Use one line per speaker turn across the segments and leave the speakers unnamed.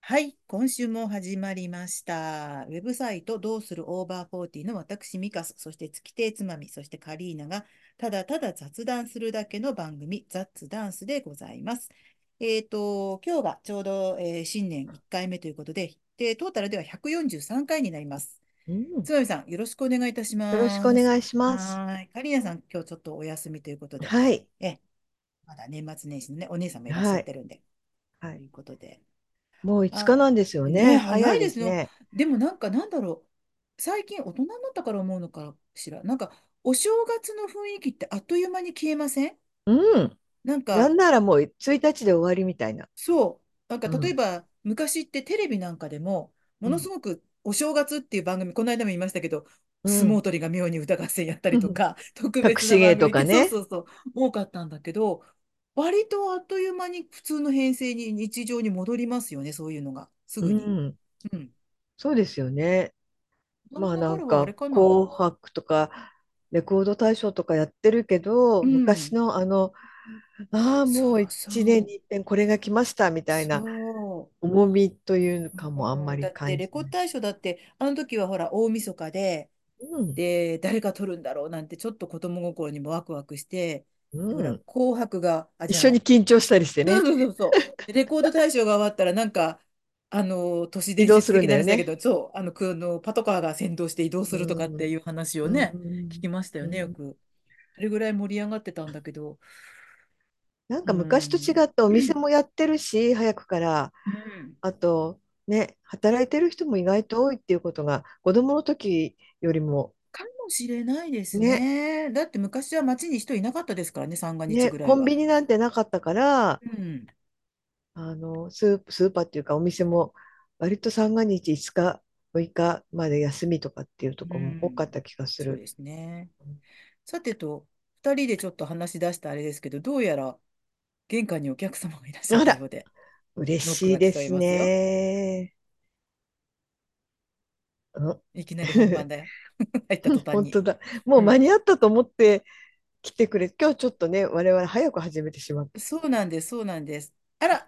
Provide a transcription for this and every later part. はい、今週も始まりました。ウェブサイトどうするオーバーフォーティーの私、ミカス、そして月亭つまみ、そしてカリーナがただただ雑談するだけの番組、雑ダンスでございます。えっと、今日がちょうど、えー新年1回目ということで、で、トータルでは143回になります。
うんよ
つまみさん、よろしくお願いいたし
ろしくお
ます。
願いします。
はーい、カリーナさん、今日ちょっとお休みということで、
はい。
え、まだ年末年始のね、お姉さんもいらっしゃ
は
っ
い。
てるんで、
は
と
い。
いうことで。
もう5日
あ
なんですよ
ね、
ね。早
早い
い
で
ですす
よ。
ね。
でもなんかなんだろう。最近大人になったから思うのかしら。なんかお正月の雰囲気ってあっという間に消えません
うん。
なん
な
か、
んならもう1日で終わりみたいな。
そう。なんか
う
例え
ん。
ば昔ってテレビなんかでも、も
う
のす
ん。
ごくお正月っていう番組、この間も言いましたけど、
う
相撲
ん。
取りが妙に歌合戦やったり
う
と
ん
か、 特
隠
別な
し芸
番
と
組っ
か
て、そうそ
ね。
うそう、多かったんだけど、割とあっという間に普通の編成に日常に戻りますよね、そういうのが。す
う
ぐに。
ん。
うん。
そうですよね。
子
ま
供の
あなん
頃はあれ
か
かな。
「紅白」とか「レコード大賞」とかやってるけ
う
ど昔
ん。
のあのああー
そ
もう
う
1年
そう。
に一遍これが来ましたみたいな
そ
重みという
う。
かもあん
う
ま
ん、だ
り
って
感
レ
じ
コ
ない。
大賞だってあの時はほら大晦日で、
うん。
で誰が取るんだろうなんてちょっと子供心にもワクワクしてでほ
う
ら
ん。
「紅白」があ
一
じゃ
緒に
ない
緊張したりして
そう
ね
そうそうそうでレコード大賞が終わったらなんかあの都市
移
伝
動
説
する
的
ん
な
だよ
話だけ
ね。
どそうあのくあのパトカーが先導して移動す
う
るとかって
ん、
いう話を
う
ね聞き
ん、
ましたよ
う
ねよ
ん
くあれぐらい盛り上がってたんだけど
なん
う
か昔と
ん
違ってお
う
店
ん
もやってるし早くから
うん
あとね働いてる人も意外と多いっていうことが子供の時よりも
かもしれないです
ね
ね。だって昔は町に人いなかったですからね、三が日
ね
ぐら
コ
い
ン
は。
ビニなんてなかったから
うん。
あのスー、スーパーっていうかお店も割と三が日5日6日まで休みとかっていうと
う
こも多かっ
ん。
た気がす
そう
る。
ですね。さてと、二人でちょっと話し出したあれですけど、どうやら玄関にお客様がいらっしゃっ
あ
た
ら
ようで、
嬉
ノック
しい
が聞
で
こえ
す
ますよ。
ね。うん
いきなり本番だよ。 入った途端
本
に。
当だ。も
う
う間
ん。
に合ったと思って来てくれ。今日ちょっとね、我々早く始めてしまって。
そうなんです、そうなんです。あら、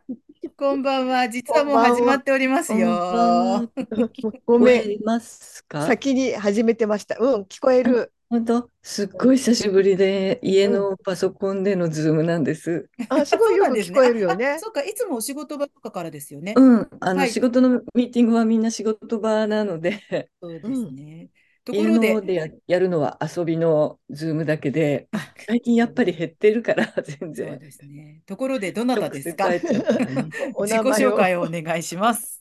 こんばんは。実は
こん
もう
ばん
始まっ
は。
ております
こんばんは。
よ。
もう
聞
ご
こ
めん。
えますか
先に始めてました。うん、聞こえ
あ、
る。
本当、すっごい久しぶりで、家
うん。
のパソコンでのズームなんです。
あ、すご
そ
いうよ
なん
く
です
聞
ね。
こ
あ、
えるよ
あ、
ね。
そうか。いつもお仕事場とかからですよね。
うん、あの
は
仕
い。
事のミーティングはみんな仕事場なので、
そうで
う
す
ん。
ね。とこ
家
ろ
の方
で、
でや、やるのは遊びのズームだけで、
あ、
最近やっぱり減ってるから、 全
そう
然
ですね。ところで、どなた
直
です
接
か
会えちゃうから ね。
お
自己
名前
紹
を。
介をお願いします。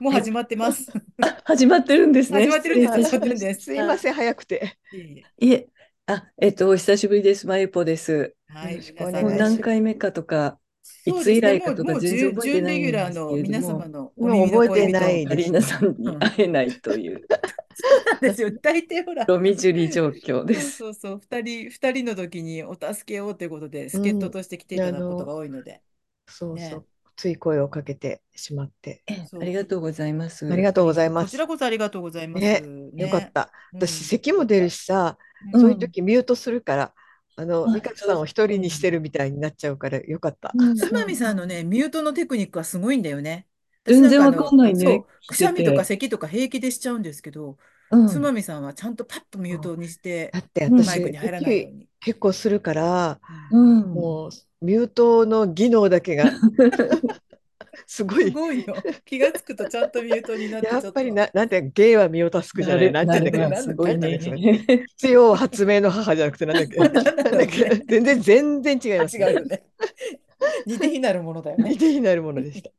もう
はい
始まってます。
あ、始まってるんです
始
ね。
まって
失
るん
礼
で
い
す、始まっ
あ、
たし
て
ま
るん
し
です。
すいま
た。
せん、早くて。
いえいえ
いえ、あ、えっと、お久しぶりです。まゆぽです。
はい、
よろしく
皆さ
お
もう
願い
ん
ね。
何
しま
回目かとか、い
そう
つ
で
以
すね、
来
も
か
う、
と
も
か
う
全然
準、
覚えて
準
な
レ
い
ギュ
ん
ラー
ですけ
の
れど
皆様
も、
のお
もう
耳の
覚え
恋
て
人
な
の、
い
カ
で
リー
す。
ナさん
う
に
ん、
会えないという、
そうなんですよ。大体ほら、
どみじり状況で
そう
す。
そうそう、二人、二人の時にお助けをということで、
う
助っ人
ん。
として来ていた
あ
だくこと
の、
が多いので、
そうそ
ね、
う。つい声をかけてしまって。
ええあ
そう。
りがとうございま
あり
す。
が
あ
とうご
りが
ざい
とう。
ま
こちら
す。
こそありがとうございます。
ね、よかっ
ね。
た。
う
私、
ん、
咳
よか
も
っ
出る
た。
しさ、
う。
そういうん時ミュートするから、あの、
あ、
美香
そ
さ
う
を
んそ
一
う。
人にしてるみたいになっちゃうから、よかった。
うんうん
つまみさ
うんん
のね、ミュートのテクニックはすごいんだよね。私
全
なん
然
かあ
わかん
の、
ないね、
そう、
聞
く
い
し
て
ゃみとか
て。
咳とか平気でしちゃうんですけど、
う
つま
ん。
みさんはちゃんとパッとミュートにして、
だって
う
マイク
私、
に入らないよう
咳
に。
結構するから、
うん、
ん。うん。
もう、ミュートの技能だけが、すご
す
い、
ごいよ。気がつくとちゃんとミュートになって
や
ちょ
っ
っ
ぱり
と。
な、なんて、芸は身を助くじゃ
な
ない、
る、
なんて
な
言うんだっけ、
るは
なん
す
だ、
ご
ないんだっけ、それ。
ね。
必要発明の母じゃなくて、なんだっ け、
なんだ
なん
ろ
だ
う
っけ、
ね。
全然、全然違い
あ、
ます
違う
ね。
よね。似て非なるものだよ
似
ね。
て非なるものでした。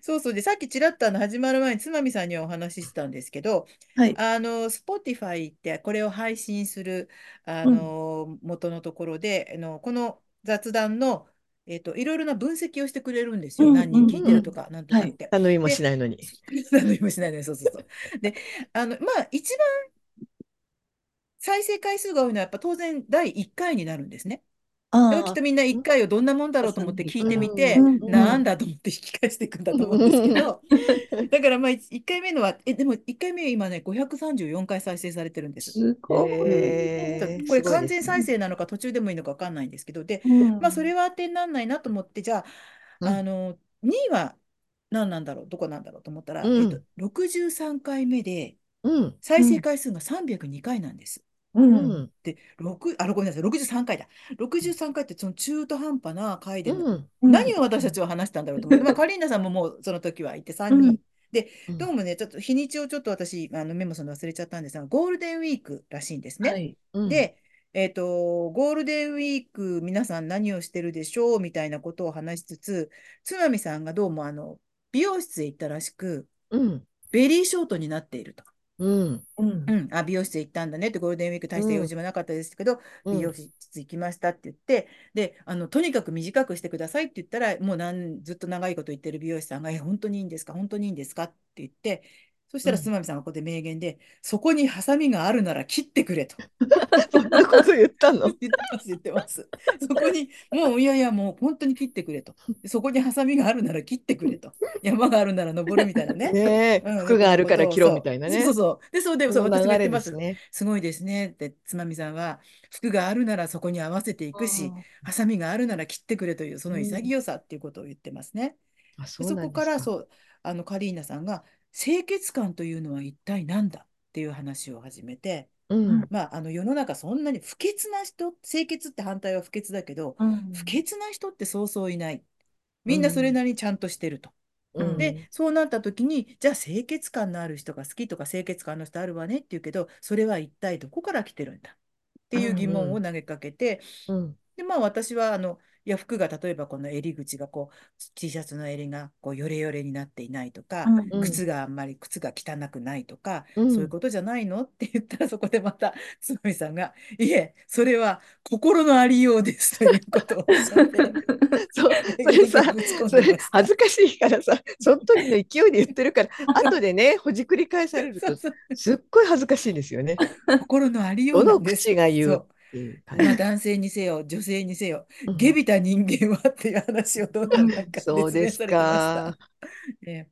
そうそうで、さっきちらっとあの始まる前につまみさんにはお話ししたんですけど、
はい。
あの Spotify ってこれを配信するあ
うん。
の元のところで、あのこの雑談の、えっと、いろいろな分析をしてくれるんです
う
よ。
ん
何
う
人聞い
ん
うてる
う
と
ん。
か、なんとかっ
はい。
て。
頼みもし
で、
ないのに。
何もしないのに、そうそうそう。で、あの、まあ、一番再生回数が多いのは、やっぱ当然第1回になるんですね。だからきっ
あ
とみんな1
うん
回をどんなもんだ
あ、
ろうと
挟
思って
んでい
聞
うく
いてみ
と。
ん
て、
うんう
なん
ん。
だと思って引き返していくんだと思うんですけ
うん
ど、だからまあ1回目のは、え、でも1回目今ね、534回再生されてるんです。
すごい。
ちょ
え
こ
ー、
れ
すごい
完
です
全
ね。
再生なのか途中でもいいのか分かんないんですけど、で、
う
まあそれ
ん。
は当てにならないなと思って、じゃあ、
う
あ
ん、
の、2位は何なんだろう、どこなんだろうと思ったら、
うん
えっと、63回目で、
うん。
再生回数が302回なんです。
う。
うんん。
で、6、あ、ごめんなさい、63回だ。63回って、その中途半端な回で、
うん。
何を私たちは話したんだろうと思って、まあ、カリーナさんももうその時はいて3人。
うん
で
うん、
どうもね、ちょっと日にちをちょっと私、あのメモするの忘れちゃったんですが、ゴールデンウィークらしいんですね。
はい。
うん、
で、えっと、ゴールデンウィーク、皆さん何をしてるでしょうみたいなことを話しつつ、つまみさんがどうもあの美容室へ行ったらしく、
うん。
ベリーショートになっていると。
うん。
うん
うん、あ、美容室へ行ったんだねって、ゴールデンウィーク大した用事もなかったですけど、
うん
美容室行きましたって言って、で、あの、とにかく短くしてくださいって言ったら、もうなんずっと長いこと言ってる美容師さんが、え、本当にいいんですか本当にいいんですかって言って、そしたら、
うん
つまみさんがここで名言で、そこにハサミがあるなら切ってくれと。
そんなこと言ったの
言ってます、言ってます。そこに、もう、いやいや、もう本当に切ってくれと。そこにハサミがあるなら切ってくれと。山があるなら登るみたいなね。
ね
うん
服があるから着ろみたいな
そう
ね。
そうそう。で、そうで、そう、
この
私
流
がやっ
れ
てま
ですす。ね。
すごいですねって、つまみさんは、服があるならそこに合わせていくし、ハサミがあるなら切ってくれという、その潔さっていうことを言ってますね。
あ、
で
そう
そ
なん
こか
です
ら、
か。
そう、あの、カリーナさんが、清潔感というのは一体何だっていう話を始めて、
うん。
まあ、あの、世の中そんなに不潔な人、清潔って反対は不潔だけど、
うん
不潔な人ってそうそういない。みんなそれなりにちゃんとしてると。
うん。
で、そうなった時に、じゃあ清潔感のある人が好きとか清潔感の人あるわねって言うけど、それは一体どこから来てるんだっていう疑問を投げかけて、
うん。
で、まあ私は、あの、いや服が例えばこの襟口がこう T シャツの襟がこうヨレヨレになっていないとか、
うん
靴があんまり靴が汚くないとか、
うん
そういうことじゃないのって言ったらそこでまた つまみさんが「いえそれは心のありようです」ということをおっしゃって
そう、 それさ、
ぶち込ん
そ
で
れ
ました
恥ずかしいからさ、その時の勢いで言ってるから、後でね、ほじくり返される
そう
と、
そう
すっごい恥ずかしいんですよね。
心のありよ
ど
うな
の
んです。
口が言う
そ
っていう
う
感じ
まあ、男性にせよ女性にせよ
うん
下びた人間はっていう話をどんどんなんか熱
そうで
弁
す
されてました。
か。
ね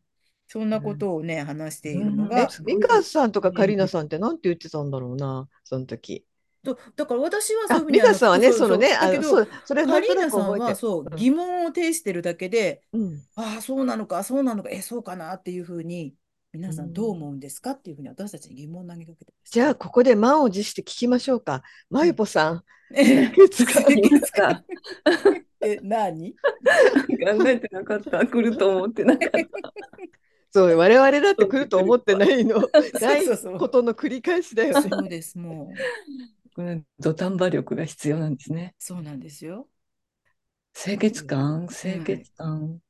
そんなことをね、話しているの
うん
が
え、、ミカさんとか
ん
カリナさんってなんて言ってたんだろうな、その時。
とだから私はそうい
あ
うふうに
ミカさんはね、
う
そのね、
だ
あ
け
の、
ど
そう、それな
カ
ん
リ
と
ー
な
ナ
く
さん
覚え
は
てる。
そう
うん
疑問を呈してるだけで、
うん。
ああそうなのかそうなのかえそうかなっていうふうに皆さ
うんん
どう思うんですかっていうふうに私たちに疑問を投げかけてました。
じゃあ、 ここで満を持して聞きましょうか。まゆぽさん、
え
いつか
清潔感
か
って何
考えてなかった。来ると思ってなかった。
そう、我々だって来ると思ってないの、な
そう
い
そう
ことの繰り返しだよね。
そうです、もう。
これ土壇場力が必要なんですね。
そうなんですよ。
清潔感、清潔感。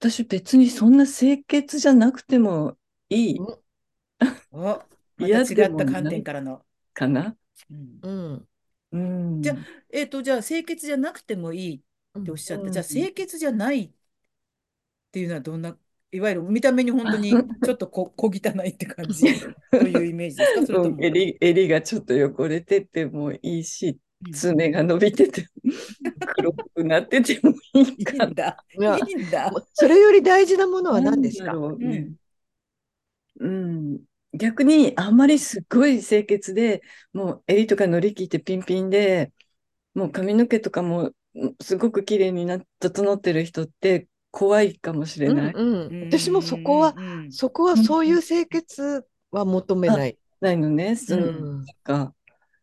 私別にそんな清潔じゃなくてもいい
お、また
いや
違った
でもない
観点からの。
かな。
うん
うん。
うん。
じゃえっと、じゃあ、清潔じゃなくてもいいっておっしゃっ
う
た。
ん
じゃあ、清潔じゃないっていうのはどんな、いわゆる見た目に本当にちょっとこ小汚いって感じというイメージですかそれとも。
襟襟がちょっと汚れててもいいし、
うん
爪が伸びてて、黒くなっててもい
い
い
い
か
んだ。
いや
いいんだ。
それより大事なもの
な。
は何ですか
なんだろ
う
うね
ん。
うん。逆にあんまりすっごい清潔で、もう襟とか乗り切ってピンピンで、もう髪の毛とかもうんすごく綺麗になっ整ってる人って怖いかもしれない。
うんうん、私もそこは、
うん、うん
そこはそういう清潔は求めない。
ないのね。
う
その
ん、
か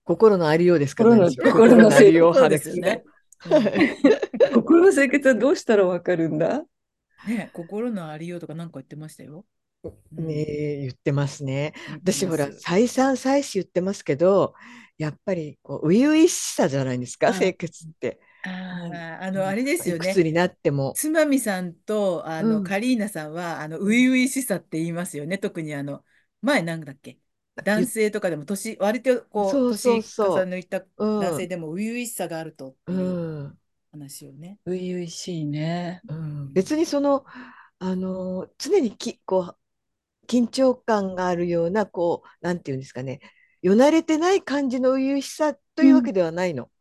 心のありようですから、
心
何しろ
の心の
ありよう
そう
派
で
ですす
よ
ね
ね。。うん
心の清潔はどうしたらわかるんだ
ね、心のありようとかなんか言ってましたよ。うん
ねえ言ってますね。
言って
私ほら
ます
再三再四言ってますけどやっぱりこう初々しさじゃないです
あ
か清潔って。
あーあの、あれですよ
い
ね
く。つになっても。
つまみさんとあの、
うん
カリーナさんはあの初々しさって言いますよね。特にあの前なんだっけ男性とかでも年割とこう
そうそうそ
年重
う
ねた
うん
男性でも初々しさがあるとってい
う
うん話をね。
初々しいね。
うん、別にそのあの常にきこう緊張感があるようなこうなんていうんですかねよなれてない感じの初々しさというわけではない
うん
の、
うん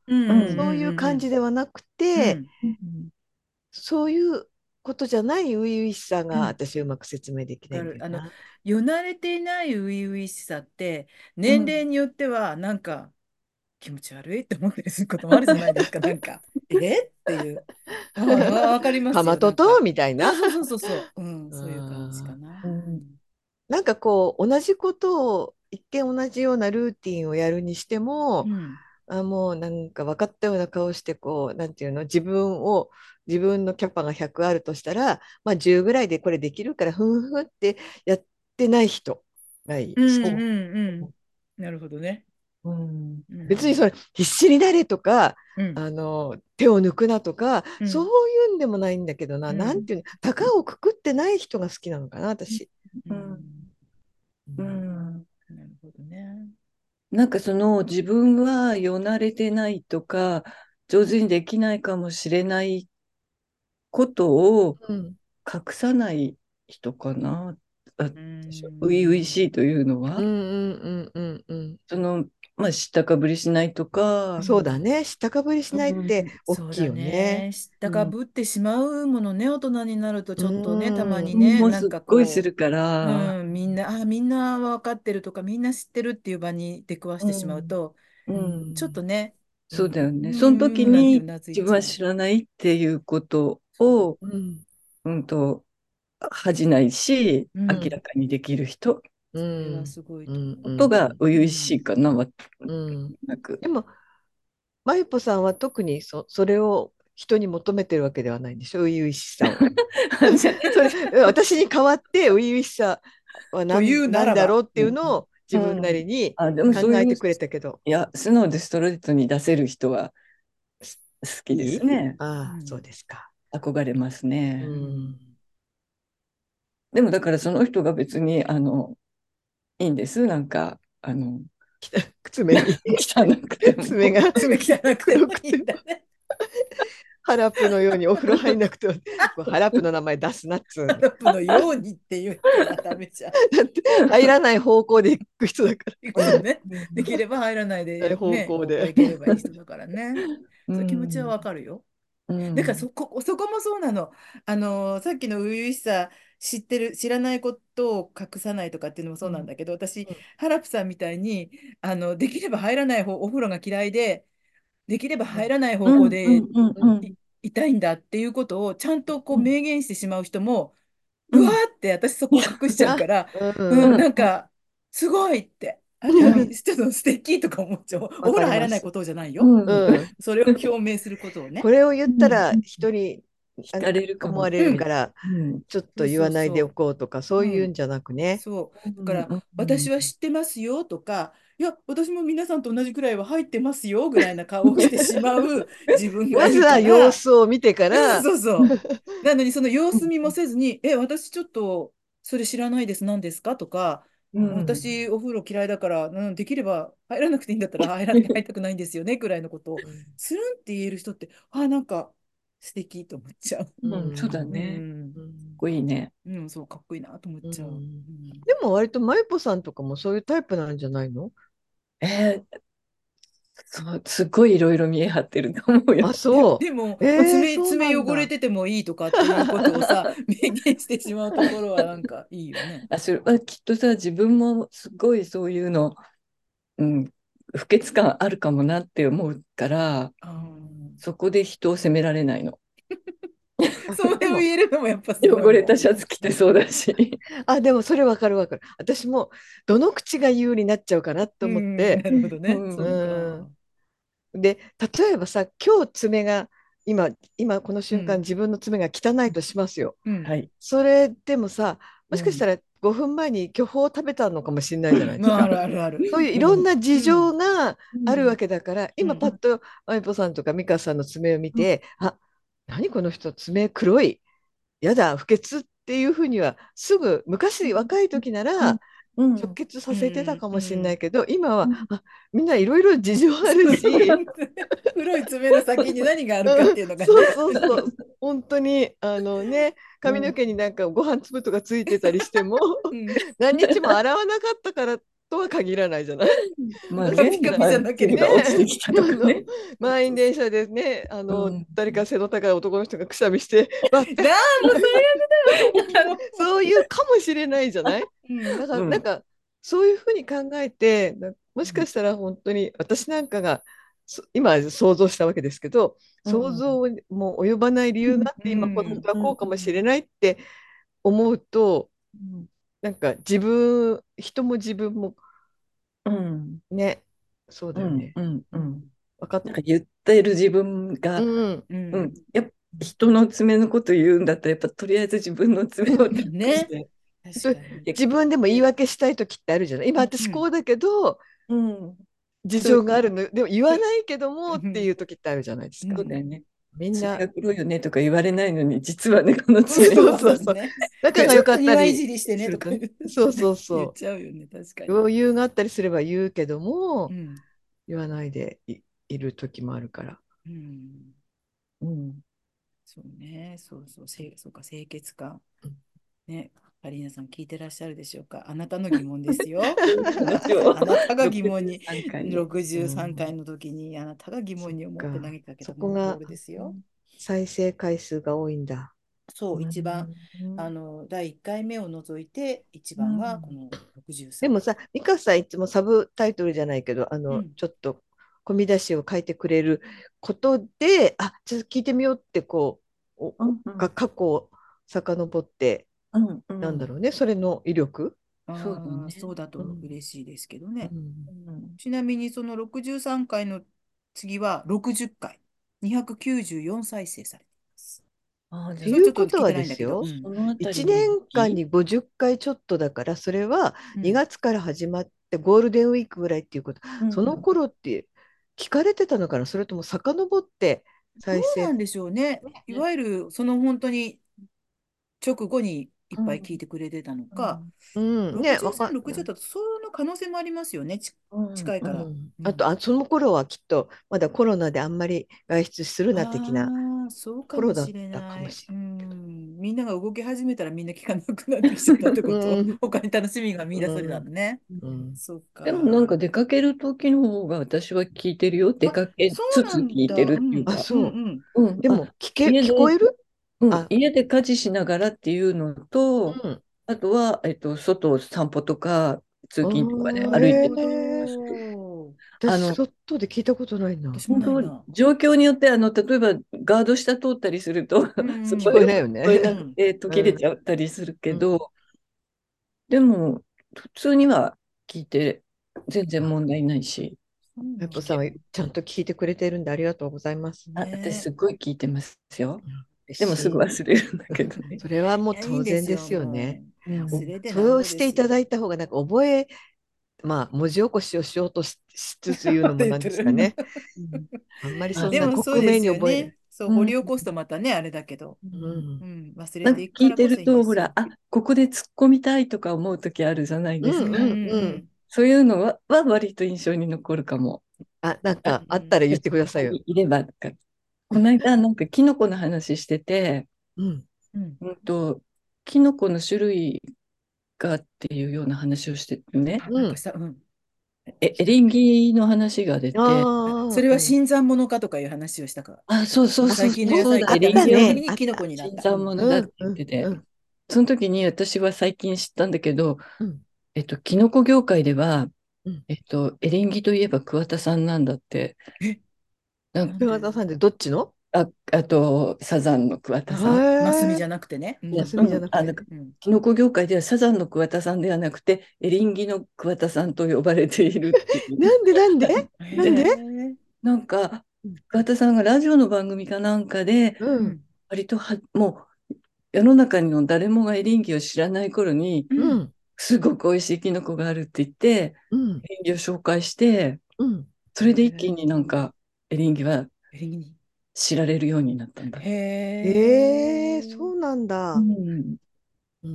そういう感じ
で、
ではなく
う
て、
ん
そういうことじゃない初々しさ
うん
が私うまく説明できないんだよ
わ
な。
よなれていない初々しさって年齢によってはなん か気持ち悪いって思ったりすることもあるじゃないですか。なんかえっていう。 はいわわかりますよ。
かまと
なん
と
か
みたいな。
そうそうそうそう。う ん、そういう感じかな。
うん
なんかこう同じことを一見同じようなルーティンをやるにしても、
うん。
あもうなんか分かったような顔してこうなんていうの自分を自分のキャパが100あるとしたら、まあ、10ぐらいでこれできるからふんふんってやってない人がいい。
うん
そう
うんうん。なるほどね。
うん
うん
別にそれ必死になれとか
うん
あの手を抜くなとか、
うん
そういうんでもないんだけどな、
うん
なんていうの高をくくってない人が好きなのかな私。
うん
うん
なるほどね。
なんかその自分はよなれてないとか上手にできないかもしれないことを
うん
隠さない人かな。
うん
初々しいというのは、
うんうんうんうん
その、まあ、知ったかぶりしないと
う
か
ん、、そうだね知ったかぶりしないって
そ
大
う
きい
だ
よね。
ね。知ったかぶってしまうものね、大人になるとちょっとね、たまに
も
ね、
う
な
す
ん
っ
かこ
ご
う、
いするから、
うん、みんな、あ、みんなは分かってるとか、みんな知ってるっていう場に出くわしてしまうと、
うん
うん
ちょっとね、
そうだよね。
うん
その時
なんて
に
うなずいち
自
ゃう
分は知らないっていうことを、
うん
うんと、恥じないし、
うん
明らかにできる人、
そ
う
れ
ん
はすごいと
う
思う。
んうん
ことが初々しいかな、わ
うん、
なく。
でもまゆぽさんは特にそそれを人に求めてるわけではないんでしょ初々し さを。それ私に代わって初々しさは
という
何
ならば
なんだろうっていうのを自分なりに
あ、でもそう
考
い
え
う
て、くれたけど。
いや、素直でストレートに出せる人はす好きですね。
あ
う
あ
ん
そうですか。
憧れますね。
うん
でもだからその人が別にあのいいんですなんかあの
爪に
汚くて も
爪が
爪汚くてもいいんだね。
ハラプのようにお風呂入んなくてもハラプの名前出すなっつう
ラ
の
ップのようにって言ったらダメじ ゃん。
だって入らない方向で行く人だから。
行くのね。できれば入らないで、ね、
方向で
行ければいい人だからね。
うん
そういう気持ちはわかるよ。
うん
だからそこ、そこもそうなの。あの、さっきの初々しさ、知ってる、知らないことを隠さないとかっていうのもそうなんだけど、私、
うん
ハラプさんみたいに、あの、できれば入らない方、お風呂が嫌いで、できれば入らない方向で
うんうんうんうん
いいたいんだっていうことをちゃんとこう
うん
明言してしまう人も、
うん
うわーって私そこ隠しちゃう から、
うん
うん、なんか、すごいって。あ
う ん
ちょっと素敵とか思っちゃう。お風呂入らないことじゃないよ。
うん
うん
それを表明することをね。
これを言ったら人に
惹かれるかも
思われるから
うん
ちょっと言わないでおこうとかそういうんじゃなくね。
そう。だから、
うん
私は知ってますよとか、いや、私も皆さんと同じくらいは入ってますよぐらいな顔をしてしまう自分が
ま
い
ず
るか
は
ら。
様子を見てから
うんそうそう。なのに、その様子見もせずに、え、私ちょっと、それ知らないです、何ですかとか、
うん
私、お風呂嫌いだから、うん、できれば入らなくていいんだったら入ら入りたくないんですよね、くらいのことを、スルンって言える人って、あ、なんか、素敵と思っちゃう。
うんそうだ
う
ね
ん
う、ん
かっこいいね。
うん、そう、かっこいいなと思っちゃう。
うん
うん
でも割とまゆぽさんとかもそういうタイプなんじゃないの
えー、そうすごいいろいろ見え張ってると思うよ
あ。そう。
でも、
えー
爪、
そうなん
爪
だ
汚れててもいいとかっていうことをさ、明言してしまうところは、なんかいいよね。
あそれはきっとさ自分もすごいそういうの、うん、不潔感あるかもなって思うから
うん
そこで人を責められないの。
それを言えるのもやっぱすごいもん。
汚れたシャツ着てそうだし。
あでもそれわかるわかる。私もどの口が言うになっちゃうかなと思って。
うんなるほどね。
うん
そうか
で例えばさ今日爪が今今この瞬間、
うん
自分の爪が汚いとしますよ。
うん
はい
それでもさもしかしたら5分前に巨峰を食べたのかもしれないじゃないです
まあ、あ
か。
るあるあ る。
そういういろんな事情があるわ
け。
けだから、今
うん
パッとあいぽさんとか美香さんの爪を見て、あ何この人爪黒いやだ不潔っていうふうにはすぐ昔若い時なら、
うん
直結させてたかもしれないけど、今
う
は
ん
あみんないろいろ事情あるし。
黒い爪の先に何があるかっていうのがね。
そうそうそう本当にあのね髪の毛になんかご飯粒とかついてたりしても、
うん
何日も洗わなかったからとは限らないじ ゃない
まあ、
ピカ
ね
ピカじ
ゃなければ
落ちてきたとかね。
満員電車でねあの、
うん
誰か背の高い男の人がくしゃみして、まあ
なんだ最悪だよ。
そういうかもしれないじゃないだから、
うん
なんかそういうふうに考えてなもしかしたら本当に私なんかがそ今想像したわけですけど、
うん
想像も及ばない理由があって、
うん
今この子はこうかもしれないって思うと、
うん
なんか自分、人も自分も
うん。
ね、そうだ
う
よ
ん
ね。。
うん。うん。
分かっ
なんか言ってる自分が、
うん、
うん
うん。やっぱ人の爪のこと言うんだったら、やっぱとりあえず自分の爪を出して
ね確かに
自分でも言い訳したい時ってあるじゃない今私こうだけど、
うん。
事情があるのでも言わないけどもっていう時ってあるじゃないですか
そうだよね。
みん
爪
な
が黒いよねとか言われないのに、実はね、この爪
そうそう
ですね。
仲が良かっ
庭
た
いじ
り
りしてねとか
するとそうそう
言っ
そ
ちゃうよね、確か
う
に。
余裕があったりすれば言うけども、
うん
言わないでいいる時もあるから
うん
うん。
そうね、そうそう、せそうか、清潔感
うん。
ね、カリーナさん聞いてらっしゃるでしょうか。あなたの疑問ですよ。
話を
あなたが疑問 に、
63回ね
63回の時に、あなたが疑問に思って投げかけた
そっかそこが
ボールですよ。
再生回数が多いんだ
そう、一番、
うん
あの、第1回目を除いて、一番はこの63。
でもさ美香さんいつもサブタイトルじゃないけどあの、
うん
ちょっと込み出しを書いてくれることであちょっと聞いてみようってこうお
うん
が過去を遡って、
うんうん
なんだろうねそれの威力、
あー
そうだね
そうだと嬉しいですけどね。
うん
ちなみにその63回の次は60回、294再生されています。
あーじ
そ
ゃ
れはちょっと
という
あ
ことは
聞いてないんだけど
で
うん
そのあたり
1
の
年間に50回ちょっとだからそれは
うん
2月から始まってゴールデンウィークぐらいっていうこと、
うん
その頃って聞かれてたのかなそれとも遡って再
どうな
生
んでしょうね。いわゆるその本当に直後にいっぱい聞いてくれてたのか、
うんねわか
63、60だとその可能性もありますよね。ち
うん
近いから
うん
うん
あとあその頃はきっとまだコロナであんまり外出するな的な
ああ、そうかもしれ
頃だった
な
か
い。
もしれ
うんみんなが動き始めたらみんな聞かなくなってきちゃったってこと、
うん
他に楽しみが見出されたのね。
うん
そうか。
でもなんか出かける時の方が私は聞いてるよ。出かけつ
そう
つ
なんだ
聞いてるっていうか
あ。そうん
ん
うん
でも、聞け
家で
聞こえる、
うん
あ
家で家事しながらっていうのと、
うん
あとは、えっと、外を散歩とか通勤とかで
あー
歩いてる。
なるほ
あ
私
の
外で聞いたことないな
ど私も
本
ない
当
な。
状況によってあの例えばガード下通ったりすると、
ん
そ
聞こえないよね
聞こえなくて途切れちゃったりするけど、でも普通には聞いて全然問題ないし、
やっぱさんはちゃんと聞いてくれてるんでありがとうございます。
あ
ね
私すごい聞いてますよ。で
で
もすぐ忘れるんだけどね。
それはもう
いやいいん
当然ですよね。。
もう忘れてなんぼです
そうしていただ
い
いた方がなんか覚え、まあ文字起こしをしようとししつつ言うのもなんですかね。
うん
あんまり
あ
そん
で
な
もそう
克
で
明
す
に
よ
覚え
ね。そう、掘り起こすとまたね、あれだけど。
うん
うん、忘
な
れ
んか
ていくか
聞い
らこそいいん
てると、
ですよ
ほら、あ、ここで突っ込みたいとか思う時あるじゃないですか。
うんうん
そういうのはは割と印象に残るかも。
あ、なんかあったら言ってくださいよ。
いいればとか。この間、なんかキノコの話してて、
うん。
うん
うんと、キノコの種類がっていうような話をしててね、
うんなんかさうん
えエリンギの話が出て、あ
あー
それは新参者かとかいう話をしたから。
そうそうそう、
最近の野
そう
菜
だ、
が
あ
エリ
っ
ン
た
的
ギは
ね
にキノコになっ
新
た。
参
うん
者だって言ってて、その時に私は最近知ったんだけど、
うん
えっと、キノコ業界では
うん、
えっと、エリンギといえば桑田さんなんだって。
え
なんか
桑田さんでどっちの
あ、あと、サザンの桑田さん。
マスミ
ゃ
じゃなくてね。うん
マスミじゃなくて
あの
うん
キノコ業界ではサザンの桑田さんではなくて、エリンギの桑田さんと呼ばれているって いう
なんでなんでなんで
へー
なんか
うん、
桑田さんがラジオの番組かなんかで、
う。
うんん
割とは、もう、世の中の誰もがエリンギを知らない頃に、
う
うん
ん。
すごく美味しいキノコがあるって言って、
うん。
エリンギを紹介して、
うん。
それで一気になんか、エリンギは
エリンギ
知られるようになったんだ。
へ
え
え
え、そうなんだ。
うん
うん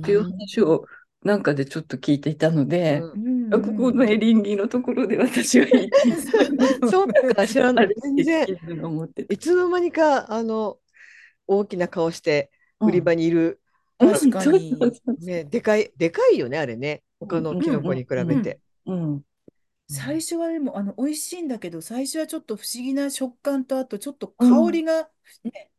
っていう話をなんかでちょっと聞いていたので、
うん
うん
あここのエリンギのところで私は行って
そうか知ら ない。全然。
思ってて
いつの間にか、あの、大きな顔して売り場にいる、
うん
確かに
そうそうそう
ね、でかい、でかいよね、あれね。他のキノコに比べて。
うん
最初はでもあの美味しいんだけど最初はちょっと不思議な食感とあとちょっと香りがね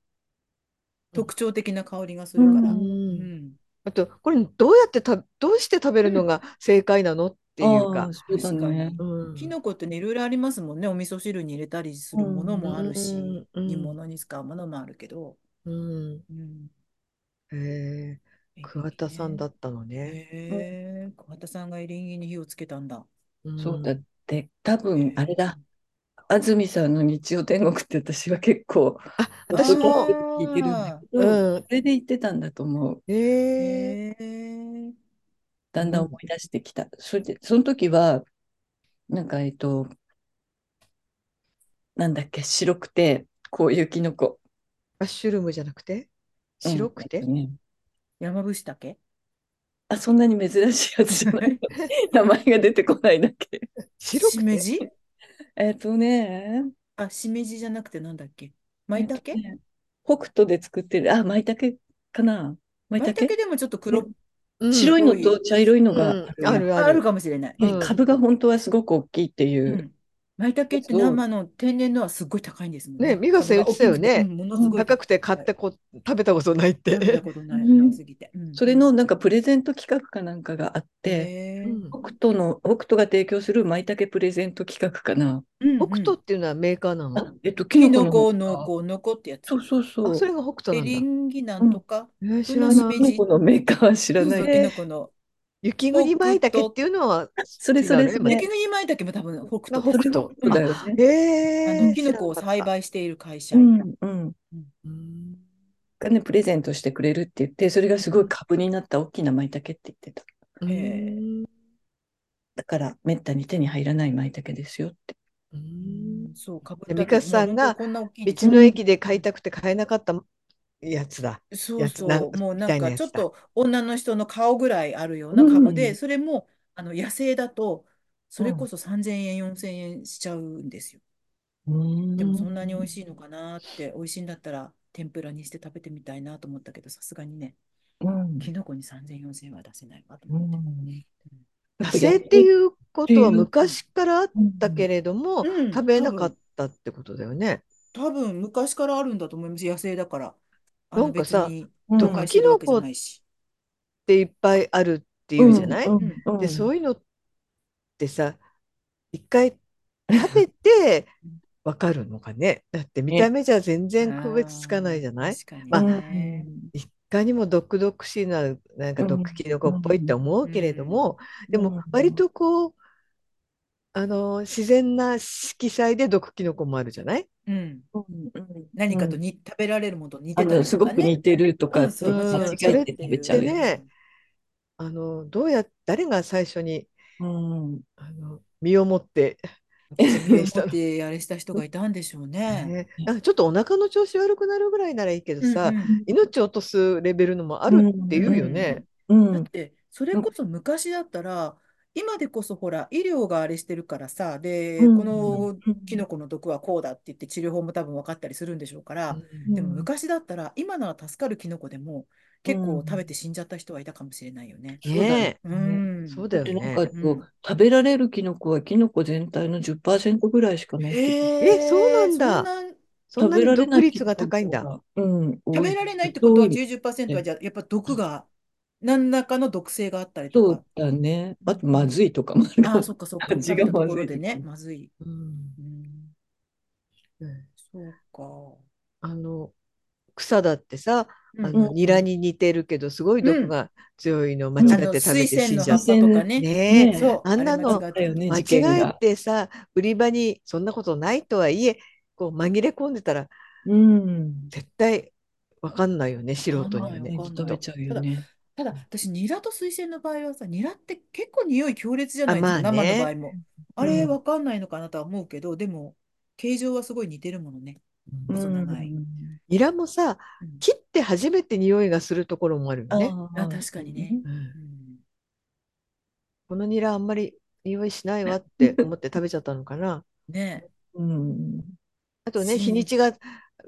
特徴的な香りがするから
う
う
うんん
あと、これどうやってた、どうして食べるのが正解なのっていうか
ああ、。そうだね。
うん
きのこってね、いろいろありますもんね。お味噌汁に入れたりするものもあるし、
うんうん
煮物に使うものもあるけど。
うん
うん、
へえ、桑田さんだったのね。
へえ、桑田さんがエリンギに火をつけたんだ。
そうだっ
ん
て、多分あれだ。安住さんの日曜天国って私は結構、
私も
音聞いてるんだけど、
うん。
それで言ってたんだと思う。
へえ。
へえ。
だんだん思い出してきた。それで、その時は、なんかえっと、なんだっけ、白くて、こういうキノコ。
マッシュルームじゃなくて
うん
白くて、
ね
山伏竹
あ、そんなに珍しいやつじゃ ない。名前が出てこないだけ。
白
し
く
め
て
じ
えっとね、
あ、しめじじゃなくてなんだっけ舞
え
茸
っとね北斗で作ってる、あ、舞茸かな。
舞
舞茸
茸でもちょっと黒っ
うん
白いのと茶色いのが
うん
あ
あ
るよ
る
ね
あ
あ
る
る。
かもしれない。
うん
え株が本当はすごく大きいっていうう。
ん。舞茸って生の天然のはすっごい高いんですもん
ね美香さん言ってたよね
うんものすごい
高くて買ってこ食べたことないっ
食べた
て。
ことない
うん
高すぎて。うん
それのなんかプレゼント企画かなんかがあって、
へー
うん
北斗の、北斗が提供する舞茸プレゼント企画かな。
うんうん
北斗っていうのはメーカーなの
あ、えっと、キ
キ
ノ
ノコ
コの。
濃厚濃厚ってやつ。
そうそうそ
あ、
う。
それが北
エ
斗な
リ
んだ。
ンギなんとか。
えー、知
こ
ら
のし
な
め
い。
キノコのメーカーは知ら
そう
な
そう
い。
キ
え
ノコの。
雪国舞茸っていうのは
それ
違う
それそ
ね
れ
雪国舞茸も多分北
まあ
斗で
北
す。
斗。
そうだよね。
あ
あ
へ
の
え。
キノコを栽培している会社。
うんうん。
うん。
がね、プレゼントしてくれるって言って、それがすごい株になった大きな舞茸って言ってた。
へえ
だから、めったに手に入らない舞茸ですよって。
う
うんんそう、かぶ
でミカさんが
こんな大きい
道
ですよ
の駅で買いたくて買えなかったやつだ。
そ
や
う
つ
そ
な
う、もうな
みた
ん
いな
か
やつ
ち
だ
ょっと女の人の顔ぐらいあるような株
うん
で、それもあの野生だと、それこそ3000円、4000円しちゃうんですよ。でもそんなに美味しいのかなって、美味しいんだったら天ぷらにして食べてみたいなと思ったけど、さすがにね、
うん
きのこに3000、4000円は出せないわと
う
思って。
ん
野生っていうことは昔からあっ
うん
たけれど
う
も、
ん
食べなかったってことだよね。
多分昔からあるんだと思います、野生だから。あ
な
の
んか
別
さ
に
うん
都会してるわけじゃないし。
でいっぱいあるっていうじゃない、
うん
うん
うん
でそういうのってさ一回食べて
うん
わかるのかねだって見た目じゃ全然区別つかないじゃない
あー確
ま
か
あ
に
う
ね
ん
いかにも毒々しいななんか毒キノコっぽいって思うけれども、でも割とこうあの自然な色彩で毒キノコもあるじゃない
うん
うんうん
何かとに、食べられるものと似
あ
てたり
の
と
すご
か
く
ね。
似てるとかって
うん
間
そう
違えて食べちゃうよ
それってねあのどうや誰が最初に
うん
あの身をもって、
身を持ってあれした人がいたんでしょうね。
ねなんかちょっとお腹の調子悪くなるぐらいならいいけどさ、
うんうん
命を落とすレベルのもあるっていうよね。
うん
だってそれこそ昔だったら今でこそほら医療があれしてるからさで
うん
このキノコの毒はこうだって言って治療法も多分分かったりするんでしょうから
うん
でも昔だったら今なら助かるキノコでも結構食べて死んじゃった人はいたかもしれないよね。
そうだね
うん
そうだよ
でなん
ね
か。
うん
食べられるキノコはキノコ全体の10%ぐらいしかないって言って
えそうなんだ
そんな
そんなに
食べられな
独
い
立が高いん
キ
だ。
ノコがうん、
食べられないってことは
多い
90%はじゃあやっぱ毒が何らかの毒性があったりと
そ
か
う。だね。あと、まずいとかもあるか
あ
も
あ、そっか そっか。
味
食
が
べたところでね、ま
ま
ずい。
うん
うん、
うん
そうか。
あの草だってさ、
うん
あ
う
の
ん
ニラに似てるけどすごい毒が強いのを間違
あ
っ
の
て食べ
水
て死
仙
ん
の
じゃ
葉
う
っ。ぱとかね。
ねえ
そう、
あんなの
れ間違って
だよね
間
事件
違え
が
てさ売り場にそんなことないとはいえこう紛れ込んでたら
うん。
絶対わかんないよね素人にはね
わ
き
かん
っ
ないわかんな
食べ
い
と。
ちゃうよね。
ただ、私、ニラと水仙の場合はさ、ニラって結構匂い強烈じゃないです
あま
か、
あ
生の
ね
場合も。
うん
あれ、わかんないのかなとは思うけど、でも、形状はすごい似てるものね。
うん
細長い。
ニラもさ
うん
切って初めて匂いがするところもあるよね。
あ、確かにね。
うん
うん
このニラあんまり匂いしないわって思って食べちゃったのかな。
ねえ
うん。
あとね
そう
日にちが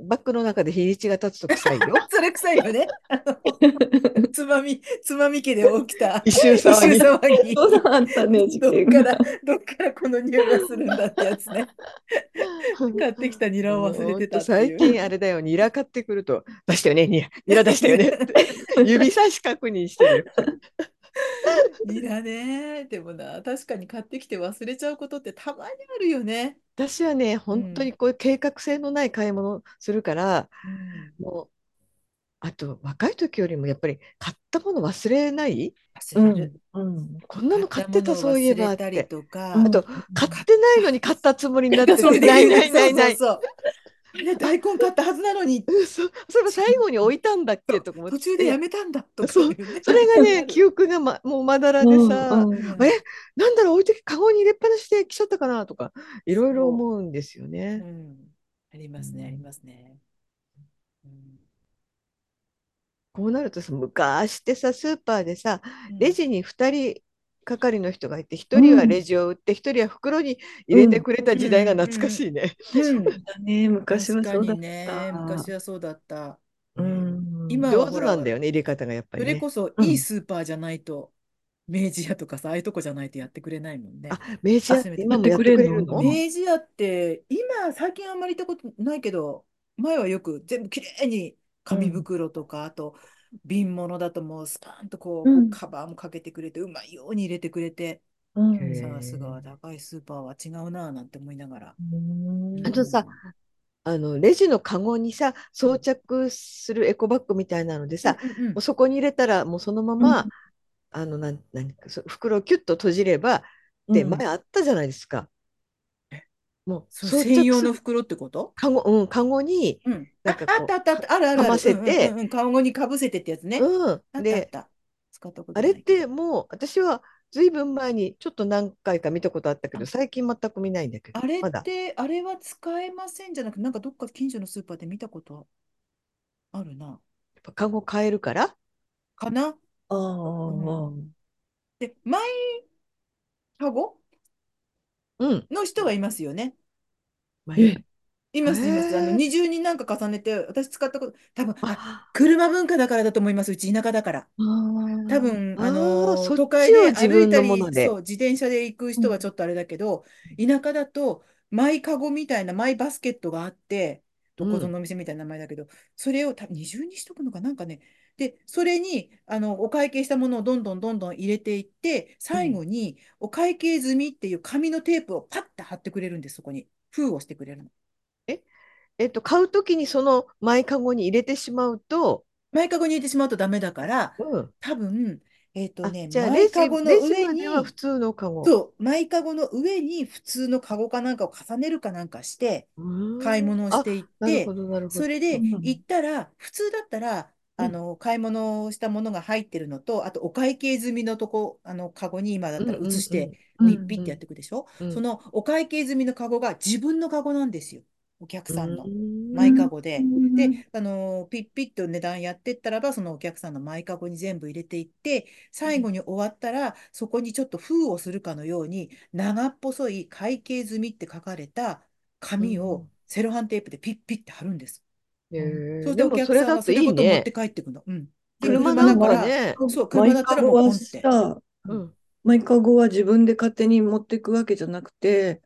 バッグの中で日にちが経つと臭いよ。
それ臭い よね。あのつまみ、つまみ家で起き た。
一周
一
騒ぎ。
周騒ぎ。
そうだったね、事
どっ
件
から
が。、
どっからこの匂いがするんだってやつ ね。買ってきたニラを忘れてたってい
ほんと最
う。
近あれだよ、ニラ買ってくると、出したよね、ニラ、ニラ出したよね。指差し確認してる。
ニラね。でもな、確かに買ってきて忘れちゃうことってたまにあるよね。
私はね、本当にこういう計画性のない買い物するから、
うん
もう、あと若い時よりもやっぱり買ったもの忘れない
忘れる。
うん。
こんなの買ってた、そういえ
買
ばっ
ったものを忘れたり
て。
とか。
うん
あと、買ってないのに買ったつもりに なってて、
そ
な
う
いないないない。
そうそうそうあれ大根買ったはずなのに、
うんそうそれも最後に置いたんだっけとか思って
途中でやめたんだとか
そう
いうね
それがね、記憶が、ま、もうまだらでさ、
うん
う
うん
ん
えなんだろう、置いて、カゴに入れっぱなしで来ちゃったかなとか、いろいろ思うんですよ
う
ね。
んありますね、ありますね。うん
こうなるとさ、昔ってさ、スーパーでさ、
うん
レジに2人係の人がいて、1人はレジを売って、1人は袋に入れてくれた時代が懐かしいね。
うん
だね、昔は
確か
そうだっ
にね、
た。
昔はそうだった。
うん、
今
上手なんだよね、入れ方がやっぱ
そ
り
れ
ね。
こそ
うん
いいスーパーじゃないと、明治屋とかさ、ああいうとこじゃないとやってくれないもんね。
あ、明治屋って今もやってくれるの
あ
明治屋って、今、最近あんまり行ったことないけど、前はよく全部きれいに紙袋とか、あと瓶物だともうスパンとこう、
うん
カバーもかけてくれて、うまいように入れてくれて、
うん
へえ
さすが高いスーパーは違うなぁなんて思いながら。
うん
あとさ、あのレジのカゴにさ装着するエコバッグみたいなのでさ、
うんうんうん
もうそこに入れたらもうそのまま、
うん
あのなんなんかそう袋をキュッと閉じればって
うん
前あったじゃないですか。もう
そう
装着
専用
す
の
る
袋ってこと
カゴ、うん、カゴに、
うん。
な
あ
んか
あ
こ
っ
う
たあったあった。あるあるある。
かませて
うんうんうん、顔にかぶせてってやつね。あった
う
あ
ん、
っ
で
た。使ったこと
あ
ない
れっ
けど
てもう私はずいぶん前にちょっと何回か見たことあったけど最近全く見ないんだけど
あれ
ま
っ
だ
て、あれは使えませんじゃなくて、なんかどっか近所のスーパーで見たことあるな。
やっぱカゴ変えるから
かな
あー
で、マイカゴ
うん
の人はいますよね。
まあ
え
います、います。あ
へ
の、
ー
二重になんか重ねて、私使ったこと、多分、あ、
あ
車文化だからだと思います。うち田舎だから。
あー
多分、
あー
あのー
そっ
都会
ちを
で
自
歩い
分
た
のも
り、
ので
そう、自転車で行く人はちょっとあれだけど、田舎だと、マイカゴみたいな、マイバスケットがあって、どこぞのお店みたいな名前だけど、それを多分二重にしとくのかなんかね。で、それに、あの、お会計したものをどんどんどんどん入れていって、最後に、お会計済みっていう紙のテープをパッて貼ってくれるんです、そこに。封をしてくれるの。
えっと、買うときにその前かごに入れてしまうと、
マイカゴに入れてしまうとダメだから、
うん、
多分、えっと
あ
ね、
じゃあ
マ
レ
イ
ジ、
カゴの
レジ
上
までは
に、
普通のかご。
そう、マイカゴの上に普通のカゴかなんかを重ねるかなんかして、
うーん
買い物をし
あ
ていっ
なる
て、
ほどなるほ
そ
ど。
れで
うん
行ったら、普通だったら、
うん
あの、買い物をしたものが入ってるのと、あとお会計済みのとこ、あの、カゴに今だったら移し
うんうん
て、
うん
ピッピッてやっていくでしょ
うん
そのお会計済みのカゴが自分のカゴなんですよ。お客さんの。
うーん
マイカゴで。
うん
で、あのーピッピッと値段やってったらば、そのお客さんのマイカゴに全部入れていって、最後に終わったら、そこにちょっと封をするかのように、長っぽそい会計済みって書かれた紙
う
を
ん
セロハンテープでピッピッて貼るんです。
へー
そうする
で
とお
もそ
客
れ
さん
だ
は
と
それ
い
ご
い
と持って
ね。
帰ってくの。うん。で、
車
車
な
だ
ん
か、
からね、
そう、車
マイ
だった
カ
ら
ゴ
もう
は
ポンって。
さ、
うん、
マイカゴは自分で勝手に持っていくわけじゃなくて、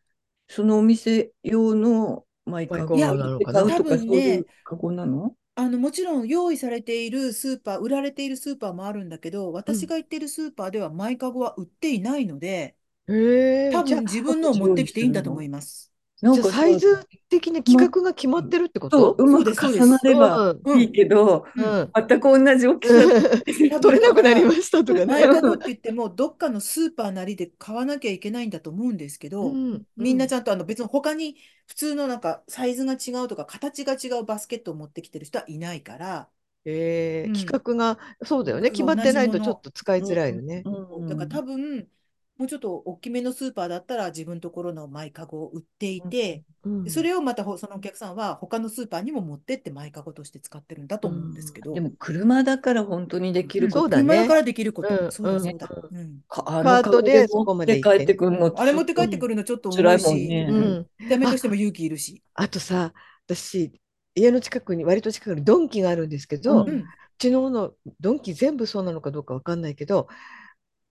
そのお店用のマイカゴ
いや
を買って買う
多
とか、
分
そうい
ね
う、カゴなの
あの、もちろん用意されているスーパー、売られているスーパーもあるんだけど、私が行ってるスーパーではマイカゴは売っていないので、
へー
多
じゃあ
分自分のを持ってきていいんだと思います。
なん
じゃあ
か
サイ
さ、
ズ的な規格が決まってるってこ
そう、
と
うまく
そうです
重なれば
うん
うん
いいけど、
うん
全く同じ大きさ
多分
取れなくなりましたとか
マイ
ね。
カゴって言っても、 どっかのスーパーなりで買わなきゃいけないんだと思うんですけ
う
ど、
ん
みんなちゃんとあの別に他に普通のなんかサイズが違うとか形が違うバスケットを持ってきてる人はいないから、
え
う
ー、
ん
規格がそうだよね
規
決
格
ま
が同
って
じ
ない
も
とちょ
の
っと使いづらいよね。
うん
だから多分、もうちょっと大きめのスーパーだったら自分のところのマイカゴを売っていて、
うん
それをまたほそのお客さんは他のスーパーにも持ってってマイカゴとして使ってるんだと思うんですけど、
でも車だから本当にできる
そ
こ
うだね
車からできるこ
う
と、
ん
そうだ
うん
そうだ。うん
とか、
カ
あの
ートで
カゴ
そこま
持
で
って
行って
帰ってくるの
あれ持って帰ってくる
る
のちょっと重い
辛いもん
し、
ね。
うん
うん、
ダメとしても勇気いるし。
あとさ私家の近くに割と近くにドンキがあるんですけど、う
うん
うん、
ちのものドンキ全部そうなのかどうかわかんないけど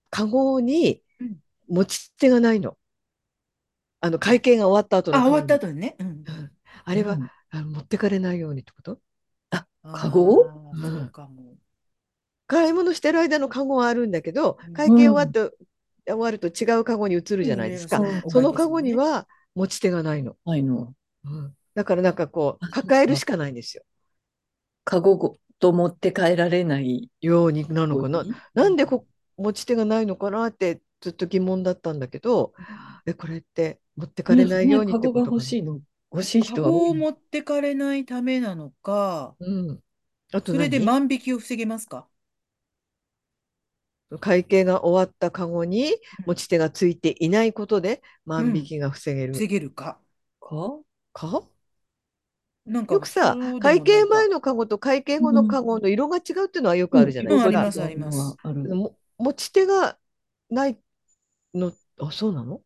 カゴに
うん
持ち手がないのあの会計が終わった後の
あ、終わ
カゴ
っ
に
た後にね。うん、
うんあれは、
うん
あの持ってかれないようにってこと
カゴ
あ
う
ー
ん
そうかも。
買い物してる間のカゴはあるんだけど
うん
会計終わって、終わると違うカゴに移るじゃないですか、
うん
うん
そのカゴに、は持ち手がないの、
ないの。
だからなんかこう
あ
抱えるしかないんですよ
カゴごと持って帰られない。
ようになのかななんでこ持ち手がないのかなってずっと疑問だったんだけどえこれって持ってかれないようにって
カゴ
こ
が
とか
欲
な
しいの。欲しい人
カ
は
ゴ
多
を
い。
持ってかれないためなのか、
うん、あと
それで
何
万引きを防げますか
会計が終わったカゴに持ち手がついていないことで万引きが防げる
防げるか
か
か、
なんか
よくさ
そうでもないか
会計前のカゴと会計後のカゴの色が違うっていうのはよくあるじゃない
うん
です
あり
か。
ますあります
ある。
も持ち手がないのあそうなの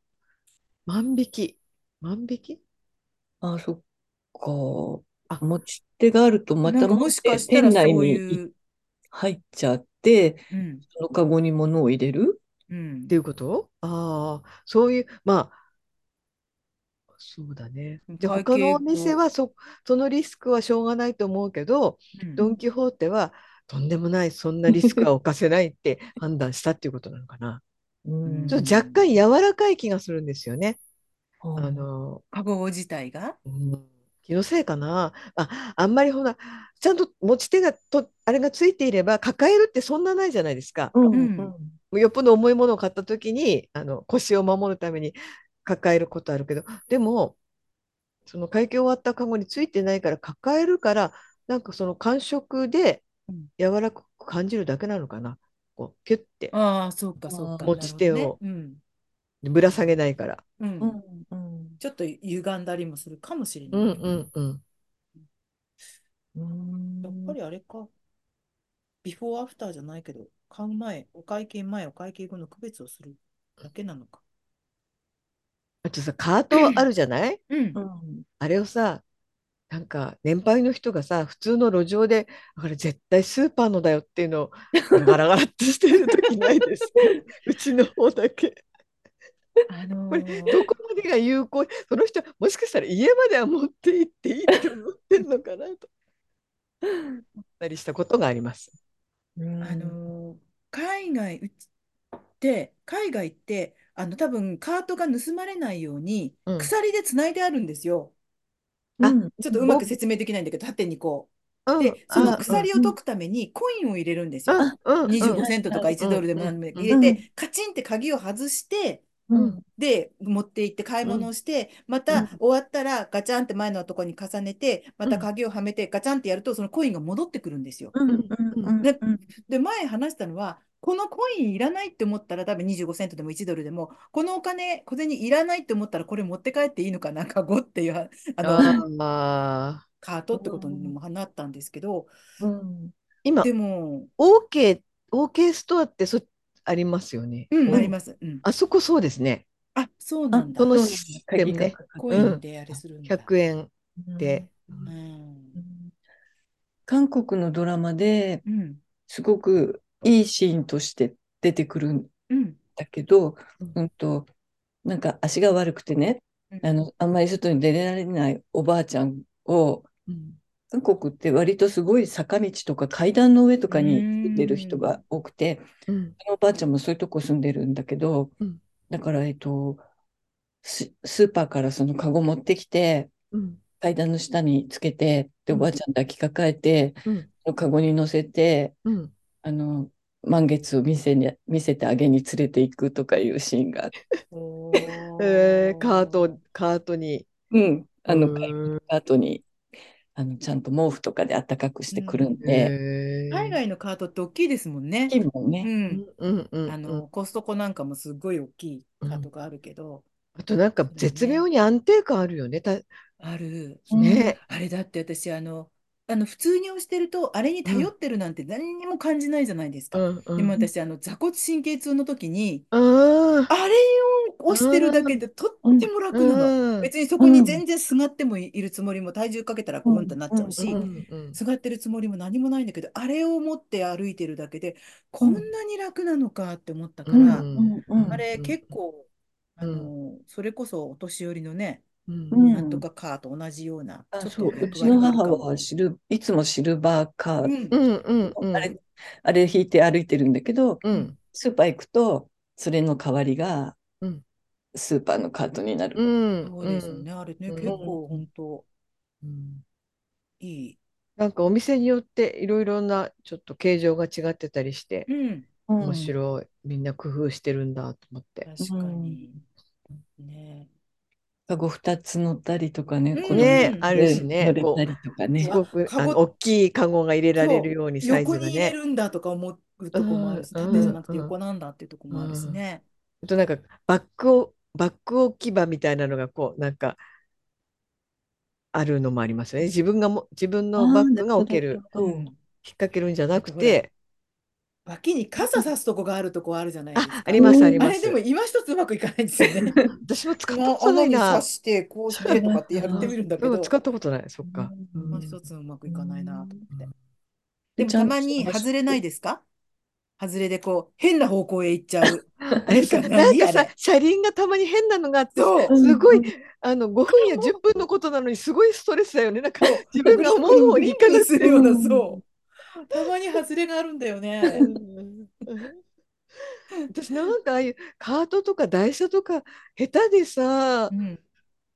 万引き万引き
あ、そっか。
あ
持ち手があるとま
な
た
んか
持
も
っ
してかしたら
店内
そう
に
いう、
入っちゃって、
うん、
そのカゴに物を入れる
うん
っていうことああそういうまあそうだね。で
会計
他のお店
と
はそそのリスクはしょうがないと思うけど、
うん
ドン・キホーテはとんでもないそんなリスクは犯せないって判断したっていうことなのかな。
うん
ちょっと若干柔らかい気がするんですよね。
あ
あの、
カゴ自体が、
うん、気のせいかな。あ、あんまりほら、ちゃんと持ち手がと、あれがついていれば抱えるってそんなないじゃないですか。
うん
うん
よっぽど重いものを買った時にあの腰を守るために抱えることあるけどでもその会計終わったカゴについてないから抱えるからなんかその感触で
うん
柔らかく感じるだけなのかなこうキュッて
ああ、そうかそうか、
持
ち手を
なるほどね
ぶら下げないから。
うん、
う
うんん、
うん
ちょっと歪んだりもするかもしれ
う
ない。
んうんうん、
うん
やっぱりあれか、ビフォーアフターじゃないけど、買う前、お会計前、お会計後の区別をするだけなのか。
あとさカートあるじゃない
うん
う、ん
あれをさなんか年配の人がさ普通の路上であれ絶対スーパーのだよっていうのをガラガラガラってしてる時ない ですかうちの方だけ。
あの
これ
ー
どこまでが有効その人はもしかしたら家までは持って行っていいと思ってんのかなと。なりしたことがあります。
うん
あのー海外うちって海外ってあの多分カートが盗まれないように
うん
鎖でつないであるんですよ。
あ
うん
ちょっとうまく説明できないんだけど縦にこう。でその鎖を解くためにコインを入れるんですよ。25セントとか1ドルでも何でも入れ
うん
てカチンって鍵を外して
うん
で持って行って買い物をしてま
う
た
ん
終わったらガチャンって前のとこに重ねてまた
うん
鍵をはめてガチャンってやるとそのコインが戻ってくるんですよ。
うんうん
でで、前話したのは、このコインいらないって思ったら、多分25セントでも1ドルでも、このお金、小銭いらないって思ったら、これ持って帰っていいのかな、カゴっていう、あの、
あー
カートってことにもなったんですけど、
うん
今
でも、
OK, OK ストアってそありますよね。
うん、
うん
あります。うん。
あそこそうですね。
あ、そうなんだ
こ。の
そう
システムね
コインであれするんだ。
100円
うん
で。
うん。
韓国のドラマで
うん。
すごくいいシーンとして出てくるん
うん。
だけど
うん、
うんと、なんか足が悪くてね
うん、
あの、あんまり外に出られないおばあちゃんを、
うん
韓国って割とすごい坂道とか階段の上とかに住んでる人が多くて、
うん
そのおばあちゃんもそういうとこ住んでるんだけど、
うん
だから、えっと、ススーパーからそのカゴ持ってきて、
うん
階段の下につけて、
う
で、お
ん
ばあちゃん抱きかかえて、
うん
そのカゴに乗せて、
うん
あの、満月を見せに、見せてあげに連れていくとかいうシーンがあって、
お
えーカート。カートに。
うん、あの、
う
買い
ーん
物した後に、あの、ちゃんと毛布とかであったかくしてくるんで、
へー
海外のカートって大きいですもんね。
金も
う
ね、
ん。
うんうんうん
あの、コストコなんかもすごい大きいカートがあるけど、
あとなんか絶妙に安定感あるよね。たね
ある。
うん
あれだって私あの、あの普通に押してるとあれに頼ってるなんて何にも感じないじゃないです
う
か。
んうん
でも私あの座骨神経痛の時に
うん
あれを押してるだけでとっても楽なの。
うん
別にそこに全然すがってもいるつもりも体重かけたらコロンってなっちゃう
う
し
んう、ん
すがってるつもりも何もないんだけど、あれを持って歩いてるだけでこんなに楽なのかって思ったか
う
ら、
ん
うんうん
あれ
うん
結構、あ
うん
の、それこそお年寄りのね、
うん
うん
なんとかカーと同じような、
あ、
ちょっ
そう、
と
う
役
ちの
割がある
母
かも。
はシル、いつもシルバーカ
う
ー、
ん
うんうんうん
あれ、あれ引いて歩いてるんだけど、
うん
スーパー行くと、それの代わりが
うん
スーパーのカートにな
う
る。
ん
そうですよね。あれね、
うん
結構本当
うん
いい。
なんかお店によっていろいろなちょっと形状が違ってたりして
うん。
うん
面白いみんな工夫してるんだと思って。
確かに。ね。
カゴ2つ乗ったりとかね、
うん
子供
ね
うん
あ
で
るしね
乗れた
こ
りとか
う
ね
す。ごく
カ
あ
ゴ
の大きいカゴが入れられるようにサイ
横
ズが
に入れ
ね。
るんだとか思うとこもあるし、
うん
縦じゃなくて
うん
横なんだっていうとこもあるしね。
あとなんかバックをバック置き場みたいなのがこうなんかあるのもありますよね。自分がも自分
あ
の
あ、
バッ
な
グ
る
が置
ほど、な
け
る
る
ほど。
引っ掛けるんじゃなく
だって
て
脇に傘さすとこがあるとこあるじゃないですか。
あありますあ
うん
り
あ
ま。
れですも今一つうまくいかないんですよ ね。
私も使った
の
ことな
穴
い
に
な
刺。してこうしてとかってやってみるんだけ
うん
ど、
使ったことない。そっか。
う
今
ん
一つうまくいかないなと思
う
って。
ん
でも
ちゃ
た
んと
まに
探し
外れないですか外れでこう変な方向へ行っちゃう。
あれさ、
何
なんか
あ
さ
れ、
車輪がたまに変なのがあって、
そう
すご
うん
い、あの、5分や10分のことなのに、すごいストレスだよね。なんか、
そう
自分が思う方に行かなく
す
て。
るような、
うん
そう。たまに外れがあるんだよね、あれ。
うん 私なんかああいうカートとか台車とか下手でさ
うん。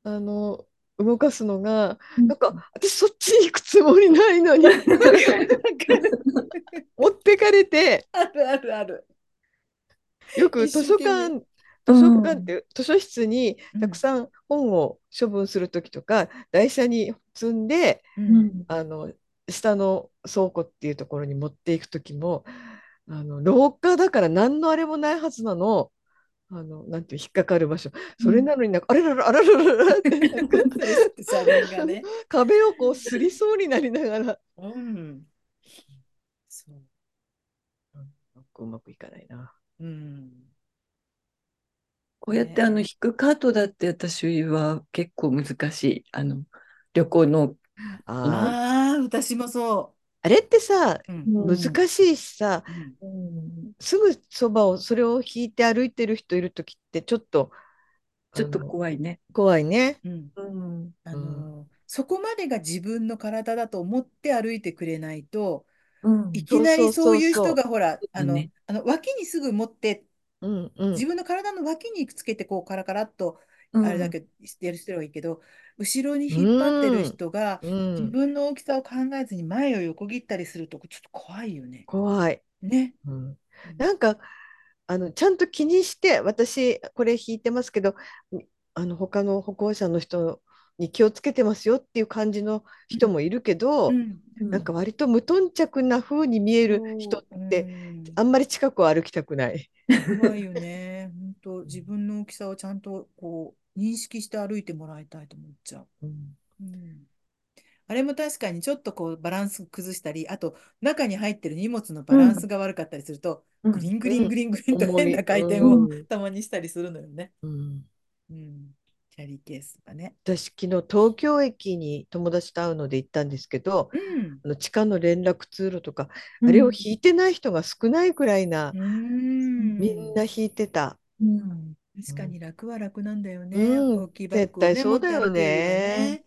あの動かすのが
うん
なんか 私そっち行くつもりないのになんか持ってかれて
あるあるある。
よく
一
図
生
書
懸命
館図書
う
館っ
ん
て図書室にたくさん本を処分する時とか、台車に積んで
う。
うんん
あの下の倉庫っていうところに持っていく時もあの廊下だから何のあれもないはずなの。あのなんていう引っかかる場所それなのになんか、あれららあららららってなんか
それって車輪がね。
壁をこう擦りそうになりながら
うん。そう。
なんかうまくいかないな。
うん。
こうやって
ね
あの引くカートだって私は結構難しい。あの旅行の、
あー
ああ、私もそ
あれってさ
う。うん。
難しいしさ、
うん
うん
すぐそばをそれを引いて歩いてる人いる時ってちょっと
ちょっと
あの
怖いね。
怖いね。
うん。
うん
あのーそこまでが自分の体だと思って歩いてくれないと、
うん
いきなりそういう
そうそうそうそ
人
う
がほら、あの
ね、
あの脇にすぐ持って、
うんう
自
ん。
分の体の脇につけて、こう、カラカラっと、
うん
あれだけやる人がいいけど、後ろに引っ張ってる人が、
う
自
ん、
分の大きさを考えずに前を横切ったりすると、ちょっと怖いよね。
怖い。
ね。
うん、
うん
なんかあのちゃんと気にして私これ引いてますけどみあの他の歩行者の人に気をつけてますよっていう感じの人もいるけど、
うん。
なんか割と無頓着な風に見える人って、
うん
あんまり近くを歩きたくない。
怖いよね。本当、自分の大きさをちゃんとこう認識して歩いてもらいたいと思っちゃう。
うん
うん、あれも確かにちょっとこうバランス崩したり、あと中に入ってる荷物のバランスが悪かったりすると、
うん
グリングリングリングリンと
重い
変な回転
う
を
ん
たまにしたりするのよね。
うん
うん、キャリーケースとかね。
私昨日東京駅に友達と会うので行ったんですけど、
うん。
あの地下の連絡通路とか、あれを引いてない人が少ないくらいな、
う
み
ん
ん。な引いてた。
うん
確かに楽は楽なんだよね。
うん
大きいバッ
絶
グを
対
ね、
そ
持
う
って
だよ
歩けるよね
ね。。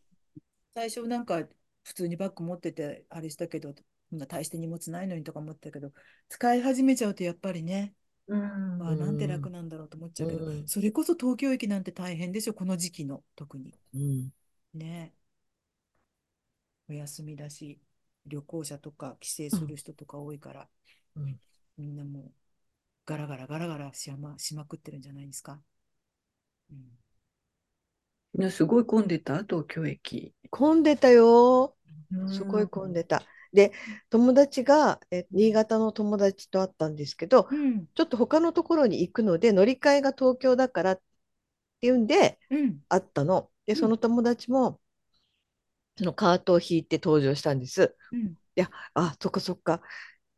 最初なんか普通にバッグ持っててあれしたけど、そんな大して荷物ないのにとか思ってたけど、使い始めちゃうとやっぱりね、
うん
まあなんて楽なんだろうと思っちゃうけど、
うん
それこそ東京駅なんて大変でしょ、この時期の特に。
うん
ね。お休みだし、旅行者とか帰省する人とか多いから、
うん
みんなもうガラガラガラガラしま、しまくってるんじゃないですか。うん
いやすごい混んでた東京駅。
混んでたよ。
うん
すごい混んでた。で、友達が、え、新潟の友達と会ったんですけど、
うん、
ちょっと他のところに行くので、乗り換えが東京だからっていうんで、
うん、
会ったの。で、その友達も、そのカートを引いて登場したんです。
うん、
いや、あ、そっかそっか。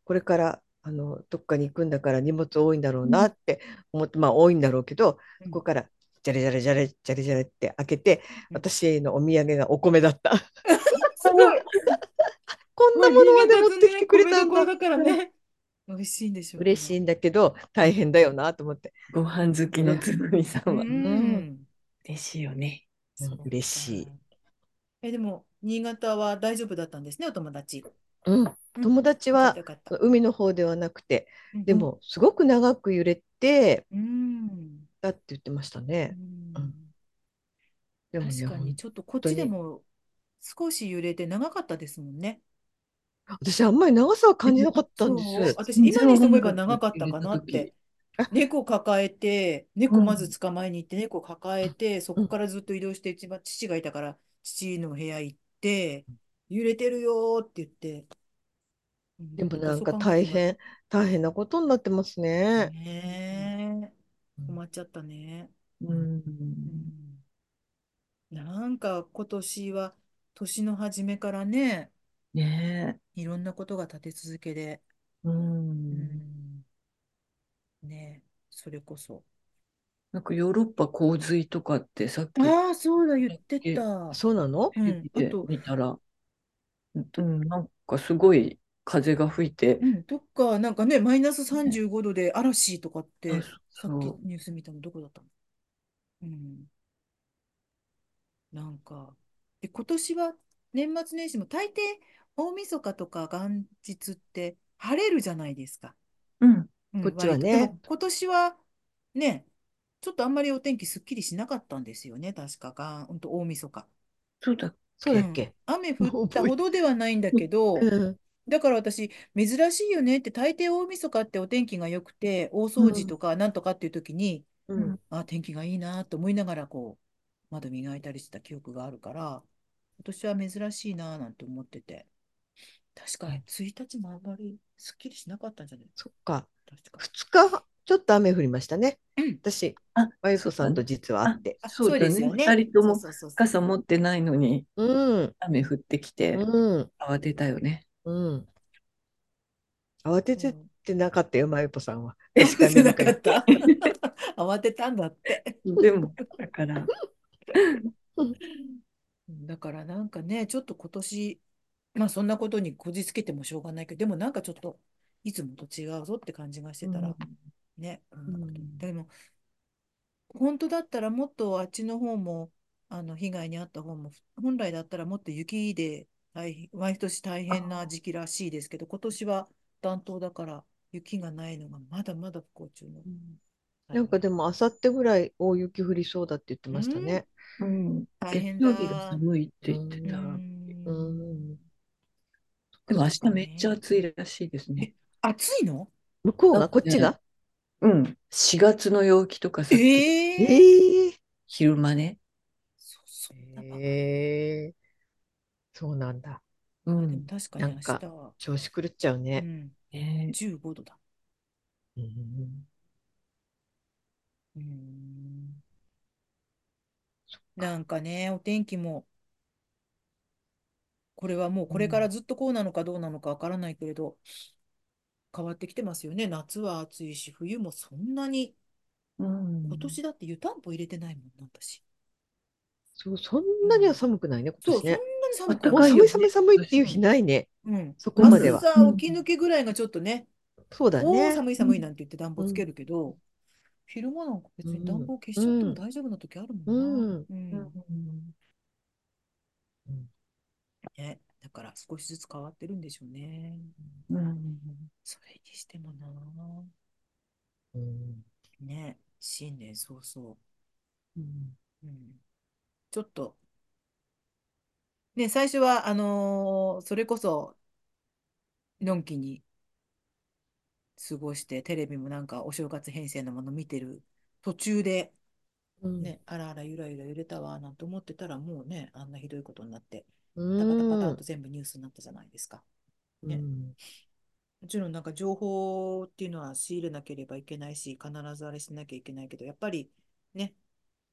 これからあのどっかに行くんだから荷物多いんだろうなって思って、まあ多いんだろうけど、
うん
ここからじゃれじゃれじゃれじゃれじゃれって開けて、
うん
私へのお土産がお米だった。
すごい。
こんなものまで持ってきてくれたんだ。
だからね。美味しいんでしょう。
嬉しいんだけど大変だよなと思って。
ご飯好きのつぐみさん
う
は
ん。
嬉しいよね。
うん
そうか
嬉しい。
え、でも、新潟は大丈夫だったんですね、お友達。
うん、友達は
うんよかったよかっ
海の方ではなくて、
た
で、もすごく長く揺れて
うん。
たって言ってました
う
ね。
ん
うんでもね、
確かに、ちょっとこっちでも少し揺れて長かったですもんね。
私あんまり長さは感じなかったんで
そう、
す。
私、今にして思えば長かっ
全
た
然
か
わかん
な
な
っ
かった
て
あ。
猫抱えて、猫
うん
まず捕まえに行って、猫抱えて、そこからずっと移動して、うちは父がいたから、父の部屋行って、揺れてるよーって言って。う
でもなんか
そう考え
大
ても
変大変なことになってますね。
ねえ、困っちゃったね。
うん
うんなんか今年は年の初めからね、
ね
いろんなことが立て続けで、
え。う。
うんんねえ、それこそ。
なんかヨーロッパ洪水とかってさっき
ああ、そうだ、言ってた。
そうなの？
う
テレ
ん
ビ、
あ
で
と、
見たら、うん、なんかすごい風が吹いて
う、ん、どっか、なんかね、マイナス35度で嵐とかって、
あ
さ
そ
っき
う
ニュース見たのどこだったのうん。なんか、で、今年は年末年始も大抵大晦日とか元日って晴れるじゃないですか。
うん、
うん
こっちは
割と
ね
でも今年はね、ちょっとあんまりお天気すっきりしなかったんですよね、確かが、うんと大晦日。
そうだ、
そうだっけ？
うん雨降ったほどではないんだけど、
うん
だから私、珍しいよねって、大抵大晦日ってお天気が良くて、大掃除とかなんとかっていう時に、
うん。
あ、天気がいいなと思いながら、こう、窓磨いたりした記憶があるから、今年は珍しいななんて思ってて、確か1日もあんまりすっきりしなかったんじゃない
そっか。
確か。
二日ちょっと雨降りましたね。
うん
私
あ、
マユコさんと実は会って。
あ、
そうだ
で
ね
すよね。
二人とも
そうそうそうそう
傘持ってないのに
うん
雨降ってきて
うん
慌てたよね。
うん。慌て
う
て
ん
てなかったよマユコさんは。
慌ててなかった 慌てたんだって。
でも、だから、
だからなんかね、ちょっと今年、まあそんなことにこじつけてもしょうがないけど、でもなんかちょっといつもと違うぞって感じがしてたら、ね、うん
うん
でも本当だったらもっとあっちの方も、あの被害に遭った方も、本来だったらもっと雪で大変、毎年大変な時期らしいですけど、今年は暖冬だから雪がないのがまだまだ不幸中の。
なんかでも、あさってぐらい大雪降りそうだって言ってましたね。
うん、
大
月
変だ
曜日が寒いって言って
う
た。
ん
うん。
でも明日めっちゃ暑いらしいですね。
暑いの
向こう
な
が、
ん
こ
かね
っちが。
うん、4月の陽気とかさっき
ええ
ええ
昼間ね。
そそんなバカ
ええそうなんだ。
う
でも
ん、
確かに
な
明
ん
日
か
は、
調子狂っちゃ
う
うね。
ん、
ね
15度だ。
うん
うんなんかね、お天気も、これはもうこれからずっとこうなのかどうなのかわからないけれど、変わってきてますよね。夏は暑いし、冬もそんなに、
うん、
今年だって湯たんぽ入れてないもんな、私。
そう、そんなには寒くないね、
そ
今
う、そん
年
なに
ね。
寒
こ
く
こ
ない。
暖かいよ
寒い寒
ね
い寒いっていう日ないね。
うん、
そこまでは。
朝起き抜けぐらいがちょっとね、
そうだ
おお、
ね。
寒い寒いなんて言って暖房つけるけど、昼間なんか別に暖房消しちゃっても大丈夫な時あるもんな。
うん
うん
うん
ね、だから少しずつ変わってるんでしょうね。
うん、
それにしてもな
うん
あ、ね、新年早々、
うん
うん、ちょっと、ね、最初は、あのーそれこそ、のんきに過ごして、テレビもなんかお正月編成のもの見てる途中で、
うん
ね、あらあらゆらゆら揺れたわなんて思ってたら、もうね、あんなひどいことになって、
うん
パタパタパタっと全部ニュースになったじゃないですか。
うんうん
もちろんなんか情報っていうのは仕入れなければいけないし、必ずあれしなきゃいけないけど、やっぱりね、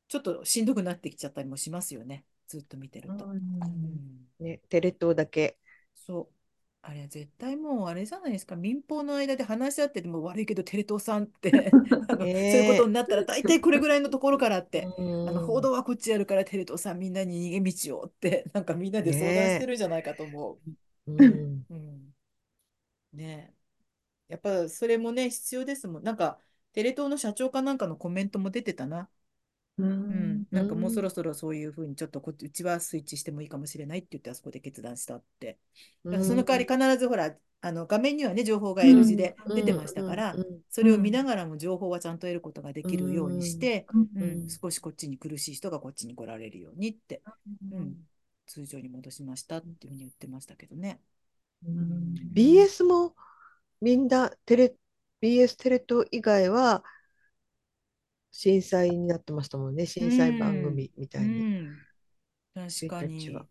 ちょっとしんどくなってきちゃったりもしますよね、ずっと見てると。うん、
ね、テレ東だけ。
そう。あれ、絶対もうあれじゃないですか、民放の間で話し合ってても悪いけど、テレ東さんって あの、そう
ねえ
いうことになったら、大体これぐらいのところからって、
うん
あの報道はこっちやるから、テレ東さんみんなに逃げ道をって、なんかみんなで相談してるんじゃないかと思う。
うん
うんねえ。やっぱそれもね、必要ですもん。なんか、テレ東の社長かなんかのコメントも出てたな。
う
うん
ん、
なんかもうそろそろそういうふうにちょっとこっちうちはスイッチしてもいいかもしれないって言ってあそこで決断したって。だからその代わり必ずほら、あの画面にはね、情報が L 字で出てましたから、それを見ながらも情報はちゃんと得ることができるようにして、
うん
うん、少しこっちに苦しい人がこっちに来られるようにって、うん、通常に戻しましたっていうふうに言ってましたけどね。
うん
うん
BS もみんなテレ BS テレ東以外は震災になってましたもんね震災番組みたいに。
うん、確か
そういう人たち
に
は。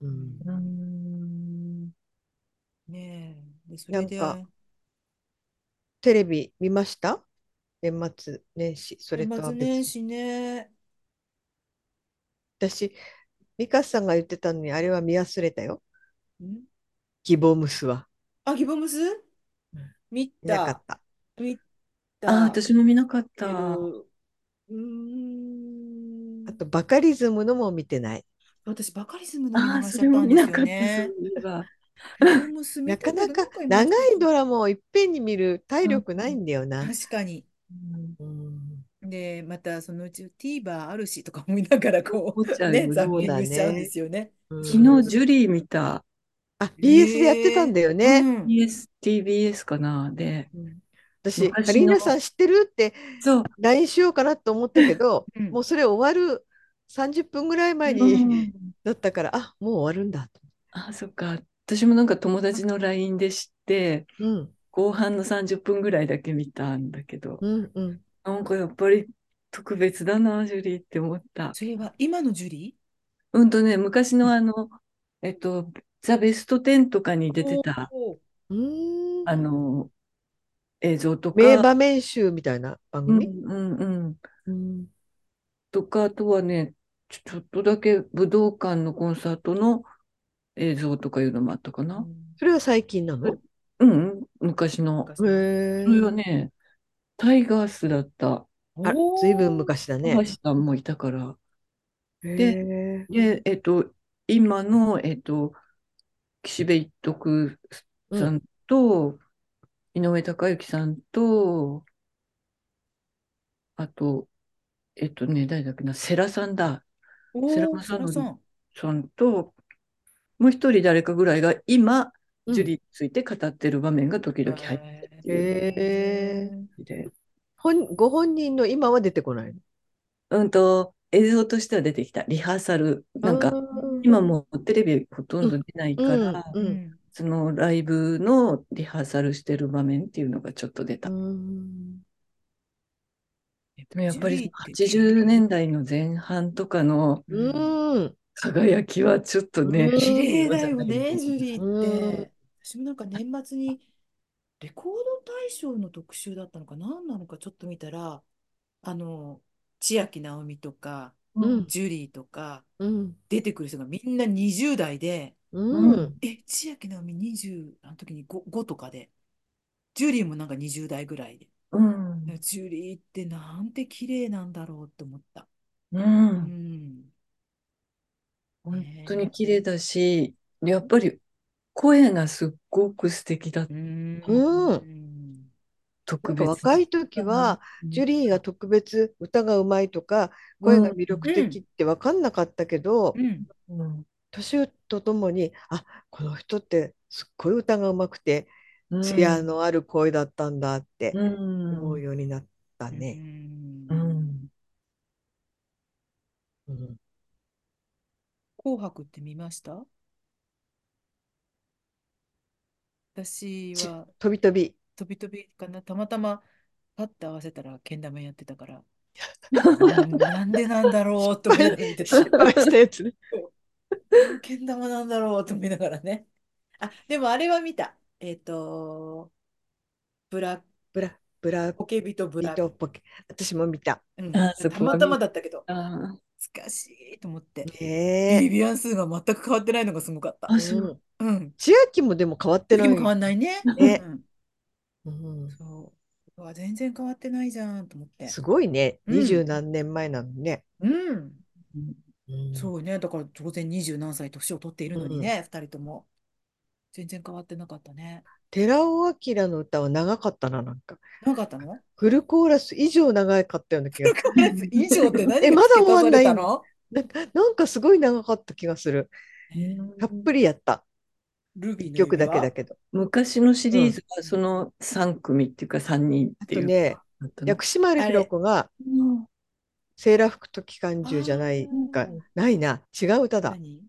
うん
うん
ねえ。で、それで、
なんテレビ見ました年末年始それと
年
は
末
別
年
に
始ね。
私美香さんが言ってたのにあれは見忘れたよ
ん
希望ムスは
あ、ギボムス見
見なか
た
っ。た
見
あ、
た。
私も見なかっ
け
た。
どうーん
あとバカリズムのも見てない
私、バカリズムの見
ああ、
逃し
そ
ちゃ
れ
った
も
ん
見
で
な
す
か
よ
った、
ね。
そういえば。
ギボムス見
な
た
か
んだ
な
けど
か
どっかに
長
間違え
いドラマをいっぺんに見る体力ないんだよ
た
な。
確かに。
うん
うん
で、またそのうち TVer あるしとか思いながらこ
思っちゃ
う、
うよ
ね、
ね
ザッピングしちゃうんですよね。
うん
昨日、ジュリー見た。
あ、BS でやってたんだよ
えー
ね。
うん
BS、TBS かな。で、
私、
昔の
カリーナさん知ってるって
そう、
LINE しようかなと思ったけど、
うん
もうそれ終わる30分ぐらい前
う
に
ん
だったから、あ、もう終わるんだと。
あ、そっか。私もなんか友達の LINE で知って、
うん、
後半の30分ぐらいだけ見たんだけど、
うん、うん。
なんかやっぱり特別だな、ジュリーって思った。
それは今のジュリ
うんとね、昔のあの、えっと、ザ・ベスト10とかに出て
ー
た、
おー
うーん
あの、映像と
名
か、
場面集みたいな番
うん
組、
うんうん、
うん
とか、あとはね、ちょ、ちょっとだけ武道館のコンサートの映像とかいうのもあったかな。
それは最近なのへ
うん、うん、昔の。
昔
え
それはね、タイガースだった。
あ、ずいぶん昔だね
高。橋さんもいたから。
で、
で、えっと、今の、えっと、岸辺一徳さんと、井上隆之さんと、あと、えっとね、誰だっけな、世良さんだ、
おー
世良公
世
則
良ん
さんと、もう一人誰かぐらいが今、
うん
ジュリーについて語ってる場面が時々入ってるっていう
へー
感じで、
本ご本人の今は出てこないの
うんと、映像としては出てきた、リハーサル。なん
う
か、
ーん
今もうテレビほとんど出ないから、
う
うんん
そのライブのリハーサルしてる場面っていうのがちょっと出た。
うーん
でもやっぱり
ジュリーって
80年代の前半とかの
うーん
輝きはちょっとね、
うん
綺麗だよね、ジュリ
う
ーっ
ん
て。私もなんか年末にレコード大賞の特集だったのか何なのかちょっと見たら、あの、千秋直美とか、
うん
ジュリーとか、
うん
出てくる人がみんな20代で、
う
うん
え、千秋直美20、あの時に 5, 5とかで、ジュリーもなんか20代ぐらいで、
うん。
ジュリーってなんて綺麗なんだろうって思った。
う。
うんん。
本当に綺麗だし、やっぱり声がすっごく素敵だ。
うん。
うん
ん
な
特
んか
別。
若い時はジュ
リ
リーが特別歌がうまいとか声が魅力的って分かんなかったけど
うん
うん
年とともにあこの人ってすっごい歌がうまくて艶のある声だったんだって
うん
思うようになったね。
う
うんん。
うん
紅白って見ました私は
とびとび
とびとびかな、たまたまパッと合わせたらけん玉やってた から、うんなんでなんだろうと思いながら見てた。
失敗したやつね。
けん玉なんだろうと思いながらね。あ、でもあれは見た。えっと、ブラ、
ブラブラ
ポケビとブ
ビ
ラ、
とポケ私も見た。
うん
あそこは
たま
見
たまだったけど、
あ
難しいと思って。ビ
ねえ。
ビアン数が全く変わってないのがすごかった
あ。
う
そ
ん
うん。
千秋もでも変わって
時
ない。
も変わんないね。
ね
うん
うん
そう。うわ、全然変わってないじゃんと思って。
すごいね。
うん
二十何年前なのね。
うん。
うん。
うん
そうね。だから当然二十何歳年を取っているのにね、二人とも。全然変わってなかったね。
寺尾明の歌は長かったな、なんか。
長かった の
フルコーラス以上長かったような気が する。
以上って何
えまだ終わんない
付け足されたの
なんかなんかすごい長かった気がする。たっぷりやった。
ルビー
一
の
曲だけ
指輪
だけど。
昔のシリーズはその3組っていうか3人って
あと
いう
ね、
だったの
薬師丸ひろ子が
うん
セーラー服と機関銃じゃないか。ないな。違う歌だ。
何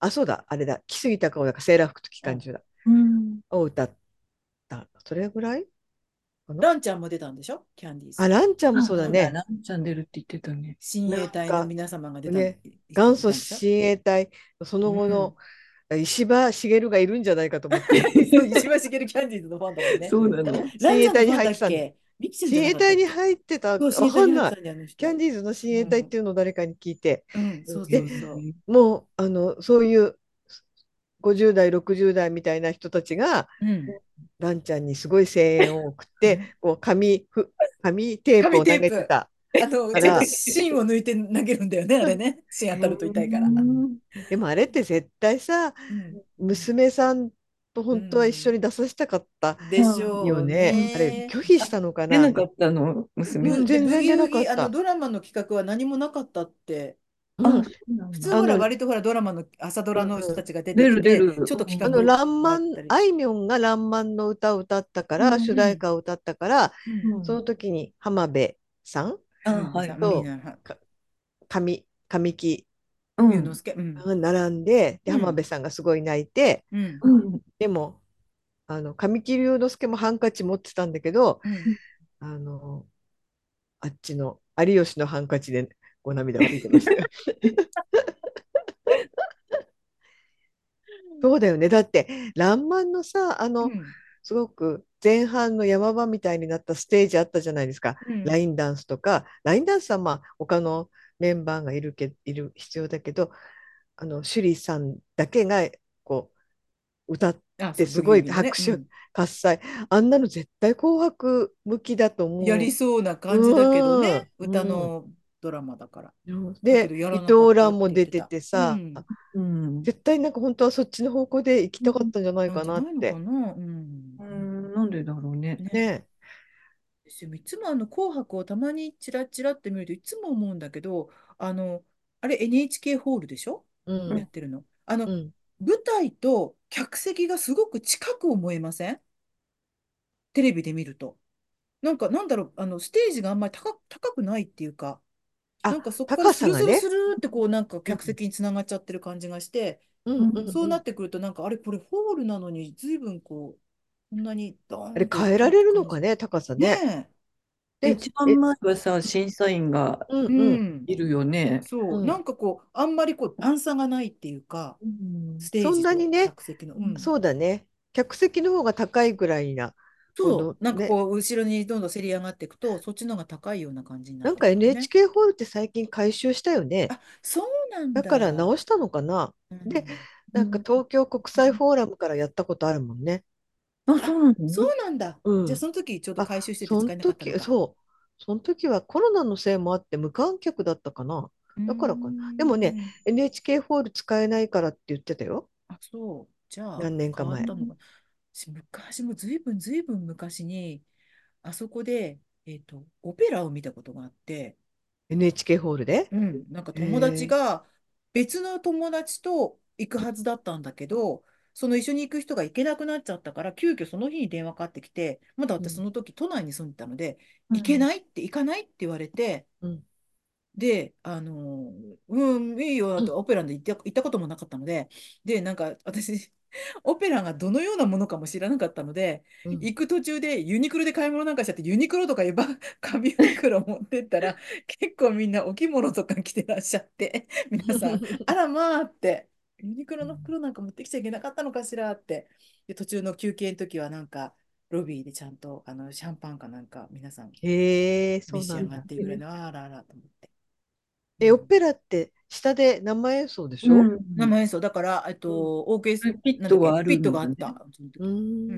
あ、そうだ。あれだ。木杉隆夫だからセーラー服と機関銃だ。
うん
を歌った。それぐらい
ランちゃんも出たんでしょキャンディーズ。
あ、ランちゃんもそうだ
あ
ね。
ランちゃん出るって言ってたね。
親衛隊の皆様が出た。
なんか元祖親衛隊、その後の石破茂がいるんじゃないかと思 って。
そう石破茂キャンディーズのファンだもんね。
そうな
ラン
の。
ちゃんのファンだっ
親衛隊に入ってたんだ
けミキちゃんじゃ
親
なか
衛
ったっけそう親衛隊
隊に入ってた。わか
に入ってたん
んない。
だよね。
キャンデ
ィ
ィーズの親衛隊っていうのを誰かに聞いて、
うん、そうそうそう。
もう、あの、そういう50代、60代みたいな人たちが、
うん。
ランちゃんにすごい声援を送 って、こう紙ふ、紙テープを投げてた。
あと、
あら
ちょっと芯を抜いて投げるんだよね、あれね。芯当たると痛いから。
うん
でもあれって絶対さ、
うん
娘さんと本当は一緒に出させたかった
でしょう
よね。あれ、拒否したのか
出
な
なかったの、娘
う
さ
ん
ん。
全然出なかった
ブギウギあのドラマの企画は何もなかったって。
うん
普
普
通
あの
ほら割とほらドラマの朝ドラの人たちが出て
出
き
る
て、
出る
ちょっと企画
あの、
が
らんま
あっ
ん
たり、
あいみょんがらんまんの歌を歌ったか
うん
ら、
うん
主題歌を歌ったから、
うん
その時に浜辺さん、
あ
うん
はい
さ
そう
みんなは
神、神木
龍之介、うん
が並んで、で
うん
浜辺さんがすごい泣いて、
うん
うんうん
でも、あの、神木隆之介もハンカチ持ってたんだけど、
うん
あの、あっちの有吉のハンカチでお涙を拭いてましたよ。そうだよね。だって、らんまんのさ、あの、すごく前半の山場みたいになったステージあったじゃないですか。
うん
ラインダンスとか、ラインダンスはまあ他のメンバーがいるけいる必要だけど、あの趣里さんだけがこう歌っ
あ
て
そう
すごい
ブギウギね
拍手
うん
喝采、あんなの絶対紅白向きだと思う。
やりそうな感じだけどね、
うん
歌のドラマだから。だ
で
けどやら
伊
なかったって言ってた
藤蘭も出ててさ、
うん
うん
絶対なんか本当はそっちの方向で行きたかったんじゃないかなっ
んじ
て。
ゃないのかなうん
うんなんでだろうね。
ね
ね
ですよいつもあの紅白をたまにちらちらって見るといつも思うんだけど、あの、あれ NHK ホールでしょ
う
やっ
ん
てるの。あの、
うん
舞台と客席がすごく近く思えませんテレビで見ると。なんか、なんだろう、あの、ステージがあんまり高く、高くないっていうか、
あ
なんかそこから
高
ス
さ
ル
が
スル
ね
スルーってこう、なんか客席につながっちゃってる感じがして、
うんうん
そうなってくると、なんか、あれ、これホールなのに、随分こう、こんなにドーン
あれ
と
変えられるのかね高さね。
ね
で
一番前はさ、審査員が
う
え。うん
うん
ん。
いるよね。
そう、
うん
なんかこう、あんまりこう、段差がないっていうか、ステー
そ
ジ
んなに
と
ね
客席の。うん
そうだね。客席の方が高いぐらいな。
そう
この、
なんか
ね
こう、後ろにどんどんせり上がっていくと、そっちの方が高いような感じにな
な
っ
ん
てく
か
るね
NHK ホールって最近改修したよね。
あ、そうなんだ。
だから直したのかな。
うん
でなんか東京国際フォーラムからやったことあるもんね。
あ、そうなの
そうなんだ。
うん
じゃあ、その時ちょうど
あ
回収してて
そ
使え
の
なかったの
時、
か。
そう。その時はコロナのせいもあって無観客だったかな。
うん
だからかなでもね、
うん
NHK ホール使えないからって言ってたよ。
あ、そう。じゃあ、
何年か前
変わったのかし昔もずいぶんずいぶん昔に、あそこで、えっと、オペラを見たことがあって、
NHK ホールで。
うん、なんか友達が別の友達と行くはずだったんだけど、その一緒に行く人が行けなくなっちゃったから、急遽その日に電話かかってきて、まだ私その時都内に住んでたので、行けないって、行かないって言われて、
うん
で、あのーうん、いいよ、あとオペラで行った、行ったこともなかったので、で、なんか私、オペラがどのようなものかも知らなかったので、
うん
行く途中でユニクロで買い物なんかしちゃって、ユニクロとかいうば 紙袋持ってったら、結構みんなお着物とか着てらっしゃって、皆さん、あらまあって、ユニクロの袋なんか持ってきちゃいけなかったのかしらって、で、途中の休憩の時はなんか、ロビーでちゃんとあのシャンパンかなんか皆さん
へえ、そ
召
う
し
な
上
ん
が
だ
っ。ていくれるの、あらあらと思って。
え、オペラって下で生演奏でしょ
うん
生演奏だから、えっと、オーケス
ピッ
なんだっ
ト
け
はある
ピットがあ
の
っ
ね
た。その時
うー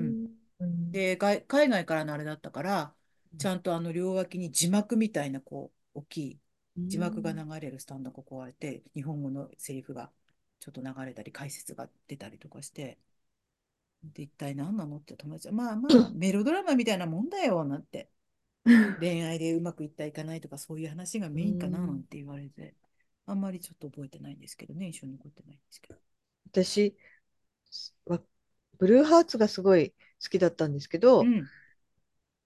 ん。
うん
で、外海外からのあれだったから、ちゃんとあの両脇に字幕みたいな、こう、大きい字幕が流れるスタンドがこうあって、日本語のセリフがちょっと流れたり、解説が出たりとかして、で一体何なのって友達は、まあまあ、メロドラマみたいなもんだよ、なんて。恋愛でうまくいったいかないとか、そういう話がメインかな、
うん
なんて言われて。あんまりちょっと覚えてないんですけどね、一緒に残ってないんですけど。
私はブルーハーツがすごい好きだったんですけど、
うん、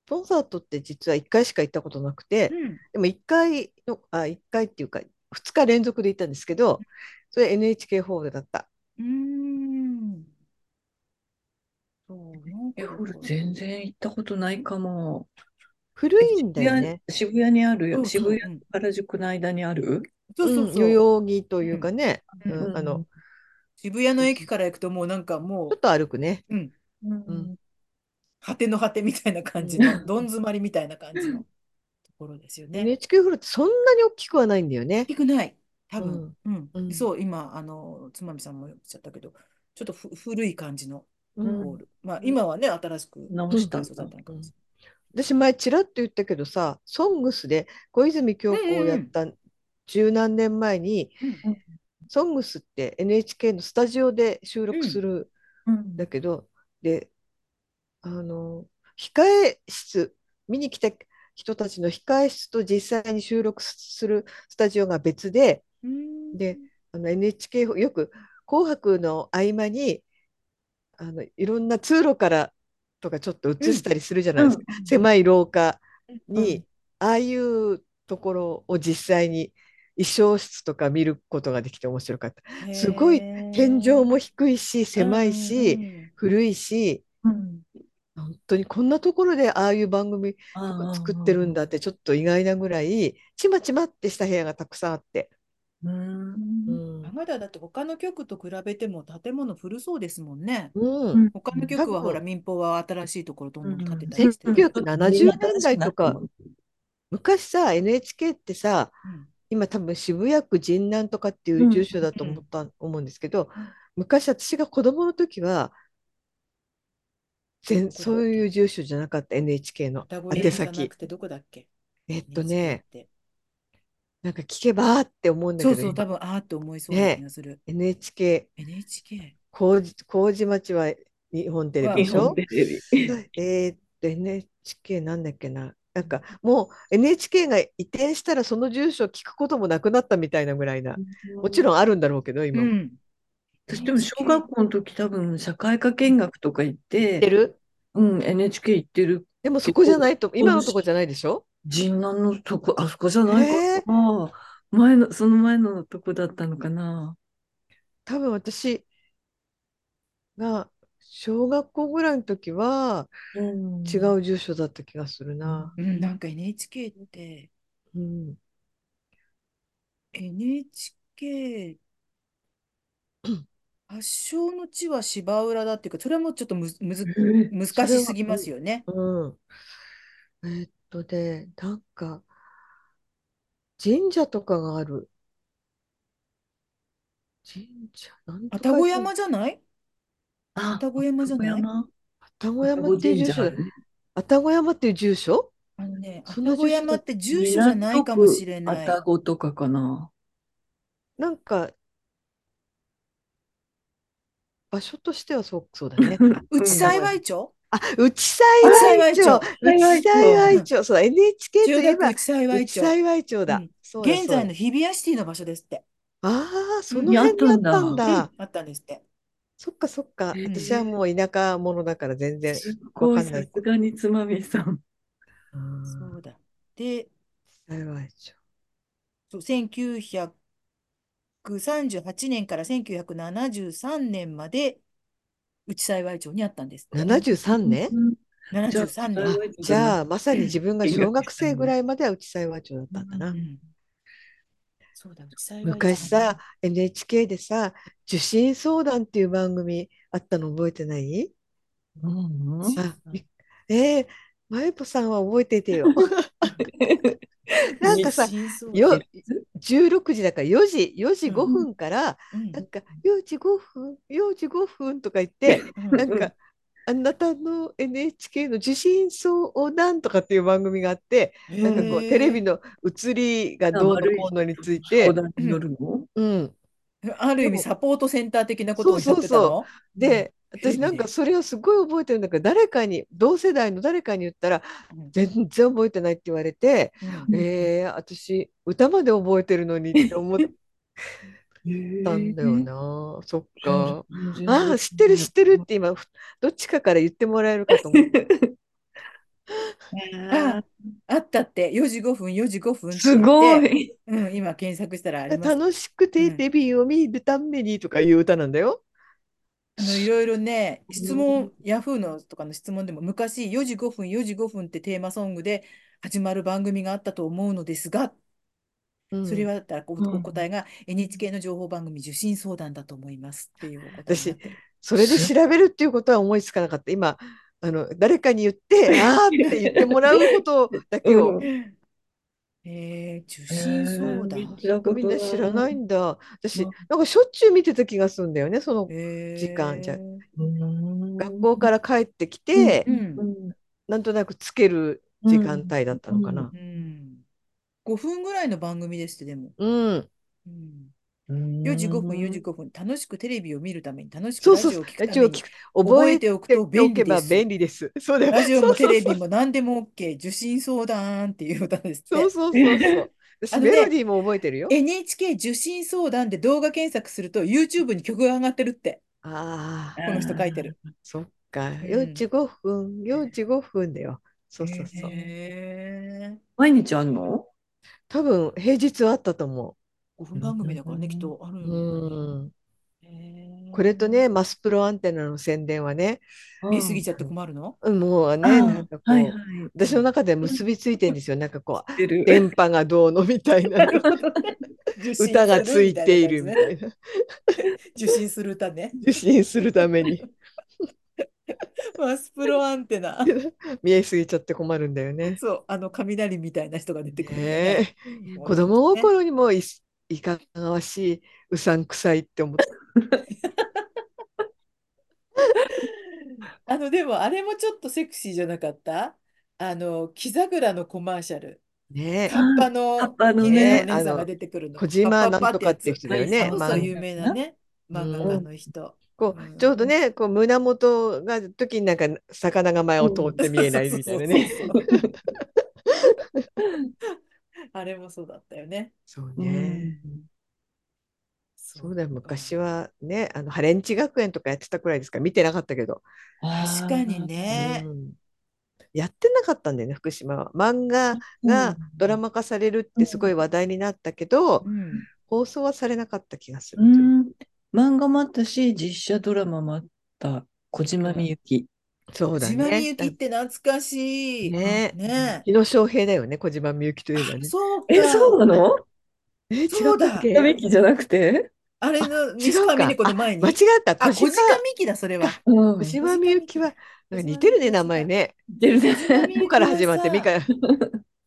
コンサートって実は1回しか行ったことなくて、
うん、
でも1回の、あ、1回っていうか、2日連続で行ったんですけど、それ NHK ホールだった。
うーん。そう、なんか
え、ホル全然行ったことないかも。
古いんだよね。
渋谷、渋谷にある
そう
よ。
そう
渋谷、原宿の間にある。
そうそう
うん
そう。
代々木というかね、
うん
うんあの、
渋谷の駅から行くともうなんかも
ちょっと歩くね。
う、うん、
うんん、
果ての果てみたいな感じの、
うん
どん詰まりみたいな感じのところですよね。
NHK ホールってそんなに大きくはないんだよね
大。きくない、多分。うん、
うん
そう、今、あの、つまみさんもおっしゃったけど、ちょっとふ古い感じの
う
うん
ホール。まあ、今はね、新しく
直した
改
ん
装さ
だ
れ。たのかもし
私前ちらっと言ったけどさ「ソングスで小泉今日子をやった十何年前に
れない。
うん
「ソングスって NHK のスタジオで収録する
うん
んだけど、であの控え室見に来た人たちの控え室と実際に収録するスタジオが別で
うん
であの NHK よく「紅白」の合間にあのいろんな通路からとかちょっと映したりするじゃないですか。狭い廊下に、ああいうところを実際に衣装室とか見ることができて面白かった。すごい天井も低いし狭いし、
うんうん
古いし
うん
本当にこんなところでああいう番組と
あ
か
あ
作ってるんだってちょっと意外なぐらいちまちまってした部屋がたくさんあって。う
う
んん
まだだって他の局と比べても建物古そうですもんね。
う
うんん
他の局は
多分
ほら民放は新しいところどんどん建てたりしてる。
1970年代とか昔さ NHK ってさ
うん
今多分渋谷区神南とかっていう住所だと思った、思うんですけど昔私が子供の時は全そういう住所じゃなかった NHK の
タゴリ
宛
じゃな
先
くてどこだっけ
えっとね
NHK って
なんか聞けばーって思うんだ
そ
け
う
ど
そう、多分あーって思いそうな気がする。
NHK
NHK。
麹麹町は日本テレビで
日
しょ
本テレビ。
えーっと NHK なんだっけななんかもう NHK が移転したらその住所聞くこともなくなったみたいなぐらいなもちろんあるんだろうけど今
う
も、知っ
ん。
私でも小学校の時多分社会科見学とか行って、
てる
うん、NHK 行ってる。
でもそこじゃないと今のとこじゃないでしょ
人南のとこ、あそこじゃないかな。前の、その前のとこだったのかな。
多分私が小学校ぐらいの時は
うん
違う住所だった気がするな。
うん、なんか NHK って、
うん、
NHK 発祥の地は芝浦だっていうか、それはもうちょっとむずむず
え
難しすぎますよね。
うん、えーっとねなんか神社とかがある神社なんと
愛
か
宕山じゃない
あ、
愛宕山じゃない
愛宕
愛宕
山
山っていう住所だ愛宕山っていう住所
あのね、愛
そんな
宕
住所だ
山って住所じゃないかもしれない。
あたごとかかな。
なんか場所としてはそう、そう だね。
内幸町
あ、内幸町、
内
内
幸町
幸町、そうだ、NHK と
中
いえ
学
ば
内幸
内
町。
幸町だ
うん。
そうだ
現
そうだ
在の日比谷シティの場所ですって。
ああ、そ
うん
の辺にあったん
うん
だ。
あったんですって。
そっかそっか。
へー
私はもう田舎者だから全然。
すご
わ
い、
かんな
さ
い
すがにつまみさん。
うん
そうだ。で、
幸町。
そう、1938年から1973年まで内幸町にあったんですって。
73年
じゃあ
73
幸
年
あ。
町
じゃあ、まさに自分が小学生ぐらいまでは内幸町だったんだ
う
な。
ん。そうだ、内幸町。
昔さ、NHK でさ、受信相談っていう番組あったの覚えてない
うんうん
あ、みえー、まゆぽさんは覚えててよ。なんかさ、
真相
よ、16時だから4時、4時5分から、
うん
なんか4時5分、4時5分とか言って、
うん
なんか、あなたの NHK の受信相談とかっていう番組があって、なんかこう、
へー
テレビの映りがどうのこうのについて
相、談によるの
うん、
ある意
で
味
も
サポートセンター的なことをやってた
そうそう
の
で、私なんかそれをすごい覚えてるんだけど誰かに同世代の誰かに言ったら
うん
全然覚えてないって言われて、
うん
えー、私歌まで覚えてるのにって思ったんだよ な、そっか。ああ知ってる知ってるって今ふどっちかから言ってもらえるかと思って
ああったって、4時5分、4時5分って言って
すご。い。
うん、今検索したらあります。
楽しくて
うん
デビューを見るためにとかいう歌なんだよ。
あのいろいろね、質
う
問、ヤフーのとかの質問でも、昔4時5分、4時5分ってテーマソングで始まる番組があったと思うのですが、
うん
それはだったらお、
うん
お答えが NHK の情報番組受信相談だと思いますっていうお答えになってる。
それで調べるっていうことは思いつかなかった。今、あの、誰かに言 って、あーって言ってもらうことだけを、
えー、受信相談。
みんな知らないんだ。私
うん、
なんかしょっちゅう見てた気がするんだよね、その
えー
時間じゃ
うん
学校から帰ってきて、なんとなくつける時間帯だったのかな
う。ん、5分ぐらいの番組ですって、でも。
うん。
うん
4
4時5分、4時5分、楽しくテレビを見るために、楽しく
そう
ラ
そう
ジオを聞くた
ラ
め
ジオを
に
聞く。覚え
えておく
て
と
お
便利
け
で
ば
す。
便利です。そう だよ。
ラジオもテレ
そう
ビも何でも OK、受信相談っていう歌ですって。
そうそうそうそう。
あ
私、
のね
メロディーも覚えてるよ。
NHK 受信相談で動画検索すると YouTube に曲が上がってるって、
ああ、
この人書いてる。
そっか。4時5分、4時5分だよ。そうそうそう。
へー
毎日あるの
多分平日はあったと思
5分番組だからね、
うん
きっとある
う。
よね。
うん、
へー
これとね、、マスプロアンテナの宣伝はね、
見すぎちゃって困るの
うんもうね、なんかこう、
はいはい。
私の中で結びついてんですよ、なんかこう、
出る
電波がどうのみたいな、
受信する
歌がついているみ
み
た
たいない
な、
やつね受信する歌 ね。
受信するために、
マスプロアンテナ。
見えすぎちゃって困るんだよね。
そう、あの雷みたいな人が出てくるんだよね。
ねえ子供心にもいいかがわしい、うさんくさいって思って、
あの、でもあれもちょっとセクシーじゃなかったあの、木桜のコマーシャル。
ねえ
カッパの
カッパのね
綺麗なお姉さんが出てくるの。
小島
パッパッパやつ
なんとかって人だよね
そうそう、
漫画
有名なね。漫画家の人。
こ
うん
うちょうどね、こう胸元が時になんか魚が前を通って見えないみたいなね。
そうそうそうそう。 あれもそうだったよね。
そう
う
ね。
ん
そうだよ、昔
は。
はね、あのハレンチ学園とかやってたくらいですから、見てなかったけど。
確かにね。
うんやってなかったんだよね、福島は。漫画がドラマ化されるってすごい話題になったけど、
うん。
放送はされなかった気がする。
うん。漫画もあったし、実写ドラマもあった。小島みゆき。
そうだ
小島みゆ
ね。
きって懐かしい。
ね
ね
日野翔平だよね、小島みゆきといえばね。
そうか。
え、そうなの
えー、違
そうだ
ったっけ
やべきじゃなくて
あれの西川峰子の前に。
間違った。
あ、
小
小
島
鹿みきだ、それは。
うん。
小島みゆきは、なんか似てるね、名前ね。
出るね。
みゆ
こから始まって、みか。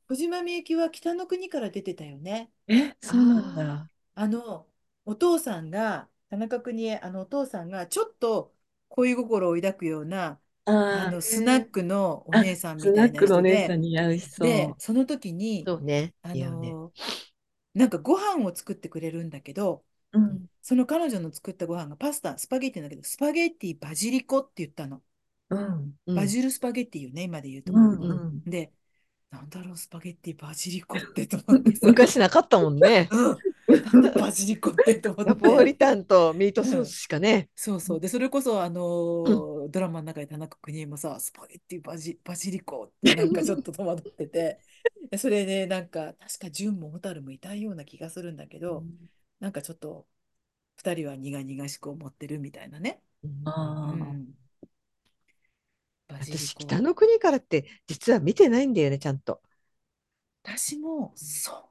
小島みゆきは北の国から出てたよね。
え、そうなんだ。
あの、お父さんが、田中邦衛、あのお父さんが、ちょっと恋心を抱くような、あ
あ
の、
ー
スナックのお姉さんみたいな
スナックの
人
お姉さ
で
ん、似合いそう。
で、その時に、
そうね。
あ
いやね。
の、なんかご飯を作ってくれるんだけど、
うん。
その彼女の作ったご飯がパスタ、スパゲッティなんだけど、スパゲッティバジリコって言ったの。
うん。
うん
バジルスパゲッティよね、今で言うと
う
ころ
ん。
の。
うん。
で、なんだろう、スパゲッティ、バジリコってと思 ってさ、
昔なかったもんね。
うん、なんだバジリコってと思
ナ
っ
ポ
て。
リタンとミートソースしかね。
そうそう。で、それこそ、あのードラマの中で田中邦衛もさ、スパゲッティ、バジ、バジリコってなんかちょっと戸惑ってて、 でそれで、なんか、確か純も蛍もいたような気がするんだけど、なんかちょっと、二人は苦々しく思ってるみたいなね。
うん
う
ああ。
ん。バジリ
私、
コ。
北の国からって実は見てないんだよね、ちゃんと。
私もそん
そ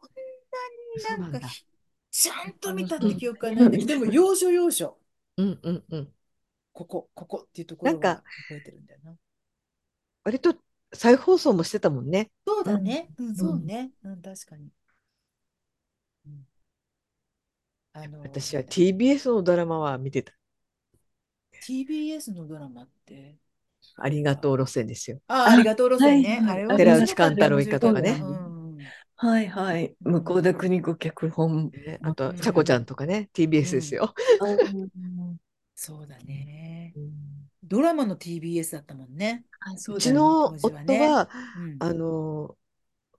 なに
うなん
なん
だ
かひちゃんと見たっ
う
て
ん
記憶はないんだけど、でも要所要所、
うんうんうん。
ここ、ここっていうところ
なん
は
か
覚えてるんだよな。
割と再放送もしてたもんね。
そうだね、うん、そう
うん
ね、うん、確かに。うん、あの、
私は TBS のドラマは見てた。
TBS のドラマって、
ありがとう路線ですよ。
あ、ありがとう路線ね、
は
あ
い
れは
寺
面
内
白か
貫
った
太
よ
郎一家とかね
面白ったようん
はいはい。向田邦子脚本。
ね
うん
あと、ちゃこちゃんとかね、TBS ですよ。
あー
そうだね。
うん
ドラマの TBS だったもんね。
あ、そう
う
だ
ち
よね。
の
当時
夫
はね
は、
うん
あの、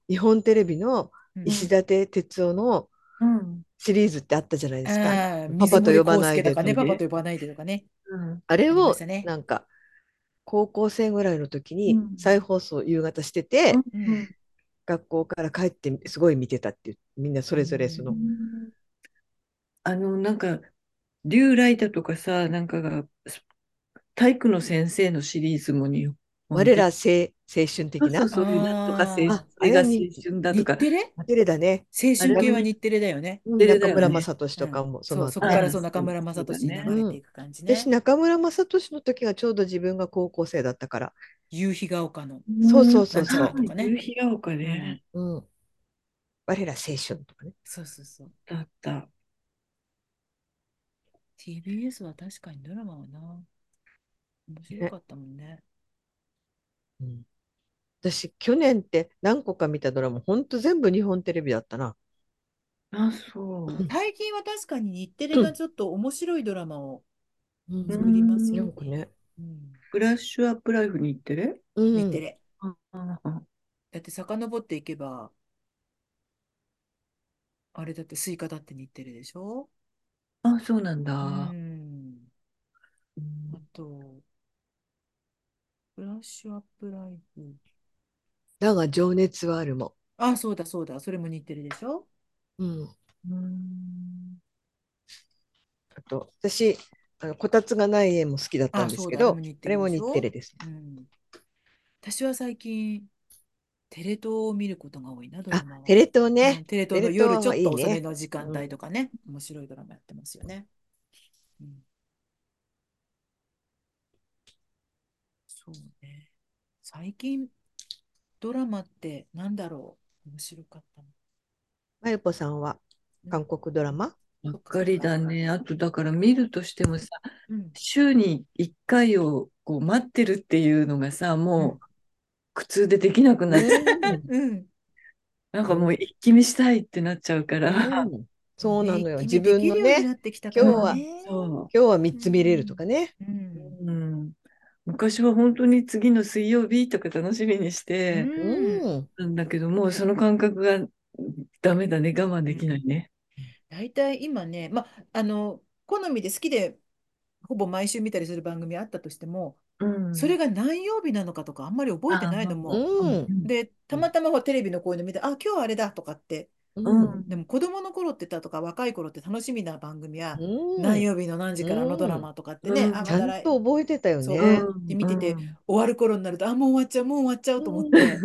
日本テレビの
うん
石立哲夫の
うん。
シリーズってあったじゃないですか。
ああ、
パパと呼ばない
水森康介と
で
か
と
ね、
ね。
パパと呼ばないでとかね。
うん。
あれ
ありま
を
したね。
なんか高校生ぐらいの時
う
に
ん
再放送夕方してて、
う
うんん。
学校から帰ってすごい見てたっていうみんなそれぞれそうの、
んあの、なんか、竜来だとかさ、なんかが、体育の先生のシリーズも日本
我ら青青春的
そう
な
そうそういうなんとか青春、
あー
それが
あれ
青
に
春だと
日
か、
テレ
テレだね、
青春系は日テレだよね。
うん
テレだ
中
よね
村雅俊とかも、
そ
その
う、そこ
後
あ
ね
からそう
そう
中村雅俊に
そ
だ
う
流
ね
れていく感じね
私。中村雅俊の時がちょうど自分が高校生だったから、
夕日が丘の。
そうそうそ
な
うん
ちゃ
そ
ら
う
と、かね
夕日が丘ね、
うん、我ら青春とかね
そうそうそう。
だった。
TBS は確かにドラマはな。面白かったもんね。
うん私去年って何個か見たドラマほんと全部日本テレビだったな
あ、そう。
最近は確かに日テレがちょっと面白いドラマを
うん
作りますよ
なん
ね。
かね、
うん
ブラッシュアップライフに行ってる
うん、
日テレ。
ああ
だって遡っていけば、あれだってスイカだって日テレでしょ
あ、そうなん
う
だ。
ん。あと、ブラッシュアップライフ。
だが情熱はあるも、
あ、そうだそうだ。それも日テレでしょ
うん、
うん
あと私あのこたつがない家も好きだったんですけ
あ
ど
そうだあれも日
あ
テレでし
れ
ょ
も日テレで
う
す
ん。私は最近、テレ東を見ることが多いな、ドラ
あ
マは。
テレ東
う
ね
ん、テレ東
テ
の
レ
夜
東
ちょ
は
っ
いい
と遅め
ね
の時間帯とかね、面白いドラマやってますよね。うん、そうね。最近、ドラマってなんだろう面白かったの。
まゆぽさんは
うん
韓国ドラマ、
ばっかりだね。あと、だから見るとしてもさ、
うん。
週に1回をこう待ってるっていうのがさ、もう苦痛でできなくなっちゃう。
うん。
なんかもう一気見したいってなっちゃうから。
うんそうなのよ
ね
自分の
君できるようにな
ね
ってきたから
今日は
ね
そ
今日は3つ見れるとかね、
う
う。
ん。
うん昔は本当に次の水曜日とか楽しみにし
う
て
ん
うん
たんだけど、もうその感覚がダメだね。我慢できないね。
大体今ね、まあ、あの、好みで好きで、ほぼ毎週見たりする番組あったとしても、
うん
それが何曜日なのかとかあんまり覚えてないの
う
も。
ん
で、たまたまはテレビのこういうの見て、あ、今日はあれだとかって。
うん
うん
でも子供の頃って言ったとか若い頃って楽しみな番組や、
うん
何曜日の何時からあのドラマとかってね、
うん
あ、ま
ちゃ
た
ん
来
と覚えてたよ
そ
ね
う
うん
で見てて
うん
終わる頃になると、あ、もう終わっちゃう、もう終わっちゃうと思って、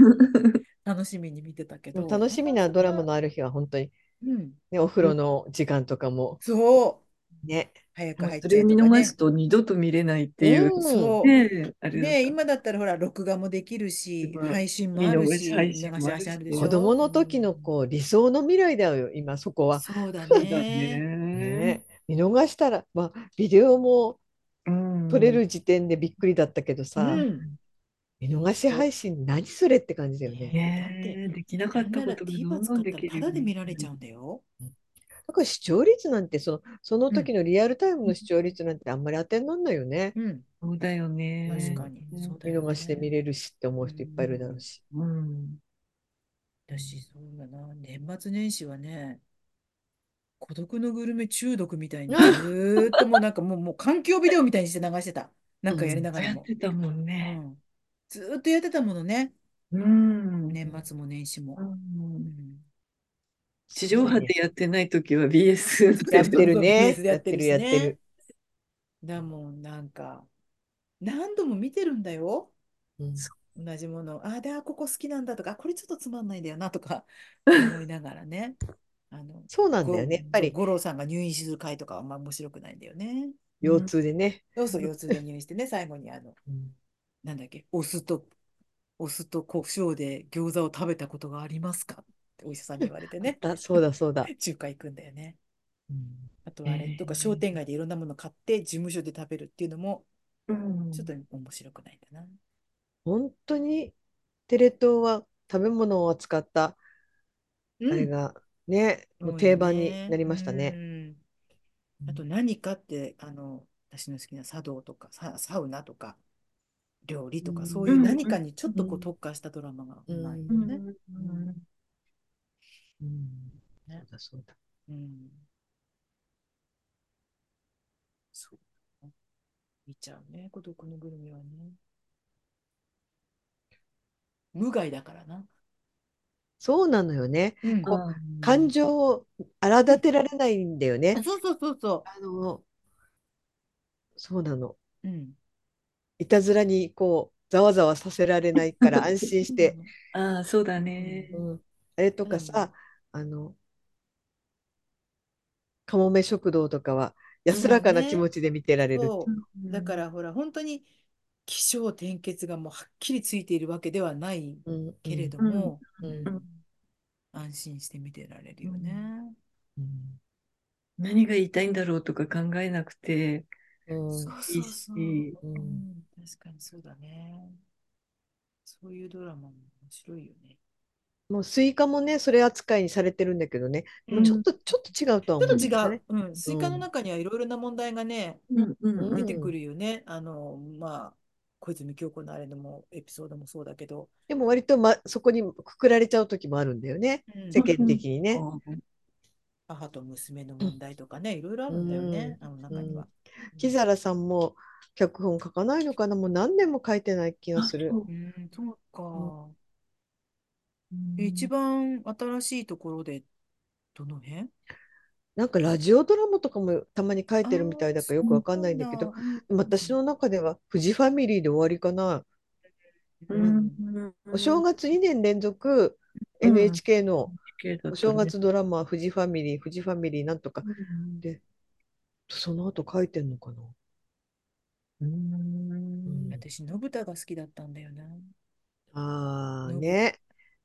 楽しみに見てたけ
でも
ど。
楽しみなドラマのある日は本当に、
うん。
ね、お風呂の時間とかも
そう。
ね、
早く
もう
入っ
そ
ちゃ
れ
え
見
とか
逃
ね
す。と二度と見れないっていう。
うん
そう。
ねあれだ
ねえ、今だったらほら、録画もできるし、
うん
配信も
見
ある
逃
し、
し
見
配信
逃
も
し
あ
配
るし
信あるでし
子
ょ
供の時のこう理想の未来だよ今そこは、
そうだ
そうだ
ね。
ね。
ね、見逃したら、まあ、ビデオも
うん
撮れる時点でびっくりだったけど
う
さ、
ん。
見逃し配信何それって感じだよ
だ
ね
ねできなか
な
っ
ん
た
な
こ
ら
とがど
TVer
んど
使
ん
っ
で
た
き
ら
る
タ
よ
ダ
う
で
に
見
な
ら
る
れちゃうんだよ。
だから視聴率なんてそのその時のリアルタイムの視聴率なんてあんまり当てにならないよね、
うん、
そうだよ
確
ね。
かに。そうだ
見
よ
逃しで見
ね。
れるしって思う人いっぱいいるだろうし、
うん。
私、そうだな。年末年始はね、孤独のグルメ中毒みたいに、ずーっともうなんかもう、もう環境ビデオみたいにして流してた。なんかやりながら
やっ
も。
てたもん
う
ね。
ん。ずーっとやってたものね。
うん。
年末も年始
う
も。うんん
地上波でやってない時は BS
やってる
そう
ね
そう BS でや
や
っ
ってて
る
る
し
やって
ね
る、
だもん、なんか、何度も見てるんだよ。
うん
同じものを。あ、で、あ、ここ好きなんだとか、あこれちょっとつまんないんだよなとか思いながら ね。あの、
そうなんだよ
ご
ねやっぱり
五郎さんが入院する回とかはあんま面白くないんだよね。
腰痛でね、
そうそう、腰痛で入院してね、最後にあの、なんだっけ、お酢と、お酢と胡椒で餃子を食べたことがありますかってお医者さんに言われて ね、
あそうだそうだ、
中華行くんだよね。
うん
あとはあれとか、
えー
商店街でいろんなもの買って事務所で食べるっていうのも、
うん
ちょっと面白くないんだな。
本当にテレ東は食べ物を扱ったあれ
うん、
がね、もう
多い
定番に
ね。
なりましたね。
うん。あと何かって、あの、私の好きな茶道とかサ、サウナとか、料理と
う
か、
ん
そういう何かにちょっと
うん
こ
う
うん特化したドラマがうまいよ
うん
ね。
うん
うん
ね
そうだそうだ。
うん。そうだね。見ちゃうね、孤独のグルメはね。無害だからな。
そうなのよね。
うん
あー
感情を荒立てられないんだよね。
そうそうそうそ
あの、そうなの。
う。うん。
いたずらにこう、ざわざわさせられないから安心して。
あー、そうだね。
うん、あれとかさ、あの、かもめ食堂とかは安らかな気持ちで見てられる。
そうう。だか、らほら、本当に起承転結がもうはっきりついているわけではない
うん
けれど
うん
も、
うん
うん
安心して見てられるよね。
うん
何が言いたいんだろうとか考えなくて、
うん
そうそうそう。
いいし
う
うん
ん、確かにそうだね。そういうドラマも面白いよね。
もうスイカもね、それ扱いにされてるんだけどね、でも
うん
ちょっと、ちょっと違うとは思うん
ち
です
ょっ
よ
と違
ね
う。。うん、スイカの中にはいろいろな問題がね、
うんうん
うん
出てくるよね。あの、まあ、小泉今日子のあれでもエピソードもそうだけど、
でも割と、ま、そこにくくられちゃう時もあるんだよね、
うん
世間的にね。
母と娘の問題とかね、いろいろあるんだよね、あの中には。
木皿さんも脚本書かないのかな、もう何年も書いてない気がする。
うん、そうか。
うん
え一番新しいところで、どの辺
なんかラジオドラマとかもたまに書いてるみたいだからよくわかんないんだけど、、
うん
私、の中では富士ファミリーで終わりかな。
う
うん
ん、
うん
お正月2年連続
うん
NHK の
綺麗だったね
お正月ドラマ、富士ファミリー、富士ファミリーなんとか、
うん
その後書いてんのかな。
うん
私、のぶたが好きだったんだよな。
ああ
の
ね。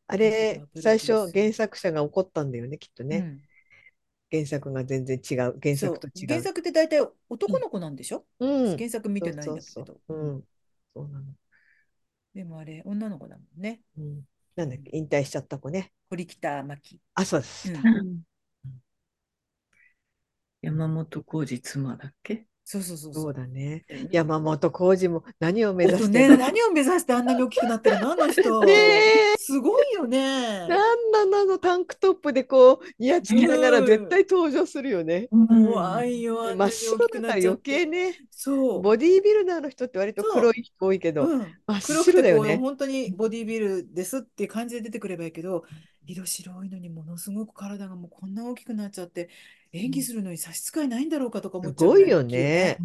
あ
の
れ
ぶ、た
最
プロデュー
初
ス
原作者が怒ったんだよね、きっと
う
ね。
ん
原作が全然違う。原
そう
作と違う。
原作って大体男の子なんでしょ、
うん。
原作見てないん
そう
だけ
そう
ど。
そう。うん。そうなの。
でもあれ、女の子だもんね。
うん。なんだっけ、引退しちゃった子ね。
堀北真希。
あ、そうです。
うん
山本浩二妻だっけ
そうそうそう
そ
そうう。
だね。
だよね
山本浩二も何を目指
そう
して
ね、
るの
何を目指してあんなに大きくなってるのあの人。
ねえ
すごいよね。
なんなのあのタンクトップでこう、ニヤつきながら絶対登場するよね。
怖いよ、あん
真
な
っ
に
白
大き
だか
くな
ら
っちゃ
余
って。
計ね、
そう。
ボディービルダーの人って割と黒い人多いけど、
うん、
真っ
黒
白
くて
だ
こ
よ
う
ね。
本当にボディービルですっていう感じで出てくればいいけど色白いのにものすごく体がもうこんな大きくなっちゃって演技するのに差し支えないんだろうかとか思っちゃうぐら
すごいよ
大き
ね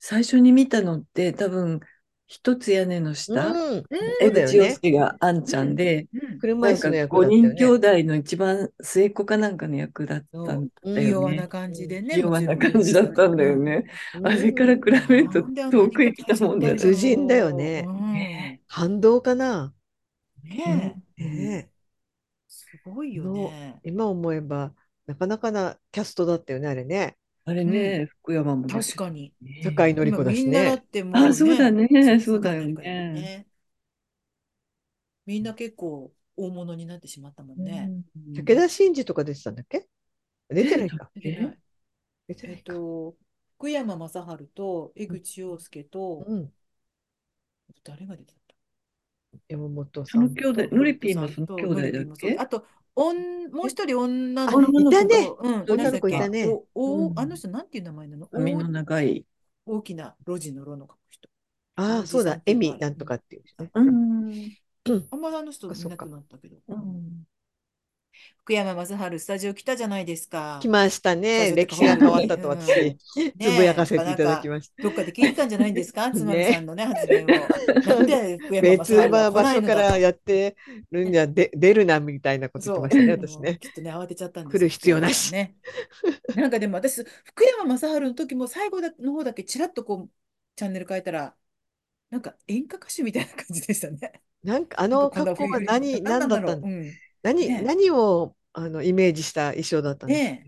最初に見たのって多分一つ屋根の下、
うん、そ
江
うだよ
口洋
ね。
介があんちゃんで、
うん
車
な
椅
ん
子
か
の役だ
5
ったよ
人兄
ね。
弟の一番末っ子かなんかの役だったんだ
うん
よ
弱
ね
な。感じでね、
うん
もちろんね
弱な感じだったんだよね。
うん
あれから比べると
なんであんな
遠
に
くへ来たもんだ
硬い
ね
人
別人だよね
うんね
ね
反動かな。
え
え、
ねえ
すごいよね。
今思えば、なかなかなキャストだったよね、あれね。
あれね、福山も出て
確かに。
ね
坂井
今
紀子だ
み
し
んなだ
ね
っ。てもう、
あ、そうだね。そうだよ
坂井成香
ね。
みんな結構大物になってしまったもんね。
うん
武田真治とか出てたんだっけ出てないか。
出てない
出て
え
な
っ
いか。
と、福山雅治と江口洋介と、
うん。
誰が出てた
山本さ
その
ん
兄弟、
と
ノリピーもその兄
ノリピ
弟だ
ー
っ
もそう
け
あと、おんもう一人女の
あ女の子
いたね
うん、
女の子いたね
おお、
うん
あの人、なんていう名前なの
髪の
お
長い。
大きな路地の路の人。
あ
お
あ、
じ
そう
さん
だ、
ってい
エ
うか
ミなんとかっていうね。
うん。
あんまりあの人
あ
見
そっ
な
か
くなったけど。
うん
福山雅治、スタジオ来たじゃないですか。
来ました
最
ね。
初とか
歴史が変わったと
本当に
私、 つぶやかせていただきました。
どっかで聞いてたんじゃないんですか、つまみさんのね、発言を。なん
別
で福山雅治は来
場
ない
所
の
か
だ
ら
と。
やってるんじゃで出るなみたいなこと言ってましたね、
そう
私ね。
きっとね、慌てちゃったんです
来る必要なし
ね。なんかでも私、福山雅治の時も最後だの方だけちらっとこう、チャンネル変えたら、なんか演歌歌手みたいな感じでしたね。
なんかあ
なん
の
かこんな
格好は
ふりふり
何、何だった
う。
の
うん。
何、
ねえ
何をあのイメージした衣装だったんです
ね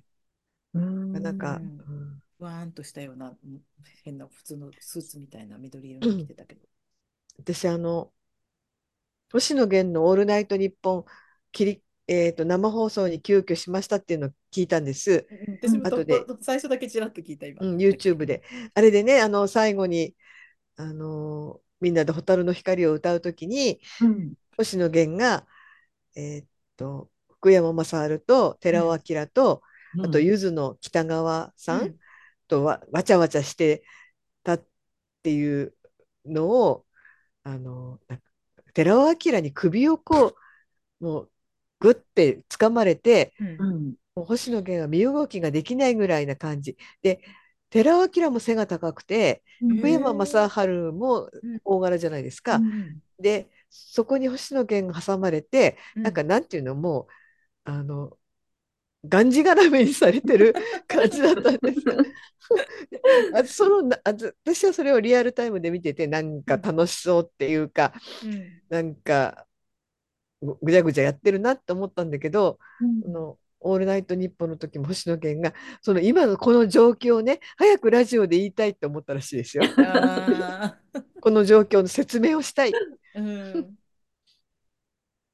え
うん
なんか、
うん
うん
ふわーんとしたような、うん変な普通のスーツみたいな緑色に着てたけど。
私あの、星野源の「オールナイトニッポン」切りえーと、生放送に急遽しましたっていうのを聞いたんです。
うん私もと
後で
最初だけちらっと聞いた今。
うん、YouTube で。あれでね、あの、最後に、あの、みんなで蛍の光を歌うときに、
うん。
星野源が、えーっと、福山雅治と寺尾明と、あと、ゆずの北川さんとわ、わちゃわちゃしてたっていうのを、あの、なんか寺尾明に首をこう、もう、ぐって掴まれて、
うん
うん。
もう星野源は身動きができないぐらいな感じ。で、寺尾明も背が高くて、
うん
福山雅治
う
も
ん
大柄じゃないですか。
うん
で、そこに星野源が挟まれて、
う
なんかなんていうの、もう、あの、がんじがらめにされて る感じだったんです よ。あそのなあず私はそれをリアルタイムで見てて、なんか楽しそうっていうか、
うん
なんか、ぐぐちゃぐちゃやってるなって思ったんだけど、あのオールナイトニッポンの時も星野源がその今のこの状況をね早くラジオで言いたいって思ったらしいです よ
あー
この状況の説明をしたい
うん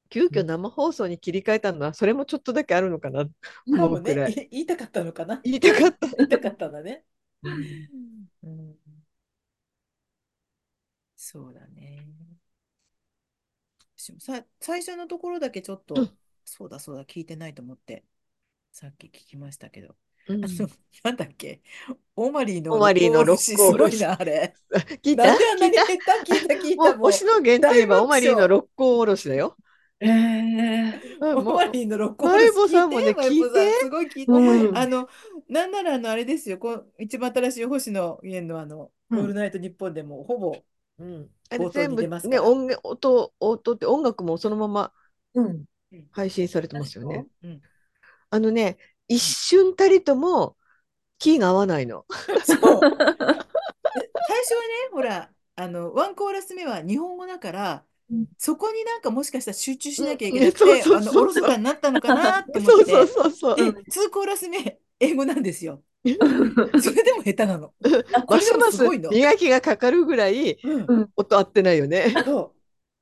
急遽生放送に切り替えたのはそれもちょっとだけあるのかな
多
思う
分
くら
ね、
い
い言いたかったのかな。
言いたかった
言いたかったんだね。うんそうだね。私もさ、最初のところだけちょっと、
うん
そうだそうだ、聞いてないと思って、さっき聞きましたけど、
うん
あの、なんだっけ、オマリーの
オマリーの
六甲おろしすごいな、あれ。
聞いた
なんであんな
聞い
に
た
聞いた聞いた聞い
も
た
う
もう
星野源といえ
大
ば
爆笑
オマリーの六甲おろしだよ、
ええ
うん
オ
もう
マリーの録音
マイボさんもね
マイボさん
聞いて
すごい聞いて。
うん
あの、なんならあの、あれですよ、こう一番新しい星野源のあの、
うん
オールナイトニッポンでもほぼ、
うん、あれ
放送
全
に
部
出
ね
ますから
音源音音って音楽もそのまま
うん。
配信されてますよね
うん、
あのね一瞬たりともキーが合わな いの
そう。最初はね、ほら、あの、ワンコーラス目は日本語だから
うん、
そこになんかもしかしたら集中しなきゃいけ
うん
なくて、
そう
あ
そう
の、
そう
おろそかになったのかなと思
そう
っ
そう
て、
そうそう。
で、2コーラス目、英語なんですよ。それでも下手なの。
あ
こ
ま
れですも
ますす
ごいの。
磨きがかかるぐらい
うん
音合ってない よね。
そう。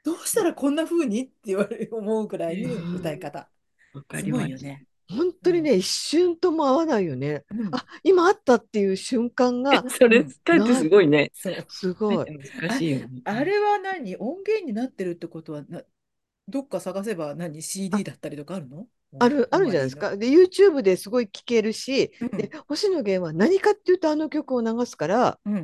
どうしたらこんな風にって言われ思うくらいの
うん
歌い方。
わか
す
り
ご
ま
い
し
よね。
本当にね、一瞬とも合わないよね。
うん
あ、今あったっていう瞬間が
た。それ使えてすごいね。
そう。
すごい。
難しいよね。
あれは何音源になってるってことはな、どっか探せば何 ?CD だったりとかあるの
ある、あるじゃないです。か。で、YouTube ですごい聴けるし、
うん
で、星野源は何かっていうとあの曲を流すから、
うん。
う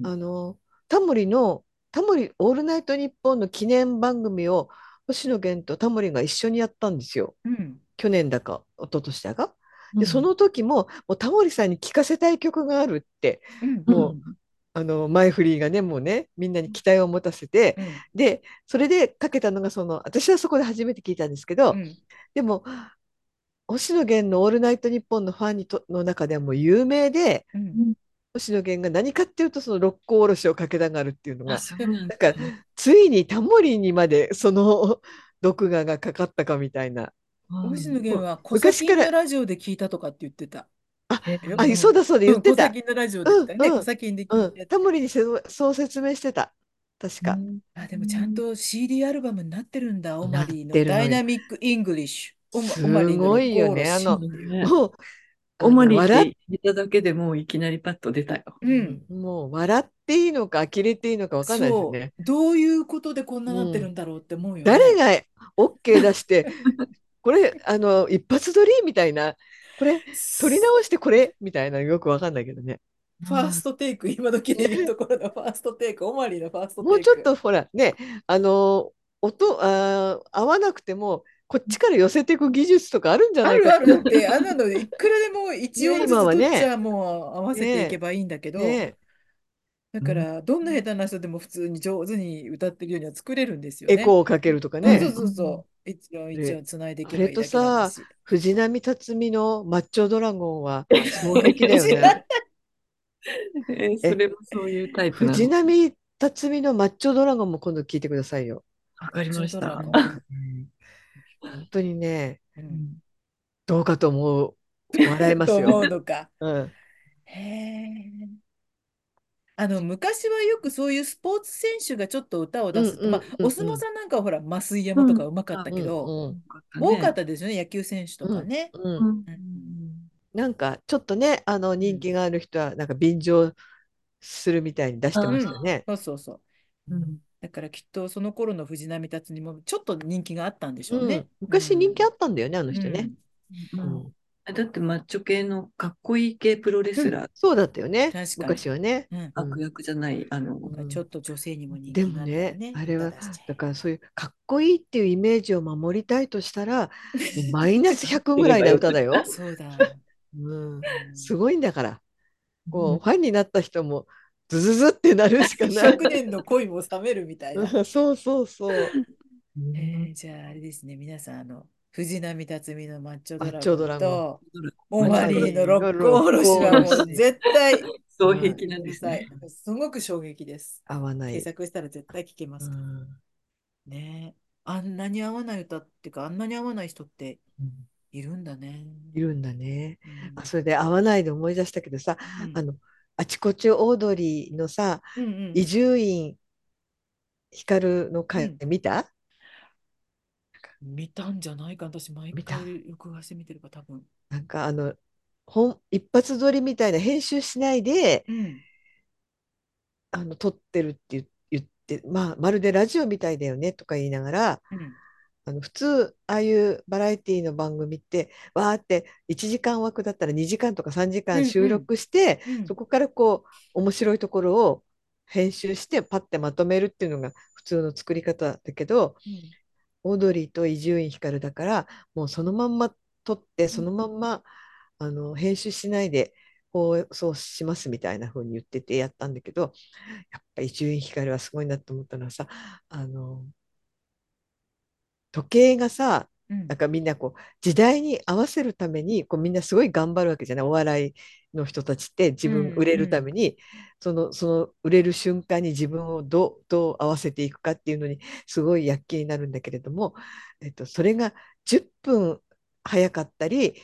ん
あの、タモリの、タモリオールナイトニッポンの記念番組を星野源とタモリが一緒にやったんですよ。
うん。
去年だか、一昨年だか。で、その時も、もうタモリさんに聴かせたい曲があるって、
うん。
もうあの、前フリーがね、もうね、みんなに期待を持たせて、
うん。
で、それでかけたのが、その、私はそこで初めて聞いたんですけど
う、ん。
でも、星野源の「オールナイトニッポン」のファンにとの中ではもう有名で、
うん。
星野源が何かっていうと、その六甲おろしをかけたがるっていうの
あ、
が、
そうなん
だから、ついにタモリにまで、その、 毒画がかかったかみたいな。
星野源はコサ
昔
キ
か
ン
ら
のラジオで聞いたとかって言ってた。
え
あ、そうだそうだ、言って
コサ。
た
キンのラジオで言ったよね。
うんうん
コサキンで聞
う
いて
ん、タモリにせそう説明してた。確か。
あ、でもちゃんと CD アルバムになってるんだ、オマリー
な
の
ってるのよ
ダイナミック・イングリッシュ。オマ
す
オマリーの
ごいよね
ロックオールシーンっていう
あの
もう、あ
オマリ
の
ーっ
笑
て言っただけでもういきなりパッと出たよ。
うん。
っもう笑っていいのか、呆れていいのか分かんないですよ
そう
ね。。
どういうことでこんななってるんだろうって思うよね。
誰が OK 出して、これ、あの、一発撮りみたいな、これ、撮り直してこれみたいな、よく分かんないけどね。
ファーストテイク、今時でいうところのファーストテイク、オマリーのファーストテイク。
もうちょっとほら、ね、あの、音、あー合わなくても、こっちから寄せていく技術とかあるんじゃ
あ
ない
る
か
あるって、あんなのいくらでも一応ずつ
今は
取
ね
っちゃもう合わせていけばいいんだけど、
ね。
だからどんな下手な人でも普通に上手に歌ってるようには作れるんですよ
エ
ね。
コーをかけるとか
そう
ね。
そうそうそう。一音一音つないでいけばいいだけなんだし。
藤波辰巳のマッチョドラゴン は衝撃だよ
知ら
ね。
えーそれもそういうタイプな
藤
の。
波辰巳のマッチョドラゴンも今度聞いてくださいよ。
わかりまし
マッ
た
チョ。ドラゴン
本当にね、
うん
どうかと 思う。笑えます
と思
よ。
うのか。
うん、
へえ。あの昔はよくそういうスポーツ選手がちょっと歌を出す、
うんうん
まあ
うんうん
お相撲さんなんかはほら増井山とかうまかったけど、
うんうん
多かったですよね野球選手とかね。
うん
うん
なんかちょっとねあの人気がある人はなんか便乗するみたいに出してましたよね。
そうそうそう。
うん
だからきっとその頃の藤波達にもちょっと人気があったんでしょ
う
うんね。
昔人気あ
あっ
ったんだよね、あの人ね。うん
だってマッチョ系のかっこいい系プロレスラー、
そうだったよね
確かに
昔はね。
うん
うん
悪役じゃない、あの、
ん
うんちょっと女性にも人気
で
が
も
あったよ
ねあれは
歌出しちゃえ
だからそういうかっこいいっていうイメージを守りたいとしたらもうマ イナス100ぐらいな歌だよ。
そうだ。
うん、
うん
すごいんだからこう、
うん
ファンになった人もズズズってなるしかない。
100年の恋も冷めるみたい な。
そうそうそう。
えーじゃああれですね、皆さん、あの、藤波辰巳のマッチョド
マッチョド
ラ
ラ
ゴ
ゴ
ンと、オマリーのロックおろしはもう絶対、
そう平気なんですね。
すごく衝撃です。
合わない。
検索したら絶対聞けます
う
から
ん
ね。あんなに合わない歌っていうか、あんなに合わない人っているんだね。
いるんだね。
うん
あそれで合わないで思い出したけどさ、
うん
あのあちこちオードリーのさ
うんうん
伊集院光の回
う
見た、
見たんじゃないか、私、毎
見た
回録画して見てるから、多分。
なんかあの本一発撮りみたいな編集しないで
うん。
あの撮ってるって言言って、まあ、まるでラジオみたいだよねとか言いながら
うん。
あの普通ああいうバラエティの番組ってわーって1時間枠だったら2時間とか3時
うんう
間
ん
収録して、
うん
そこからこう面白いところを編集してパッてまとめるっていうのが普通の作り方だけど
うん
オードリーと伊集院光だからもうそのまんま撮ってそのまんま、あの編集しないで放送しますみたいな風に言っててやったんだけどやっぱ伊集院光はすごいなと思ったのはさあの時計がさ
うん
なんかみんなこう時代に合わせるためにこうみんなすごい頑張るわけじゃないお笑いの人たちって自
うん
分売れるために、そのその売れる瞬間に自分をどうどう合わせていくかっていうのにすごい躍起になるんだけれども、えっと、それが10分早かったり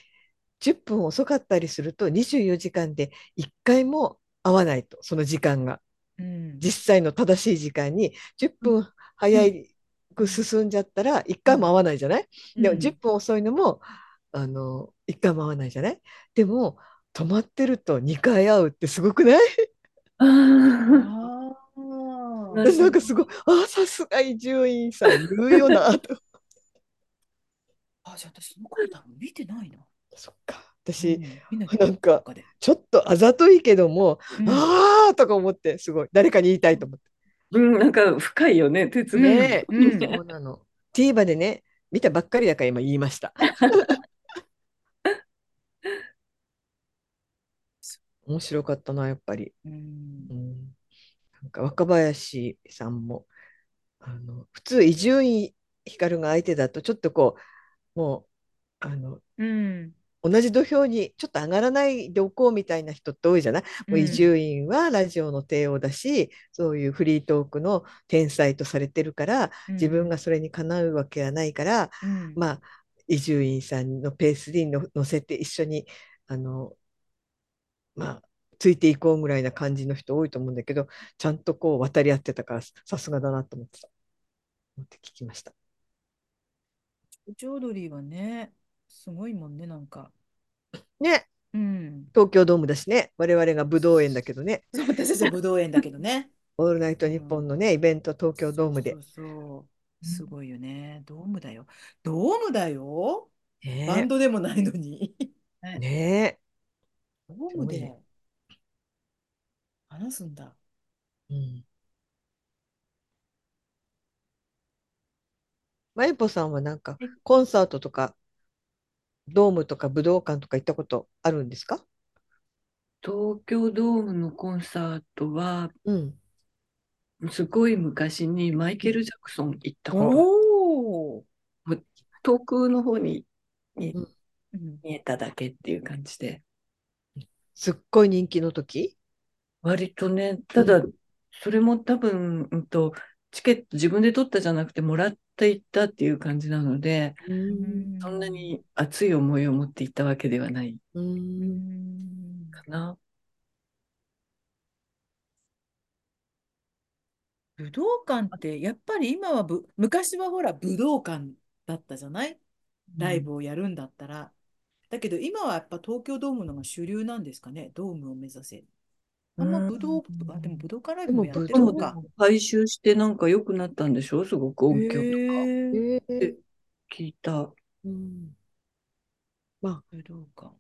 10分遅かったりすると24時間で1回も合わないとその時間が
うん
実際の正しい時間に10分早く進んじゃったら1回も合わないじゃない、でも
うん
10分遅いのもあの1回も合わないじゃないでも止まってると2回会うってすごくない
あ
ああ。
なるほど
私なんかすごいあさすが伊集院さん言うよ なと
あ、じゃあ私その頃多分見てないな。
そっか
う
私
ん、みんな
なんか
で。
ちょっとあざといけども、
うん
ああとか思ってすごい誰かに言いたいと思って、
うん、なんか深いよね、哲
うん
学。
ねえ、
うん
そうなの TVer でね見たばっかりだから今言い ました面白かったなやっぱり
うん
うんなんか若林さんもあの普通伊集院光が相手だとちょっとこうもうあの
うん。
同じ土俵にちょっと上がらないでおこうみたいな人って多いじゃない、もう伊集院はラジオの帝王だしそういうフリートークの天才とされてるから
うん
自分がそれにかなうわけはないから、
うん
まあ伊集院さんのペースにの乗せて一緒にあのまあついていこうぐらいな感じの人多いと思うんだけどちゃんとこう渡り合ってたからさすがだなと思ってた思って聞きました。
ジョードリーはね、すごいもんね、なんか。
ね
うん。
東京ドームだしね我々が武道園だけどね
そう私たちは 武道園だけどね。
「オールナイトニッポン」のねイベント東京ドームで
そう。そうそうすごいよね。ドームだよ。ドームだよ。バン
ね
ドでもないのに。
えね
ドーム
すごい
で
ね
話すんだ。
えうんまゆぽさんはなんか
はい
コンサートとかドームとか武道館とか行ったことあるんですか
東京ドームのコンサートは、
うん。
すごい昔にマイケル・ジャクソン行った頃、
おお。
遠くの方に
うん
見えただけっていう感じで、
すっごい人気の時
割とね、ただ、それも多分、うんと、チケット自分で取ったじゃなくて、もらって行ったっていう感じなので、そんな。に熱い思いを持って行ったわけではない
うん
うん
かな。
武道館って、やっぱり今はぶ、昔はほら武道館だったじゃないライブをやるんだったら。だけど今はやっぱ東京ドームのが主流なんですかね。ドームを目指せ。あんま武道、
うん
あ、でも武道館ライ
で
ブも
も
やって
武
る
道
の
館
か。
回収してなんか良くなったんでしょすごく音響とか
へえ
えー
聞いた。
うん
武道館。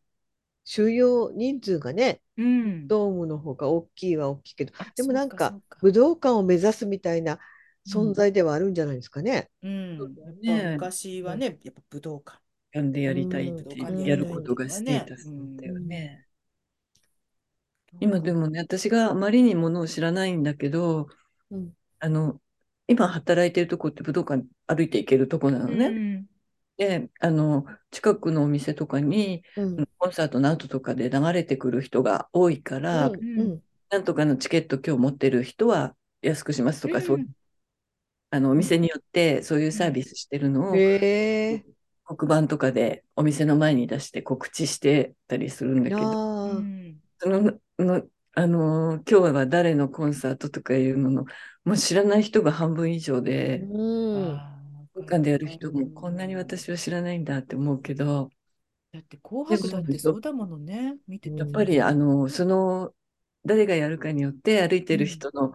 収容人数がね、
うん。
ドームの方が大きいは大きいけど、
あ、
でも
そう
なんか
そう
武道館を目指すみたいな存在ではあるんじゃないですかね。
うん。やっぱ
ね
昔はね、やっぱ武道館。
やんでやりたいっ
武道
て、
館で
や
やり
る
たい
こ
っ
と
ていう
が
のは
ステー
ね。
タス
う
だった
ん。
よね。今でもね、私があまりにものを知らないんだけど、
うん
あの、今働いてるとこって武道館歩いて行けるとこなの
う
ね。
ん。
で、あの、近くのお店とかに、
うん
コンサートの後とかで流れてくる人が多いから、
うんうん
なんとかのチケット今日持ってる人は安くしますとか、そううんあのお店によってそういうサービスしてるのを
へえ
黒板とかでお店の前に出して告知してたりするんだけど、
う
あー
ん。
その、のあのー今日は誰のコンサートとかいうのの、もう知らない人が半分以上で、
うん
武道館でやる人もこんなに私は知らないんだって思うけど、
だって紅白だってそうだものね、見て
うん
た
や
も
っ
ん
ぱりあのその誰がやるかによって歩いてる人の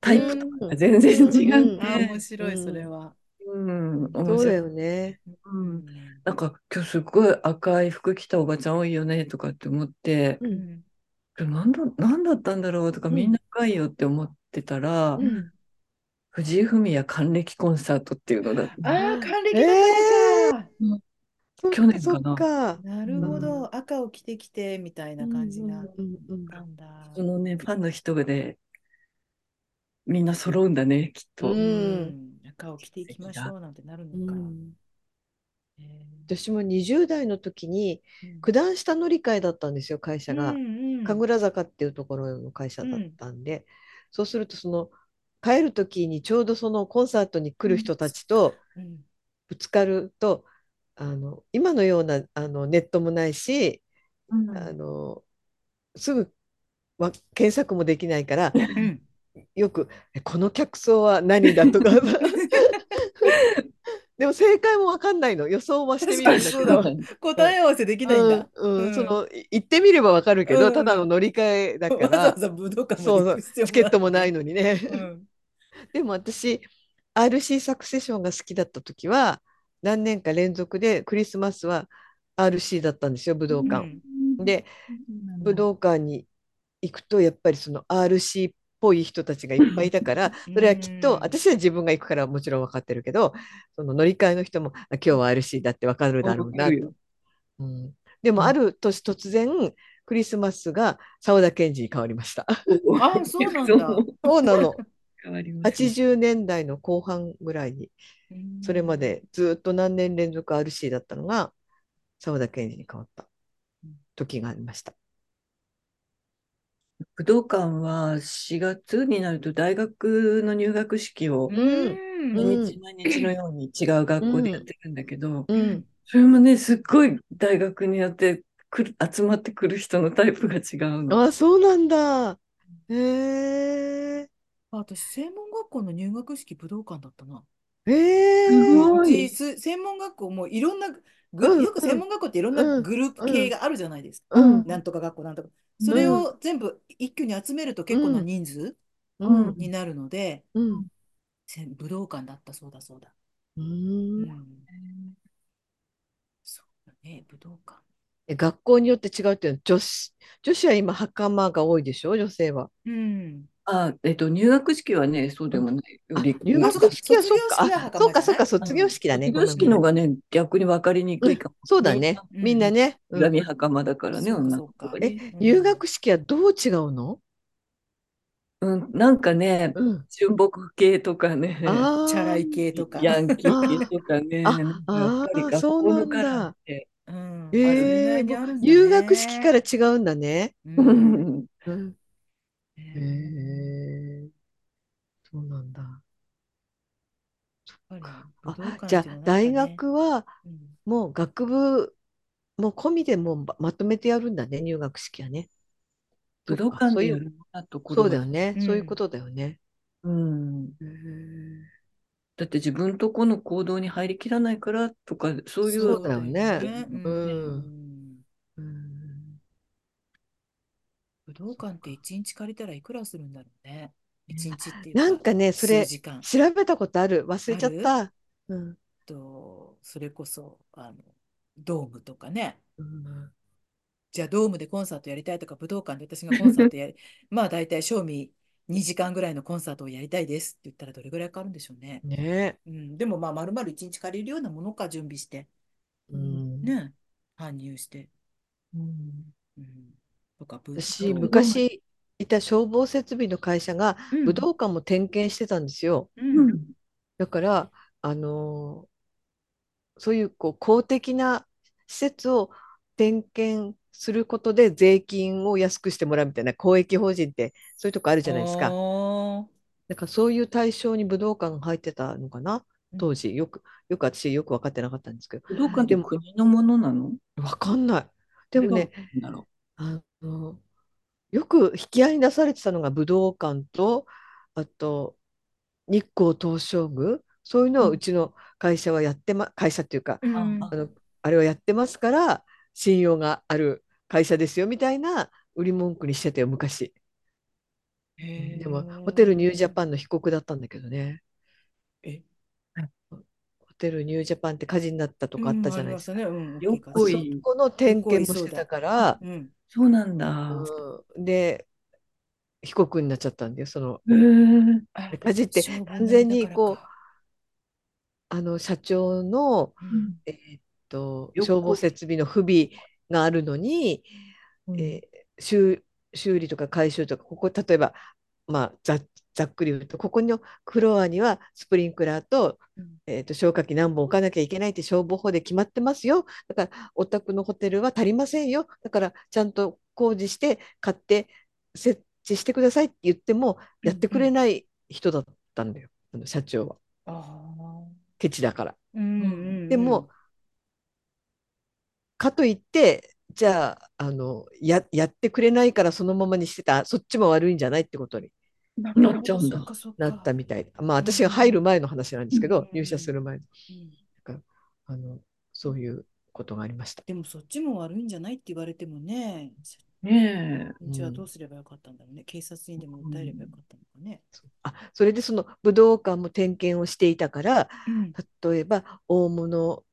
タイプとかが全然違
うん
う
あー面
ね。
白い、
うん
それは。
うん、面
そう
白
だ
い。
よね。
うんなんか今日すごい赤い服着たおばちゃん多いよねとかって思って、
う
うんん
なんだ、なんだったんだろうとか
うん
みんな赤いよって思ってたら、
うんうん
藤井フミヤ還暦コンサートっていうのだった。
ああ、還暦
え
だからか。
そっ
去年
そっ
かな
か。
なるほ
う
ど、赤を着てきてみたいな感じがあっ
うんうん
たんだ。
そのね、ファンの人でみんな揃うんだね、きっと。
う
うんん、赤を着ていきましょうなんてなる
うん
の
う
か。
ん
へー
私も20代の時に
うん
九段下乗り換えだったんですよ会社が
う。ん
神楽坂っていうところの会社だったんで、そうするとその帰る時にちょうどそのコンサートに来る人たちと
うん
ぶつかると、あの今のようなあのネットもないし、
うん
あのすぐわ検索もできないから
うん
よく「えこの客層は何だ?」 とかでも正解も分かんないの予想はしてみるんだけ
確かにそうだ
ど
わ。答え合わせできないんだ。
うんうん
うん
そのい行ってみればわかるけど、
うん
ただの乗り換え だか
わざわ
ら
ざ武道館ま
そう
で行
そう
く必要
チケットもない
の。
のにね、
うん
でも私 RC サクセションが好きだった時は何年か連続でクリスマスは RC だったんですよ武道
う
館、
ん
で武道館に行くとやっぱりその RC っぽい人たちがいっぱいいたから
うん
それはきっ
う
と
ん
私は自分が行くからもちろん分かってるけどその乗り換えの人もあ今日は RC だって分かるだろうなとうんで
う
も
ん
ある年突然クリスマスが沢田研二に変わりました。
あ、そうなんだ。
そうな の。
変わりました
80年代の後半ぐらいにそれまでずっと何年連続 RC だったのが沢田研二に変わった時がありました。
武道館は4月になると大学の入学式を
うん。
う
毎
ん
日毎日のように違う学校でやってるんだけど、
う
うんん、
それもね、すっごい大学によってくる集まってくる人のタイプが違うの。
あそうなんだ。へえ
あ私、専門学校の入学式武道館だったな。
ー。へ
す
ー
ご
うん
い
うちす専門学校もいろんなグ
うん
よく専門学校っていろん
う
なんグループ系があるじゃないですか。
うん
なんとか学校なんとか。それを全部一挙に集めると結構な人数
うん
になるので、
うん
せん武道館だったそうだそうだ。
うん
うんそうだね、武道館。
え学校によって違うっていうのは女子女子は今袴が多いでしょ女性は。
うん。
あ、えっと、入学式はね、そうでもない。
あ
り
入
あ
学
そうか
式は
卒業
そっ
式
か、
は
あ
袴
そ
じゃな
うかそう
い
か、卒業式だね。
卒業式の方
ごめん
がね、逆に分かりにくいかも。
そうだね。
うん
みんなね。うん
恨み袴だからね、
そうか
女
そ
の
う
子
か
が
え
ね。
うん
入学式はどう違うの？
うん、なんかね、
うん。
純朴系とかね。
ああ、
チャラい系とか。
ヤンキー系とかね、
あ
なんか
あ
やっぱり学校のカラーって、
うん。
え
あ
え
それなりにあるんだね
入学式から違うんだね。
う
うんん
うん。へ
ね
え、そうなんだ。
やっぱり武道
あ、
館
じゃ
っていうのはなんか
あ
ね
大学は
うん
もう学部もう込みでもうままとめてやるんだね入学式はね。
武道
そ
館
う
で
い
や
う
るようなとこ
そう
ろ
だ
は
よね、
うん
そういうことだよね。
うん。
うん
だって自分とこの行動に入りきらないからとか、そういう。
そうだよね
うん
うん
うん
うん
武道館って一日借りたらいくらするんだろうね。一日っていう
なんかねそれ
数時間
調べたことある忘れちゃった。うん
と、それこそ、あの、ドームとかね。
うん
じゃあドームでコンサートやりたいとか、武道館で私がコンサートや り、まあ大体賞味2時間ぐらいのコンサートをやりたいですって言ったらどれぐらいかかるんでしょうね。
ね
うん、でもまあ丸々一日借りるようなものか準備して、
うん
ね、搬入して、うん、とか、ぶ
私
ぶ
昔いた消防設備の会社が
うん
武道館も点検してたんですよ。
うんうん
だから、あのーそういうこう公的な施設を点検することで税金を安くしてもらうみたいな公益法人ってそういうとこあるじゃないです
あ
か。
ー
だからそういう対象に武道館が入ってたのかな当時よくよく私よく分かってなかったんですけど
武道館って国のものなの
分かんない。でもね、
なんだろ
あの、よく引き合いに出されてたのが武道館と、あと日光東照宮、そういうのをうちの会社はやってま、会社っていうか、
うん
あ
あの、あれをやってますから、信用がある会社ですよみたいな売り文句にしてたよ、昔。
へー
でも、ホテルニュージャパンの被告だったんだけどね。
え
ホテルニュージャパンって火事になったとかあったじゃないですか。
うんありましたねうん
よっこ
そ
い
この点検もしてたから、
うん
そうなんだ。
うんで、被告になっちゃったんだよ、その。
へえ。
あ
火事って
消防
完全に
団だからか
こあの社長の、
うん
えーっと
よっこ
消防設備の不備があるのに、えー修修理とか改修とかここ例えば、まあ、ざざっくり言うとここのフロアにはスプリンクラーと,、
うん
えーっと消火器何本置かなきゃいけないって消防法で決まってますよだからお宅のホテルは足りませんよだからちゃんと工事して買って設置してくださいって言ってもやってくれない人だったんだよ、あの社長は
あー
ケチだから。
うんうん
でも、かといってじゃああのややってくれないからそのままにしてたそっちも悪いんじゃないってことに
な
なっちゃうんだ
そかそ
なった
か
みたいまあ私が入る前の話なんですけ
うん
ど入社する前の
うん
あのそういうことがありました。
でもそっちも悪いんじゃないって言われてもね、
ね
うん
じゃあどうすればよかったんだろうね。警察にでも訴えればよかったのかね。
あそれでその武道館も点検をしていたから
うん
例えば大物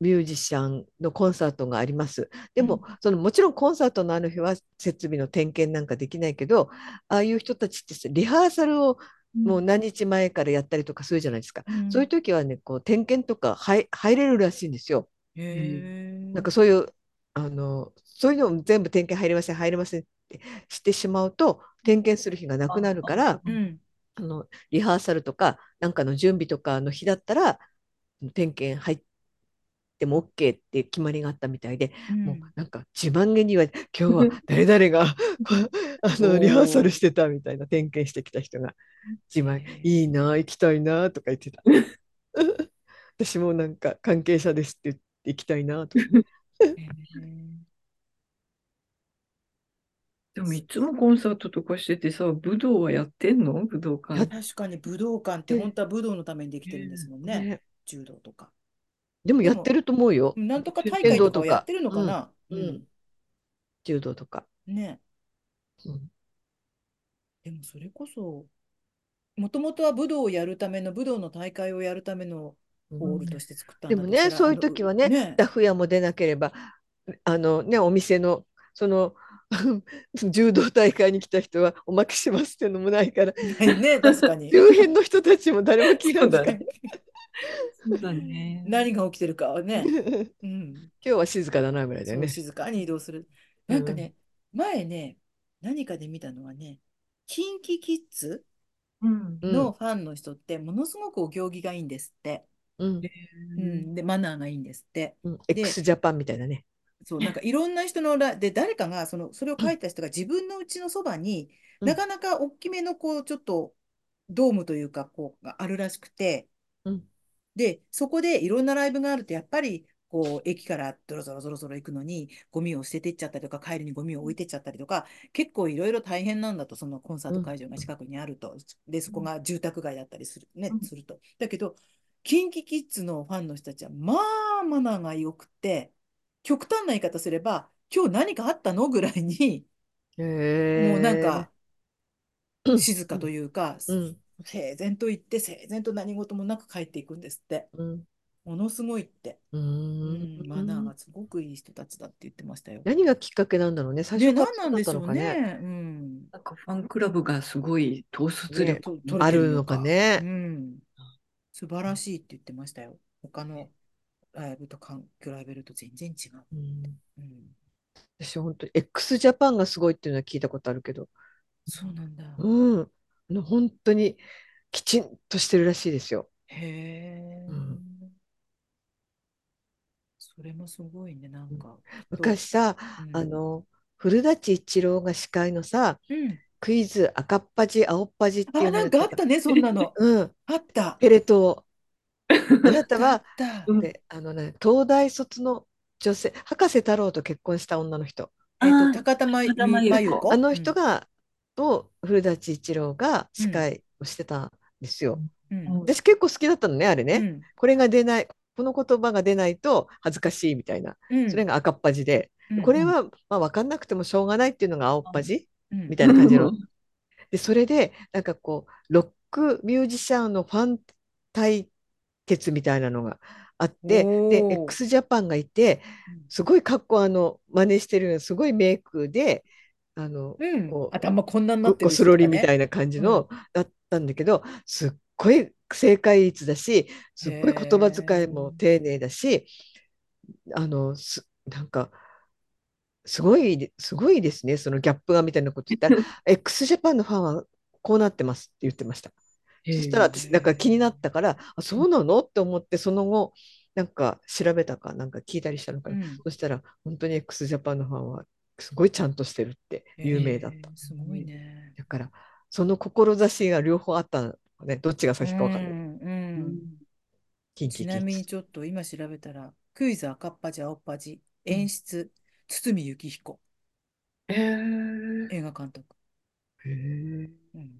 ミュージシャンのコンサートがあります。でも、
うん
そのもちろんコンサートのあの日は設備の点検なんかできないけどああいう人たちってさリハーサルをもう何日前からやったりとかするじゃないですか。
うん
そういう時はね、こう点検とか入入れるらしいんですよ。
へー
なんかそういう、あの、そういうのも全部点検入れません、入れませんってしてしまうと、点検する日がなくなるから、
うん
あの、リハーサルとか、なんかの準備とかの日だったら、点検入っても OK って決まりがあったみたいで、
うん
もうなんか自慢げには今日は誰々があのリハーサルしてたみたいな点検してきた人が自慢
へえ
いいな行きたいなとか言っ てた私もなんか関係者ですって言って行きたいなとか
へー
でもいつもコンサートとかしててさ、武道はやってんの武道館。
確かに武道館って本当は武道のためにできてるんですもん ね。
ね
柔道とか。
でもやってると思うよ
なんとか大
剣
会
道
と
と
か
か
はやってるのかな。
うんうん柔道とか、
うんね。
うん
でもそれこそ、もともとは武道をやるための、武道の大会をやるためのホールとして作ったんだ
で
と
もね
した
そ
ら
ういう時はね
あの
ダフ屋も出なければあのねお店のその 柔道大会に来た人はおまけしますっていうのもないから
ね ね確か に。
周辺の人たちも誰も気がつかない。
そうだね
何が起きてるかはね。
今
うん。
日は静かだなぐらいだよ
そう
ね。
静かに移動する。
うん
なんかね、前ね、何かで見たのはね、キンキキッズ
うん。
のファンの人って、ものすごくお行儀がいいんですって。
うん
う。ん。で、マナーがいいんですって。
うん、X ジャパンみたいなね。
そう、なんかいろんな人のラ、で、誰かが、その、それを書いた人が自分のうちのそばに、
うん
なかなか大きめの、こう、ちょっと、ドームというか、こう、があるらしくて
うん、
で、そこでいろんなライブがあると、やっぱり、こう、駅からドロゾロゾロゾロ行くのに、ゴミを捨ててっちゃったりとか、帰りにゴミを置いてっちゃったりとか、結構いろいろ大変なんだと、そのコンサート会場が近くにあると。で、そこが住宅街だったりする、ね
う、ん
すると。だけど、キンキキッズのファンの人たちは、まあ、マナーが良くて、極端な言い方すれば、今日何かあったのぐらいに、も
も
うなんか、
うん
静かというか、
うん
整然と言って、整然と何事もなく帰っていくんですって。
うん
ものすごいって。
う
うん、マナー
ん
がすごくいい人たちだって言ってましたよ。
何がきっかけなんだろうね最
ね、
初
何
から
な
そうんだっ
でし
た
ょう
のかね
ね。うん。
なんかファンクラブがすごい統率力
と
あ
取れて
るのかね
うん。素晴らしいって言ってましたよ。他のライブとかん比べると全然違う。
うん
うん。
私本当 x ジャパンがすごいっていうのは聞いたことあるけど
そうなんだ。
うんあの本当にきちんとしてるらしいですよ
へえ
う。
それもすごいね、なんか。
昔さ
うん
あ、の古舘一郎が司会のさ
うん。
クイズ赤っ恥青っ恥っていう
あ、
の
な
や
ん
て
かあったね、そんなの。
うん
あった。
テレ東 あなた
あ
は
った。
うん
であのね東大卒の女性博士太郎と結婚した女の人
えっ
あ
と、
ー
高田真由
高田真由子
真由子
あの人、が、と古舘一郎が司会をしてたんですよ。
うんうん
私結構好きだったのねあれね、
うん
これが出ないこの言葉が出ないと恥ずかしいみたいな
うん
それが赤っ恥で、
うん
これは、まあ、分かんなくてもしょうがないっていうのが青っ恥、
うん
みたいな感じのでそれでなんかこうロックミュージシャンのファン対決みたいなのがあってで
おー
x ジャパンがいて
うん
すごい格好あの真似してるようなすごいメイクであの、
うん
こう
頭こんなにな
ご
っ
って
る
こスロリみ
い
たいな感じの、だったんだけどすっごい正解率だしすっごい言葉遣いも丁寧だしあのすなんかすごいですごいですねそのギャップがみたいなこと言ったら x ジャパンのファンはこうなってますって言ってました。そしたら私なんか気になったからあそうなのって思ってその後なんか調べたかなんか聞いたりしたのかな、そしたら本当に x ジャパンのファンはすごいちゃんとしてるって有名だった。
すごいね。
だからその志が両方あったのねどっちが先か分かんない。
うんうん
キンキ
ち
キ
なみに
ッズ
ちょっと今調べたら、クイズ赤っ恥、青っ恥、演出、堤幸彦、
えー、
映画監督。うん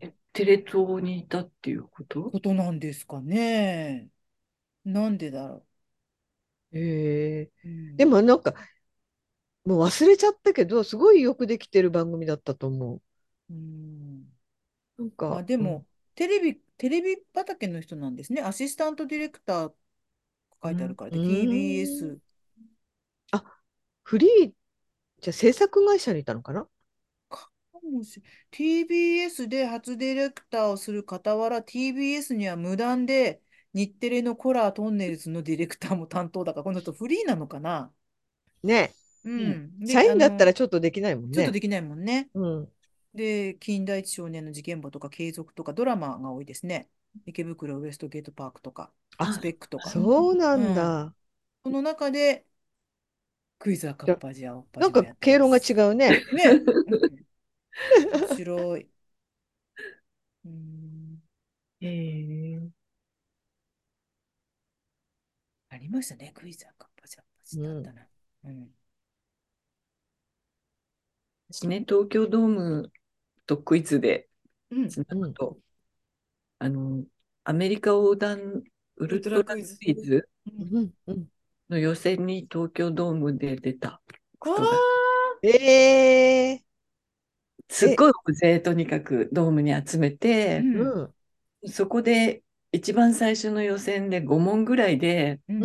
えテレ東にいたっていうこと
ことなんですかね。なんでだろ
へえ
う。うん
でもなんかもう忘れちゃったけどすごいよくできてる番組だったと思う。
うん
なんか、
まあでも、テレビ、テレビ畑の人なんですね。アシスタントディレクター書いてあるからで、
うん
TBS。
フリーじゃあ制作会社にいたのかな
もし TBS で初ディレクターをする傍ら、TBS には無断で日テレのコラートンネルズのディレクターも担当だから、この人フリーなのかな
ね
うん。で
社員だった
あの
らちょっとできないもん
ちょっと
ね。
できないもんね。
うん、
で、金田一少年の事件簿とか継続とかドラマが多いですね。池袋ウエストゲートパークとか、
あ
スペックとか。
そうなんだ。
その中で、クイズはカッパジアオッパ
なんか経路が違 うね。
う。ね。 うん面白い。うん。
えー、
ありましたね。クイズはカッパジアオッパジだったな。うん。
私ね、東京ドームとクイズで
うん。
つなぐと、あの、アメリカ横断ウルトラクイズ
うんうん、
の予選に東京ドームで出たことが、
え
すっごい大勢とにかくドームに集め
う
て、
ー、
ん。
うん
そこで一番最初の予選で5問ぐらいで、
う。
うん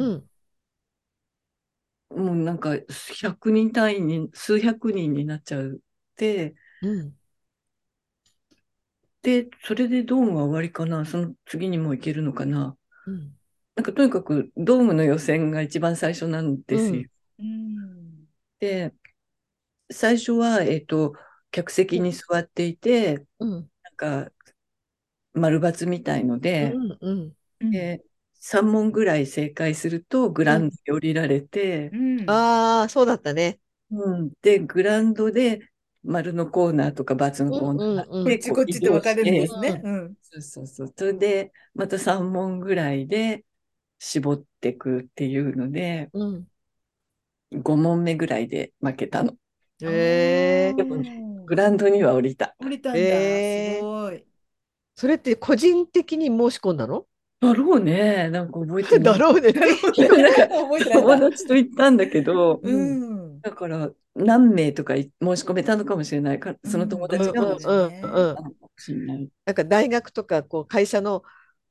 ん
もうなんか100人単位に、数百人になっちゃうって、
うん
で、それでドームは終わりかな、その次にもう行けるのかな。
うん
なんかとにかくドームの予選が一番最初なんですよ。
う
う
ん
ん。
で、最初は、えっと、客席に座っていて、
うん
なんか、丸抜みたいので、
うん
うん。
で、3問ぐらい正解すると、グラウンドに降りられて
う、ん。
ああそうだったね。
うん、で、グラウンドで、丸のコーナーとか×のコーナーがあって
うんうんうん
こっちこっちって分かれるんですね。うん。
そうそうそう。それで、また3問ぐらいで絞っていくっていうので、
うん
5問目ぐらいで負けたの。
え
でもグラウンドには降りた。
降りたんだ、
えー
すごい。
それって個人的に申し込んだの
だろうね。なんか覚 えてな
だ
い。
ろうね。
なんか
覚えてないんだ
友達と行ったんだけど、
うん。
だから何名とかい申し込めたのかもしれないから、その友達が
うん
申
うん
し
う
込
ん
ん
うんうん
だのかもしれない。
なんか大学とかこう会社の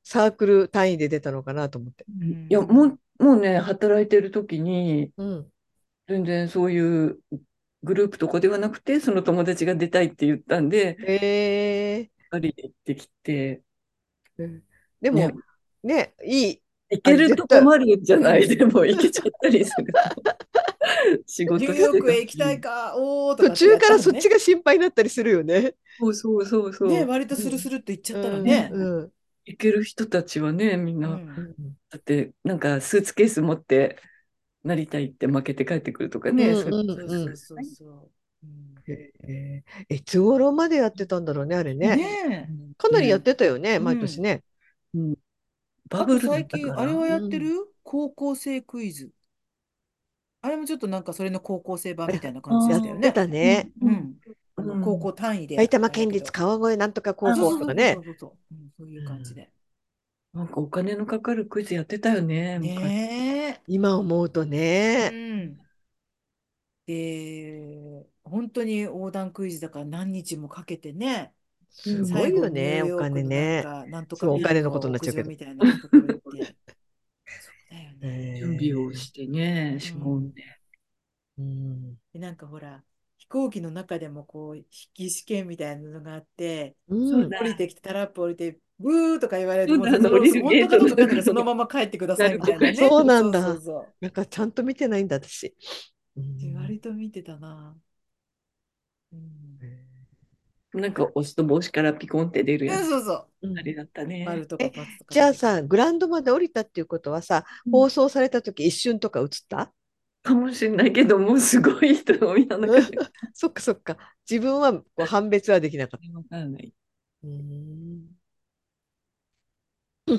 サークル単位で出たのかなと思って。
うん
いや、もう、もうね、働いてる時に、
うん。
全然そういうグループとかではなくて、その友達が出たいって言ったんで、
え
二人で行ってきて、
ー、で
ね
もね、いい。
行けると困るんじゃないでも行けちゃったりす る。仕事
ニュー
して
ヨークへ行きたい
か
か、おーと
途
かってやた
中か
のね
らそっちが心配になったりするよね。
そうそうそうそう。
ね、割とスルスルって行っちゃったら
うん
ね。
うん
行ける人たちはね、みん
う
な、
うんん
だって、なんかスーツケース持って、なりたいって負けて帰ってくるとか
う
ね、
ん
そういう
そうそ
人た
う
ち
そうそう。うん
えーいつ頃までやってたんだろうね、あれね。
ねえ。
かなりやってたよね、
うん
毎年ね。
バ
あ
ブ
と
ルだっ
最
た
近、
か
あれ
ら
はやってる高校生クイズ。あれもちょっとなんかそれの高校生版みたいな感じで
や
し
った
よ
て
ね。
たね。
うん
うん。あ
う
の
ん
高校単位でやっ
埼
てたん
玉
だけど。
県立川越なんとか
そ
高
う
校
そう
と
そ
か
う
ね
そ。うそうそう。うんそういう感じで。
なんかお金のかかるクイズやってたよね、昔。
ね
今思うと
え。
ね。
うん。で、本当に横断クイズだから何日もかけてね、
すご
最
い
後ニュー
よね、お
ヨーク
金
のなん
ね。
か、なんとか
そう、お
ビ
金
ル
のこと
の
になっち
屋上
ゃうけど。
みたいなところ行って。そうだよね。
準備を
え
してね、
う
仕
ん
込んで。
ーうん
で、なんかほら、飛行機の中でもこう、筆記試験みたいなのがあって、
う
そ
ん
うだ
降りてきて、タラップ降りて、ブーとか言われると、
そう
もう
だ
その
あの降りる
本当かどうかわかんないから、そ
ゲートの
のまま帰ってくださいみたいなね。
なるほどそうなんだ
そうそう
なんかちゃんと見てないんだ、私。う
そう。
ん
割と見てたな。うん。
なんか押すと帽子からピコンって出る
うん
やつ。
そうそう。
うん
あれだったね
丸。とかバツとか。
じゃあ、さ、グラウンドまで降りたっていうことはさ、
うん
放送された時一瞬とか映った
かもしれないけど、もうすごい人のみんなの中で。
そっかそっか。自分はこう判別はできなかっ
わからない。
た。うん
な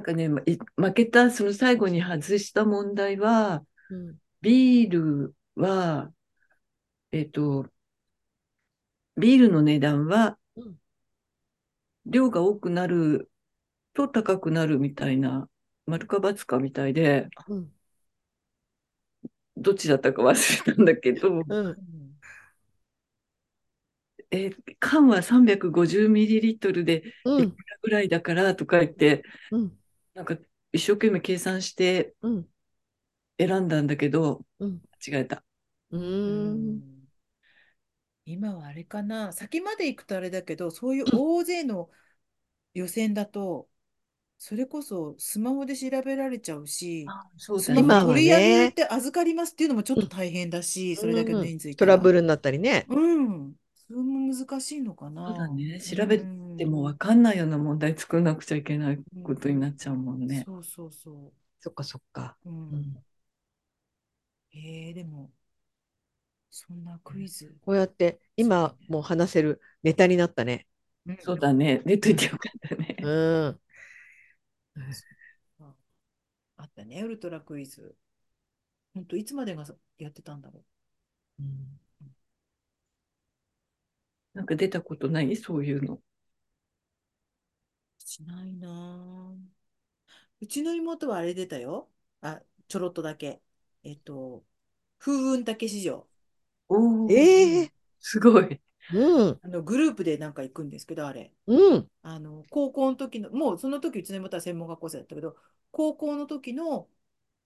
んかね、まい負けた、その最後に外した問題は、
うん
ビールは、えっと、ビールの値段は
うん、
量が多くなると高くなるみたいな、丸か×かみたいで、
うん
どっちだったか忘れたんだけど、
うん
うん
えー缶は350ミリリットルでいく
う
ら
ん
ぐらいだからとか言って、
うん
なんか一生懸命計算して
うん
選んだんだけど、
うん
間違えた。
う
うんん今はあれかな。先まで行くとあれだけど、そういう大勢の予選だと、それこそスマホで調べられちゃうし、
あ、そう
ス
だ
マ
今
ホ
は
ね。
取り上げ
ね
って預かりますっていうのもちょっと大変だし、それだけの人数いた
ト
ら。
ラブルになったりね。
うん。それも難しいのかな。
そうだね。
うん
調べてもわかんないような問題作んなくちゃいけないことになっちゃうもんね。
そうそうそ
そっかそっか。
う。う。
うんん
えー、でも、そんなクイズ。
こうやって今もう話せるネタになったね。
うん
そうだね。出といてよかったね。
うん。
ああったね、ウルトラクイズ。本当いつまでがやってたんだろ
うん
なんか出たことないそういうの。
う。しないなぁ。うちの妹はあれ出たよ。あ、ちょろっとだけ。えっと、風雲竹市場。
おー
ええ
すごい。
うん
あのグループでなんか行くんですけど、あれ。
うん
あの高校の時の、もうその時うちの妹は専門学校生だったけど、高校の時の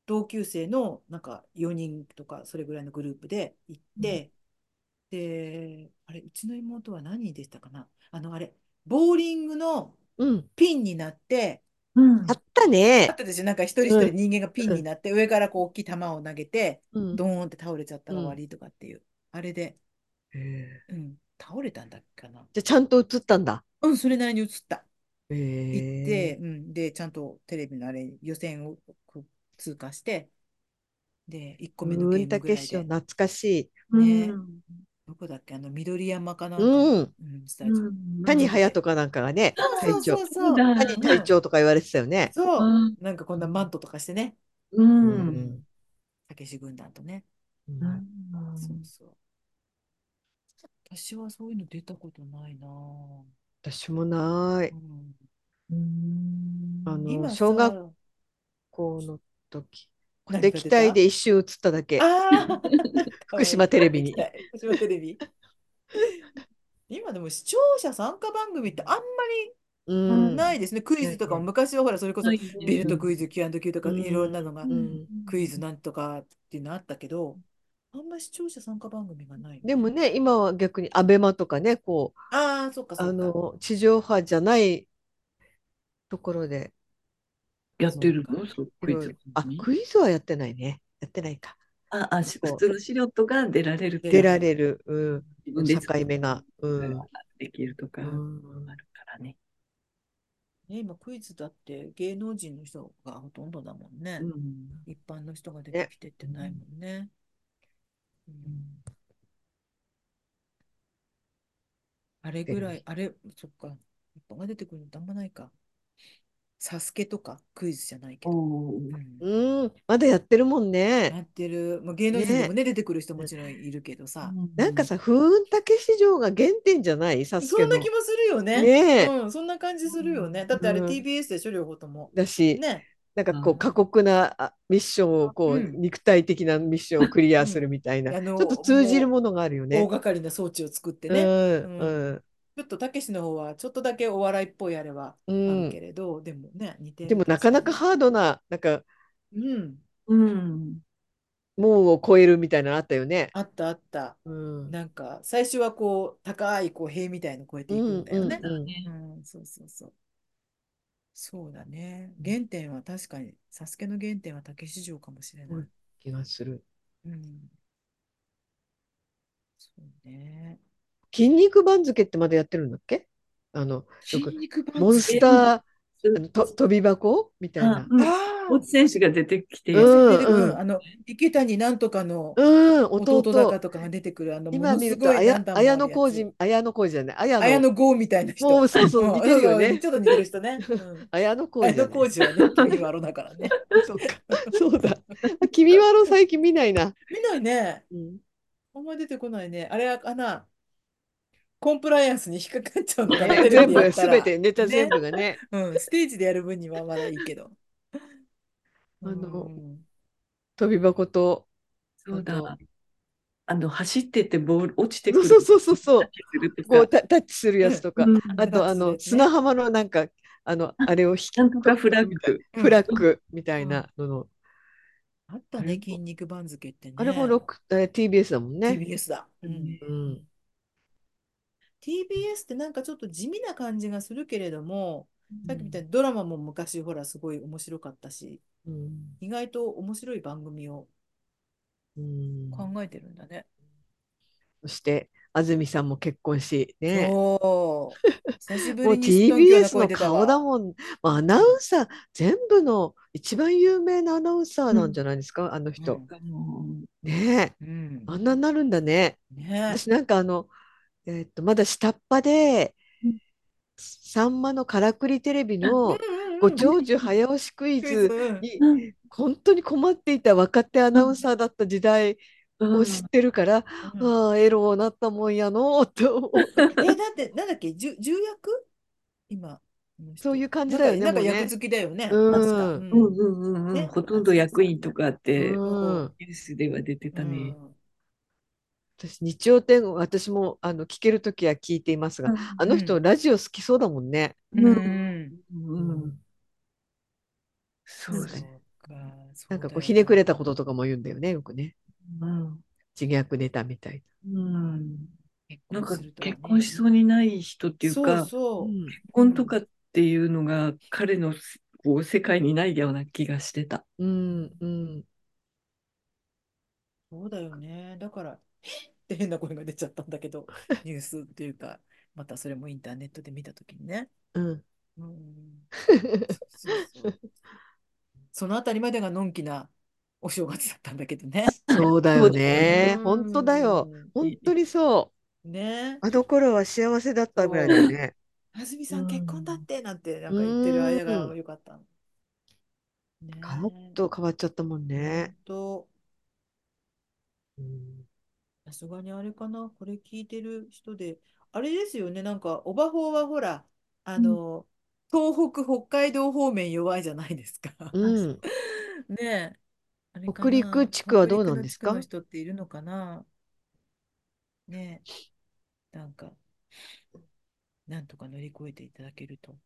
同級生のなんか4人とかそれぐらいのグループで行って、で、あれ、うちの妹は何でしたかなあの、あれ、ボーリングの
うん。
ピンになって、
うん
あった
あ
ね
っ。たでしょ、なんか一人一人人間がピンになって、上からこう大きい球を投げて、
うん
ドーンって倒れちゃったら
うん
終わりとかっていう、あれで、
へえ
うん、倒れたんだっけかな。
じゃあちゃんと映ったんだ。
うん、それなりに映った。行
へ
っ
え
て、うん、で、ちゃんとテレビのあれ、予選をこう通過して、で、1個目の
う
ゲ
ん
ーム
た
ぐ
け
らい
しを
で、
懐かし
ね
うん
どこだっけ、あの、緑山かなん
い。
かの、
う
う
ん。
ん、スタジオ。
うん
谷隼人かなんかがね、隊
そう
長
そう。そう
そう
そう、
だ
谷隊長とか言われてたよね。
そう
うん
なんかこんなマントとかしてね、
う
うんん
たけし軍団とね。
うん
そうそう。私はそういうの出たことないなぁ。
私もない。
うん
あの
今さ
小学校の時。
何が出た
液体で一瞬映っただけ。
あー
福島テ レビに
行きたい福島テレビ。 今でも視聴者参加番組ってあんま
うん。
りないですね。クイズとかも昔はほら、それこそビルトクイズ、Q&Q とか
うん
いろんなのが
ん
クイズなんとかっていうのあったけど、あんまり視聴者参加番組がない。
でもね、今は逆にアベマとかね、こう、
ああ、そっかそ
あ
っか。
の、地上波じゃないところで、
やってるのそう
い
クイ
ろい
ズ
ろ。あ、
番組
クイズはやってないね。やってないか。
ああし普通の素人が出られる
出
出
られる、うん、
自分で
境
作る
目が。うん。
できるとか
う
ある
ん
からね。
ね、今クイズだって芸能人の人がほとんどだもんね。一般の人が出てきてってないもんね。うんあれぐらい、あれ、そっか、一般が出てくるのってあんまないか。サスケとかクイズじゃないけど。
おー
うん
うん、まだやってるもん
や
ね。
ってる、まあ、芸能人でもね、出てくる人もちろんいるけどさ。
なんか、さ、風雲竹市場が原点じゃないサスケ
そん
の。
な気もするよね。
ねえ
うん、そんな感じするよね。だってあれ
うん
TBS でしょ、両方とも。
だし、
ね。
なんかこ
う
うん過酷なあミッションをこう、
うん
肉体的なミッションをクリアするみたいな、
あの
ちょっと通じるものがあるよ
大
ね。
掛かりな装置を作って
う
ね。
ん、
う
うん、
ちょっとたけしの方はちょっとだけお笑いっぽいあれは
う
あ
ん。
るけれど、でもね、似てる
でもなかなか
し
ハードな、なんか
うん、
うん。
門を越えるみたいなのあったよね。
あったあった。
うん、
なんか最初はこう高いこう塀みたいの越えていくんだよね。
うん
うん、そうそうそう。そうだね。原点は確かに、サスケの原点はたけし城かもしれない。
気がする。
うん。そうね。
筋肉番付ってまだやってるんだっけあの、よ
筋
く
肉番
モンス
付。
ター、あの
ス
と飛び箱みたいな。
うん
あ
ポーツ選手が出てきて、
うん
あ、出てくる、
うん
あの、池谷なんとかの
うん、弟。
弟だかとかが出てくる、あの、も
今
の
見
す
ると、
ごい
綾
何段もあるや
綾
つ。
小路、綾小路じゃない、綾
綾
の。
野剛みたいな人。
もうそうそう、
ん
似てるよ
そうそう
ね
ち。ょっと似てる人ね。うん、
綾野小路
綾
じゃ
野
ない。
剛二はね、君はロだからね。
そうか、 そうだ。君はあの最近見ないな。
見ないね。
うん、
あんまり出てこないね。あれはかな、コンプライアンスに引っかかっちゃうのかな、
ね
テレ
全
ビでや
部、
った
す
ら。
べて、ネタ全部がね。
うん、ステージでやる分にはまだいいけ ど。
あの
うん
飛び箱と。
そう
あ
だ
の。
あの、走っててボール落ちてく
そう
る。
そうそうそうそう。
するとか
こうタタッチするやつとか。
うん
あと、
タッ
あ
チするやつ
の
ね、
砂浜のなんか、あの、あれを引き
なんとかフラッグ。
うん
フラッグみたいなのの。
あった
あれ
ね、
も
筋肉番付ってね。
あれもロック、あれ TBS だもんね。
TBS だ。うん
うん。
TBS ってなんかちょっと地味な感じがするけれども、さっきみたいにドラマも昔ほらすごい面白かったし、
うん。
意外と面白い番組を
うん
考えてるんだね。
そして安住さんも結婚し、ね、
そう。久しぶ
もう
りに知っとんきょうな
TBS
声
の
出た
顔
わ。
だもん、まあ、アナウンサー、全部の一番有名なアナウンサーなんじゃないですか、あの人。
う
ねえ、
ん。うん
あんなになるんだね。
ね
私なんかあの、えーっと、まだ下っ端で
うん、
さんまのからくりテレビ
う
の
んうん
ご長寿早押しクイ
クイズ
ズ
うん
に本当に困っていた若手アナウンサーだった時代を知ってるから、
うん
ああ、エローなったもんやのーと思う。
え、だって、なんだっけ、じゅ重役今。
そういう感じだよね
なんか、なん
も
か
うね
役付きだよね。
うん
確か
うん
う
うんうんうん
ね
ほとんど役員とかって、ニュ
うん、
ースでは出てたね。
ん
私日曜天国私もあの聞けるときは聞いていますが、あの人
うん
ラジオ好きそうだもんね。
うん
うんうんそう
そう
ですね。
か。
なんかこうひねくれた
こ
こととかも言うんだよねよくね
うん
自虐ネタみたい
うん
と
なんか
するとはね
結婚しそうにない人っていう
そ
か、
うそ
な。
う。
ん
結婚とかっていうのが彼のすこう世界にないような気がしてた。
うんうん、
そうだよね。だから、え っって変な声が出ちゃったんだけ ど、ニュースっていうか、またそれもインターネットで見たときにね。
うん、
うん、そうそうそうそのあたりまでがのんきなお正月だったんだけどね。
そうだよね
うん
本当だよ本当にそ
ね
うあの頃は幸せだったぐらいだよね。
安住さん結婚だってなんてなん
う
か
ん
言ってる間が良かったの。ね
ガラッと変わっちゃったもんね。
ほんと
うん
さすがにあれかな、これ聞いてる人で、あれですよね、なんか、オバホーはほら、あの、東北、北海道方面弱いじゃないですか。
うん、
ねえ、あれか
北陸
な
地区はどうなんですか
北陸の地区の人っているのかなねえ、なんか、なんとか乗り越えていただけると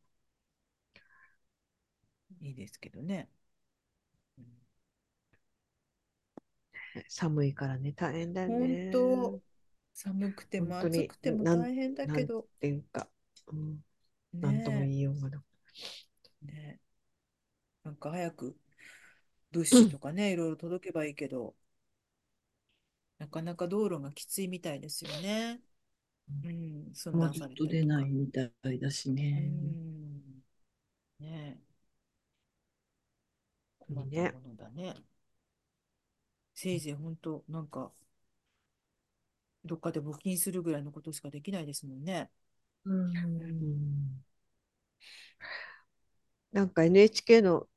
いいですけどね。うん
寒いからね、大変だよ
本
ね。
当、寒くても
本当に
暑くても
なん
大変だけど、
っていうか、うん、なんとも言
ね
いようがない。
え、ねえなんか早く物資とかね、いろいろ届けばいいけど、なかなか道路がきついみたいですよね。うん、寸
もう
断
ちょ
さ
っ
れ
と
た
出
りと
ない
か。
みたいだし
う
ね。
ん、ねえ。困った
ね
ものだね。せいぜい本当、なんか、どっかで募金するぐらいのことしかできないですもんね。
う
う
ん
んなんか NHK の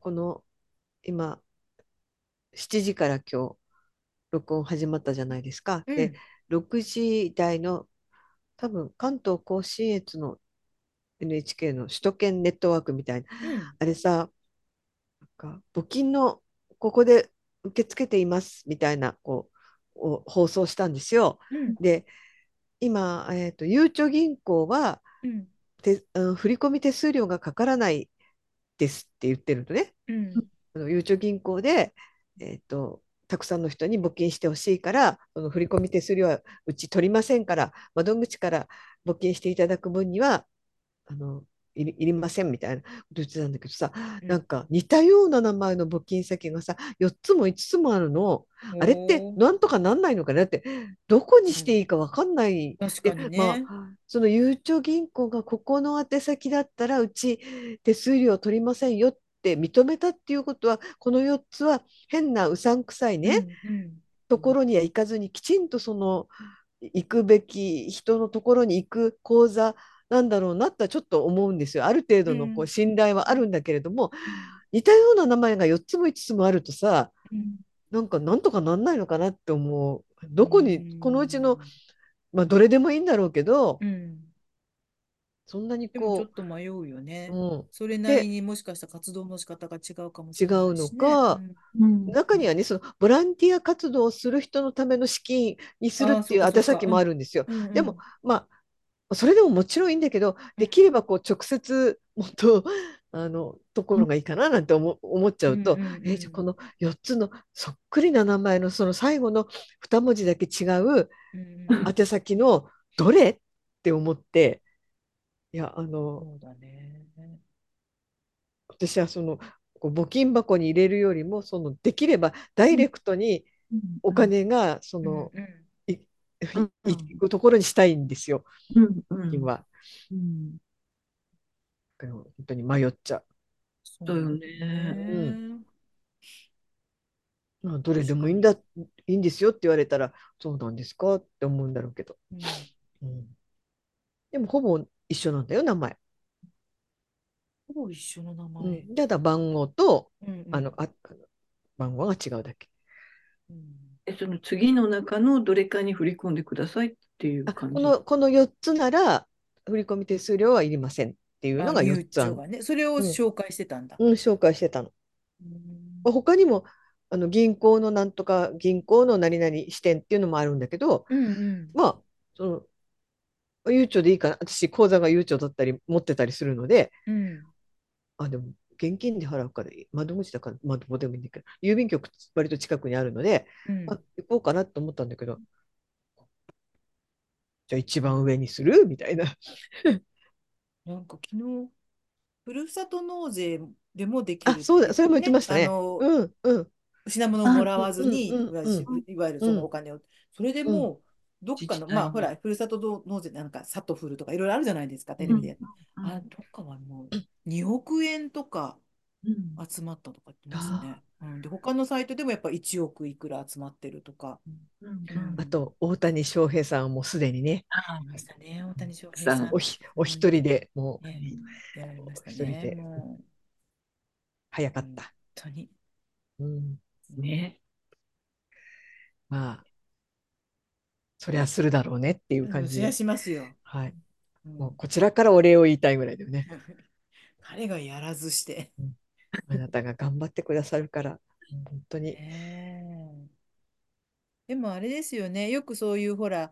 この今7時から今日録音始まったじゃないですか。
う
で、
ん。
6時台の多分関東甲信越の NHK の首都圏ネットワークみたいな、
うん。
あれさ、なんか募金のここで受け付けていますみたいなこうを放送したんですよ。
うん。
で、今、えーと、ゆうちょ銀行は
うん。
手、うん振込手数料がかからないですって言ってるのね。
うん。
あのゆうちょ銀行で、えーと、たくさんの人に募金してほしいから、その振込手数料はうち取りませんから、窓口から募金していただく分には、あの、いりいりませんみたいなこと言ってたんだけどさ、
うん
なんか似たような名前の募金先がさ、4つも5つもあるの。あれって
おー
なんとかなんないのかなだって、どこにしていいかわかんない。
確か
で、
に
ま
ね。
あ、そのゆうちょ銀行がここの宛先だったら、うち手数料取りませんよって認めたっていうことは、この4つは変なうさんくさいう
ん。
ね、
うん。
ところには行かずに、きちんとその行くべき人のところに行く口座なんだろうなとはちょっと思うんですよ。ある程度の
う
こうん信頼はあるんだけれども、
うん
似たような名前が4つも5つもあるとさ、
うん
なんかなんとかなんないのかなって思う。どこ
う
に、
ん
このうちの、まあ、どれでもいいんだろうけど、
うん
そんなに
でもちょっ
こと
迷うよ
う、
ね。
うん、
それなり
で、
にもしかしたら活動の仕方が違うかも
違
しれな
う
い
の
しね。う
か、
ん
うん
中にはね、そのボランティア活動をする人のための資金にするっ
ああ、
て
そ
いうう
かそ
宛
うか。
先
う
もあ
ん。
るんですよ。
う
でも、
ん
まあ、それでももちろんいいんだけ
う
ど、
ん。
できればこう直接もっと あのところがいいかななんて思思っちゃ
うん
う
う
と、
んう
えじゃあこ
ん
の4つのそっくりな名前のその最後の2文字だけ違
う
う
んうん
宛先のどれって思って、いや、あの、
そうだね。
私はそのこう募金箱に入れるよりも、そのできればダイレクトにお金がそ
うん
の、
うん。
い、い
うん
行くところにしたいんですよ、
うんうん
今は。
うん
本当に迷っちゃ
そう
だよ
なんだ
ね。
ね。
う。まあ、どれ
確
でも
か
いいん
に。
だ、いいんですよって言われたら、そうなんですかって思うんだろうけど。
うん
うんでも、ほぼ一緒なんだよ、名前。
ほぼ一緒の名
う
前。
ん、ただ、番号と、
うんう
あの、
ん
あ、あの番号が違うだけ。
うん
え、その次の中のどれかに振り込んでくださいっていう
あ、
感
こ
じ。
の、この4つなら、振込手数料はいりませんっていうの
あ、
が
ゆ
4
う
つ
ちょ
あるの。
がね、それを
うん、
紹介してたんだ。
うん、紹介してたの。
うん
まあ他にも、あの、銀行のなんとか、銀行の何々支店っていうのもあるんだけど、
うん
まあ、その、ゆうちょでいいかな。私、口座がゆうちょだったり、持ってたりするので、
うんうん
あ、でも、現金で払うから、窓口だから、まあ、どこでもいいんだけど、郵便局、割と近くにあるので、
う
あ、
ん。
行こうかなと思ったんだけど、じゃあ一番上にするみた いな。
なんか昨日、ふるさと納税でもでき
あ、
るっ
そう
て
だ、それも言って
ね、
ました
あ
ね。
の、
うん、うん、
品物を
あ
もらわず
うん、
に、
う
い
ん、
わゆる
う
し
ん、
いわゆる
う
そのお
ん、
金を、それで
うん、
もう、どっ
自
か
治
の、まあ
体
ほ
の。
ら、ふるさと納税なんか、さとふるとかいろいろあるじゃないですか、テ
う
レビで
ん。
やって。
う
あ、
ん
とかはもう、2億円とか
うん
集まったとか言ってました
あ
ね。うん、で、他のサイトでもやっぱ1億いくら集まってるとか。
うんうん
う
あ
ん、
と、大谷翔平さんはもうすでにね、
ああ
いましたね、大谷翔平
さ
さ
ん。
お
ん。
ひ、
う
お一
ん、
人でも
ね、やられ
う、
ました
一人
ね、
で
もう、
早かっ
本
た。
当に。
うん
ね。
まあ、そりゃするだろうねっていう感
う
じ
んそりゃ
で、
しますよ。
はい、
うん
もうこちらからお礼を言いたいぐらいだよね。
彼がやらずして。
あなたが頑張ってくださるから、本当に。
ねえでもあれですよね、よくそういうほら、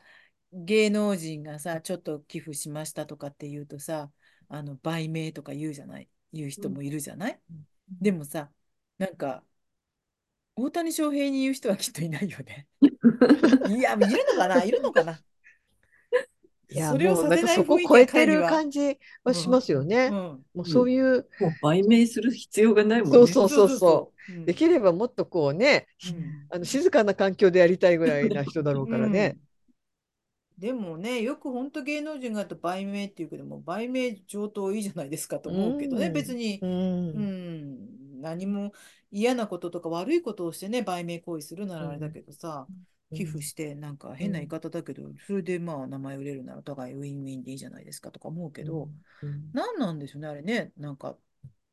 芸能人がさ、ちょっと寄付しましたとかって言うとさ、あの、売名とか言うじゃない、言う人もいるじゃない、
うん
でもさ、なんか、大谷翔平に言う人はきっといないよ ね。いや、いるのかないるのかない
や、
それを
もう
さ
なん
せ
か
ない
そこ
雰囲気
超え
は
て
彼に
る
は。
感じはしますよね。
うん。
もうそういう、
もう売名する必要がないもんね。
そうそうそう
う
そう
ん
できればもっとこうね、
うん
あの静かな環境でやりたいぐらいな人だろうからね。
うんでもね、よく本当芸能人がやると売名っていうけども、売名上等いいじゃないですかと思うけどね、
うん
別に、
うん
うん、何も嫌なこととか悪いことをしてね、売名行為するならあれだけどさ、寄付して、なんか変な言い方だけど、それでまあ名前売れるならお互いウィンウィンでいいじゃないですかとか思うけど、、
うんうん
何なんでしょうね、あれね、なんか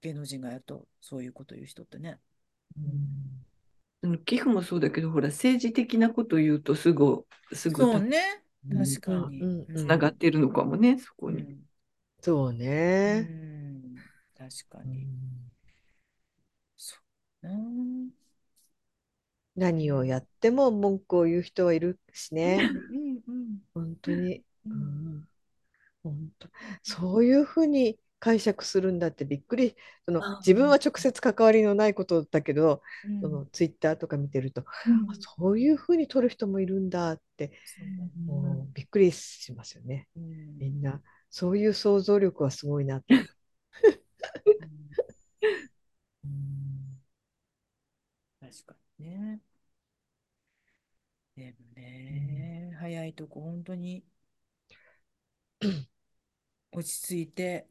芸能人がやるとそういうこと言う人ってね。
うん寄付もそうだけど、ほら、政治的なこと言うとすぐ、すぐ
そうね、
うん
確かに。
うんうん
つながっているのかもね、そこ
う
に。
ん
そうね。
うん確か
う
に。
ん
そううん
何をやっても文句を言う人はいるし ね。
うんうん
本当に。
う
うんん本当そういうふうに解釈するんだってびっくり。その
あ
自分は直接関わりのないことだけど、
うん
そのツイッターとか見てると、
うん
あそういうふうに取る人もいるんだって、
そうだね
もうびっくりしますよね。
うん
みんな、そういう想像力はすごいなって。
うん
うん
確かにね。でもね、早いとこ本当に落ち着いて、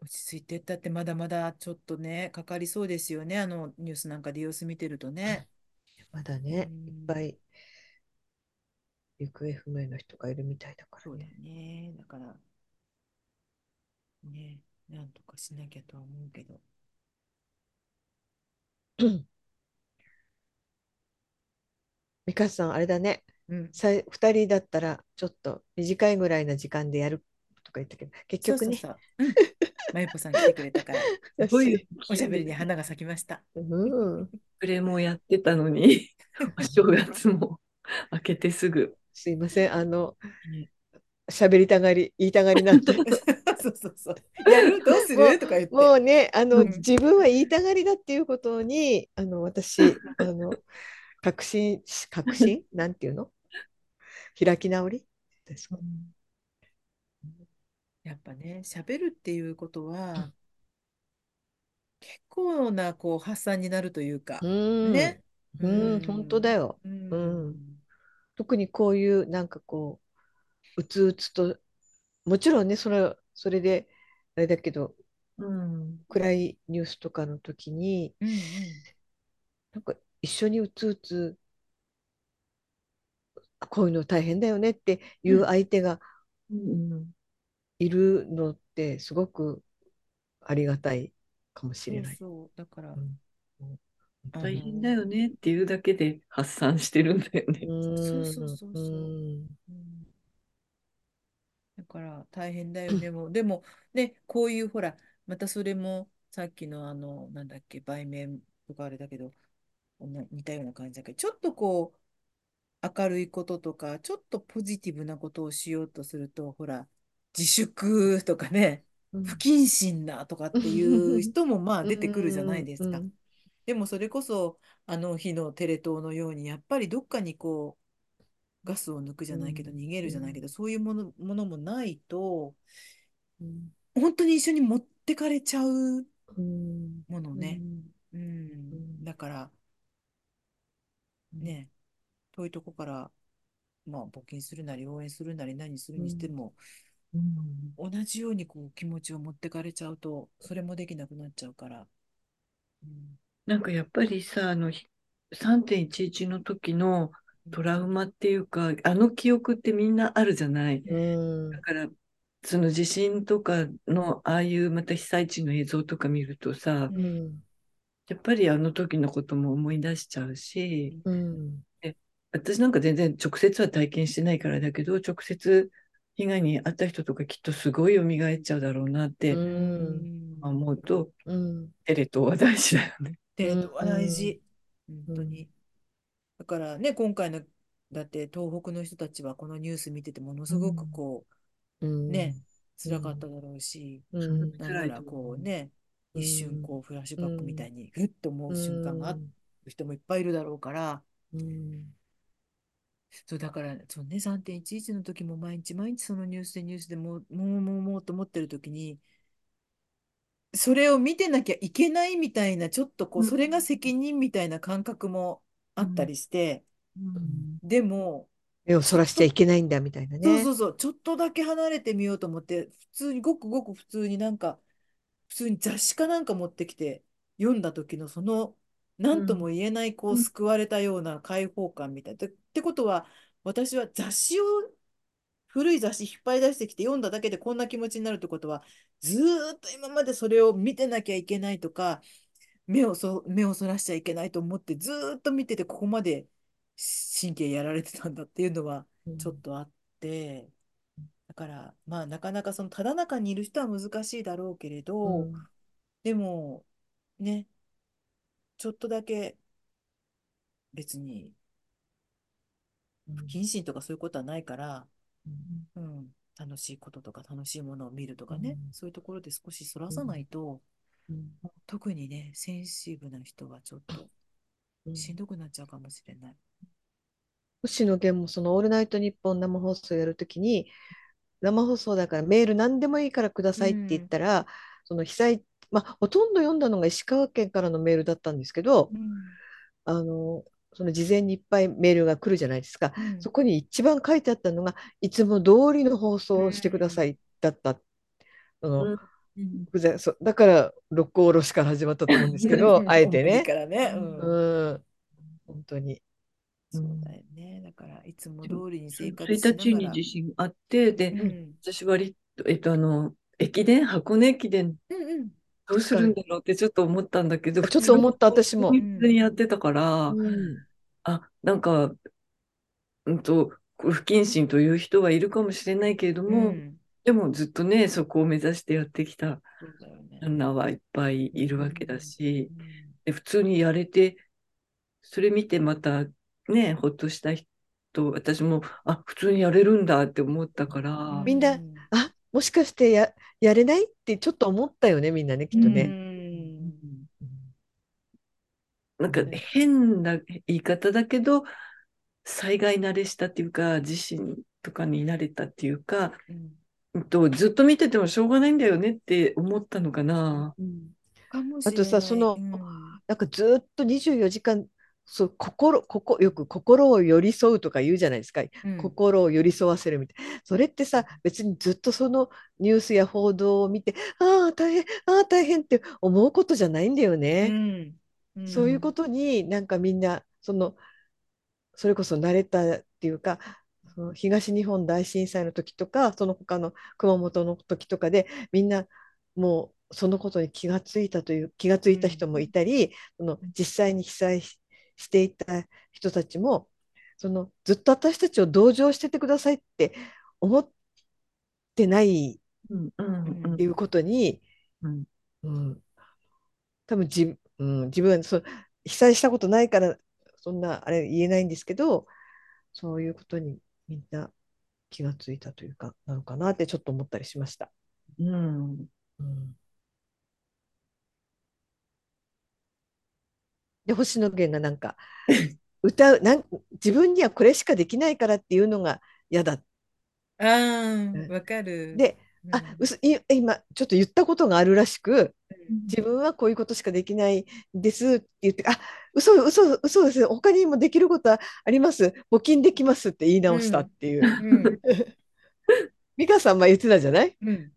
落ち着いてったってまだまだちょっとね、かかりそうですよね、あのニュースなんかで様子見てるとね。
まだ
うん
ね、いっぱい行方不明の人がいるみたいだか
そ
ら
うだ
ね。
ね。だから、ね、なんとかしなきゃとは思うけど。
美香さん、あれだね、
うん。
さい二人だったらちょっと短いぐらいの時間でやるとか言ったけど、結
そう
局
そうそう。
ね、
うん。まゆぽさん来てくれた から、
すごいよ
おしゃべりに花が咲きました。
うん、
プレもやってたのに、お正月も明けてすぐ。
すいません、あの
ね、
喋りたがり、言いたがりなん で。
そうそうそう。やるどうす
もう
るとか言って。
もうね、あの、
うん
自分は言いたがりだっていうことに、あの、私、あの、確信し、確 信なんていうの開き直りですか
やっぱね、喋るっていうことは、結構なこう発散になるというか
う、ん、
ね。
うん本当だよ
う
うん
ん。
特にこういう、なんかこう、うつうつと、もちろんね、それ、それで、あれだけど、
うん。
暗いニュースとかの時に、
うんうん。
なんか一緒にうつうつ、こういうの大変だよねっていう相手が
うん。
いるのってすごくありがたいかもし
そ
れ
う
ない。
そう。だから
う、ん
あ
大変だ
の、
よねっていうだけで発散してるんだよね。
そうそうそうそう
うん
うんだから大変だよね。もうでもね、こういうほら、またそれもさっきのあの、なんだっけ、売名とかあれだけど、な似たような感じだけど、ちょっとこう、明るいこととか、ちょっとポジティブなことをしようとすると、ほら、自粛とかね、
うん
不謹慎なとかっていう人もまあ出てくるじゃないですか
う。ん
でもそれこそあの日のテレ東のようにやっぱりどっかにこうガスを抜くじゃないけど
うん
逃げるじゃないけ
う
どそういうもの、ものもないと
うん
本当に一緒に持ってかれちゃう
うん
ものね。うん
ん
だからね遠いとこから、まあ、募金するなり応援するなり何するにしても、
うん
同じようにこう気持ちを持ってかれちゃうとそれもできなくなっちゃうから。うん
なんかやっぱりさ、あの、ひ3.11の時のトラウマっていうか、あの記憶ってみんなあるじゃない。
うん
だから、その地震とかの、ああいうまた被災地の映像とか見るとさ、
う
うんん
やっぱりあの時のことも思い出しちゃうし、
うん
私なんか全然直接は体験してないからだけど、直接被害に遭った人とかきっとすごい蘇っちゃうだろうなって
うん
思うと、
うん
テレ東は大事だよね。
デートは大事。本当に。だからね、今回の、だって東北の人たちはこのニュース見ててものすごくこう、
うん
ね、辛かっただろうし、
うん
なんならこうね、
うん
一瞬こうフラッシュバックみたいにふっと思う瞬間がある人もいっぱいいるだろうから、
うん
そうだから、そうね、3.11の時も毎日毎日そのニュースでニュースでもう、もうもうもうと思ってる時に、それを見てなきゃいけないみたいな、ちょっとこう、
うん
それが責任みたいな感覚もあったりして、でも、
目をそらしちゃいけないんだみたいなね。
そうそうそう、ちょっとだけ離れてみようと思って、普通に、ごくごく普通になんか、普通に雑誌かなんか持ってきて読んだ時のその、なんとも言えない、こ
う
う、
ん
救われたような解放感みたいな。てってことは、私は雑誌を、古い雑誌引っ張り出してきて読んだだけでこんな気持ちになるってことは、ずーっと今までそれを見てなきゃいけないとか、目をそ、目をそらしちゃいけないと思って、ずーっと見てて、ここまで神経やられてたんだっていうのは、ちょっとあって、だから、まあ、なかなかそのただ中にいる人は難しいだろうけれど、
うん
でも、ね、ちょっとだけ別に不謹慎とかそういうことはないから、うん、楽しいこととか楽しいものを見るとかね、
うん
そういうところで少しそらさないと、特にね、センシティブな人はちょっとしんどくなっちゃうかもしれない。
星野源もその「オールナイトニッポン」生放送やるときに生放送だからメール何でもいいからくださいって言ったら、その被災、まあ、ほとんど読んだのが石川県からのメールだったんですけど、あのその事前にいっぱいメールが来るじゃないですか、
うん
そこに一番書いてあったのがいつも通りの放送をしてくださいだった、その
うん
不在そうだから六甲おろしから始まったと思うんですけどあえて
コンビニ
ね。
からね、うん
うん本当に
そうだよね。だから、いつも通りに生活しな
1日
が
に
ら。
地震あって、で、
うん
私割と、えっと、あの、駅伝、箱根駅伝、
うんうん。
どうするんだろうってちょっと思ったんだけど、
ちょっと思った私も
普通にやってたから、
うん
あ、なんか、うんと、こう不謹慎という人はいるかもしれないけれども、
うん
でもずっとね、そこを目指してやってきた
そうだよね
ラ。ンナーはいっぱいいるわけだし、
うん
で普通にやれて、それ見てまたね、ほっとした人、私も、あ、普通にやれるんだって思ったから、
みんな
う
あもしかしてややれないってちょっと思ったよねみんなねきっとね。
うん
なんか変な言い方だけど、災害慣れしたっていうか、地震とかに慣れたっていうか、
うん
うんと、ずっと見ててもしょうがないんだよねって思ったのかな。
かもしれない
あとさその
うん
なんかずーっと24時間そう心ここよく心を寄り添うとか言うじゃないですか、
うん
心を寄り添わせるみたいなそれってさ別にずっとそのニュースや報道を見てああ大変ああ大変って思うことじゃないんだよ
う
ね、
んうん
そういうことになんかみんなそのそれこそ慣れたっていうかその東日本大震災の時とかその他の熊本の時とかでみんなもうそのことに気がついたという気がついた人もいたり、その実際に被災ししていた人たちもそのずっと私たちを同情しててくださいって思ってない
うんうんう
うん
っていうことに、
うん
うん多分じ、うん、自分はそう被災したことないからそんなあれ言えないんですけどそういうことにみんな気がついたというかなのかなってちょっと思ったりしました。
うん
で星野源がなんか歌うなん自分にはこれしかできないからっていうのが嫌だ
あーわかる。
で、
うん、
あうすい今ちょっと言ったことがあるらしく自分はこういうことしかできないですって言ってあ嘘嘘嘘です他にもできることはあります募金できますって言い直したっていう、
うん
美香さんも言ってたじゃない
うん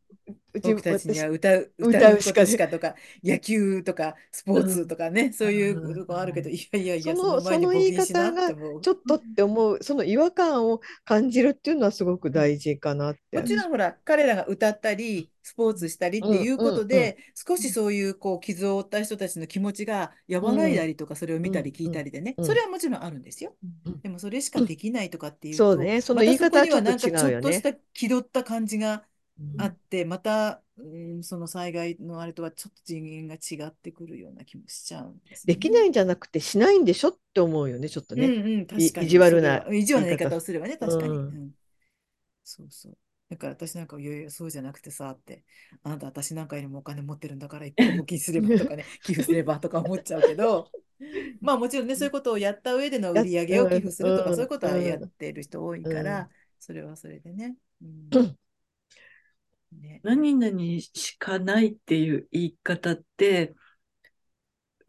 うち
僕たちには
私
歌う、歌
私
う
歌うし
こ
か
と
ね
しかと か、野球とか、スポーツとかね、そうい
うん
うとこあるけど、いやいやいや、
そ
そ
の
の前に
その
募
言い
金しなっ
方が
てもう
ちょっとって思うその違和感を感じるっていうのはすごく大事かなって。
もちろんほら、彼らが歌ったり、スポーツしたりっていうこと
うんうん
で、少しそういうこう傷を負った人たちの気持ちが和らいだりとか、それを見たり聞いたりでね、
うんうん
それはもちろんあるんですよ
うん。
でもそれしかできないとかっていう
そう
と、
ね、その
ま
言
た
い
そこ
方は
に
ちょ
はなんか
っと違
ち
う
ょ
よ
っとし
ね。
た気取った感じが
うん
あって、また、うん、その災害のあれとはちょっと次元が違ってくるような気もしちゃうんですよ
で
ね
きないんじゃなくてしないんでしょって思うよね、ちょっとね。
うんうん、
い
確かに。
意地悪な
それはうん意地悪な言い
言
方
い方
をすればね、確かに。
う
うんん。そうそう。だから私なんか、いやいや、そうじゃなくてさ、って、あなた私なんかよりもお金持ってるんだから、いっぱい募金すればとか ね、寄付すればとか思っちゃうけど、まあもちろんね、そういうことをやった上での売り上げを寄付すると
う
か、
ん
そういうことはやっ
うん
てる人多いから、それはそれでね。うん
うん
ね
何々しかないっていう言い方って、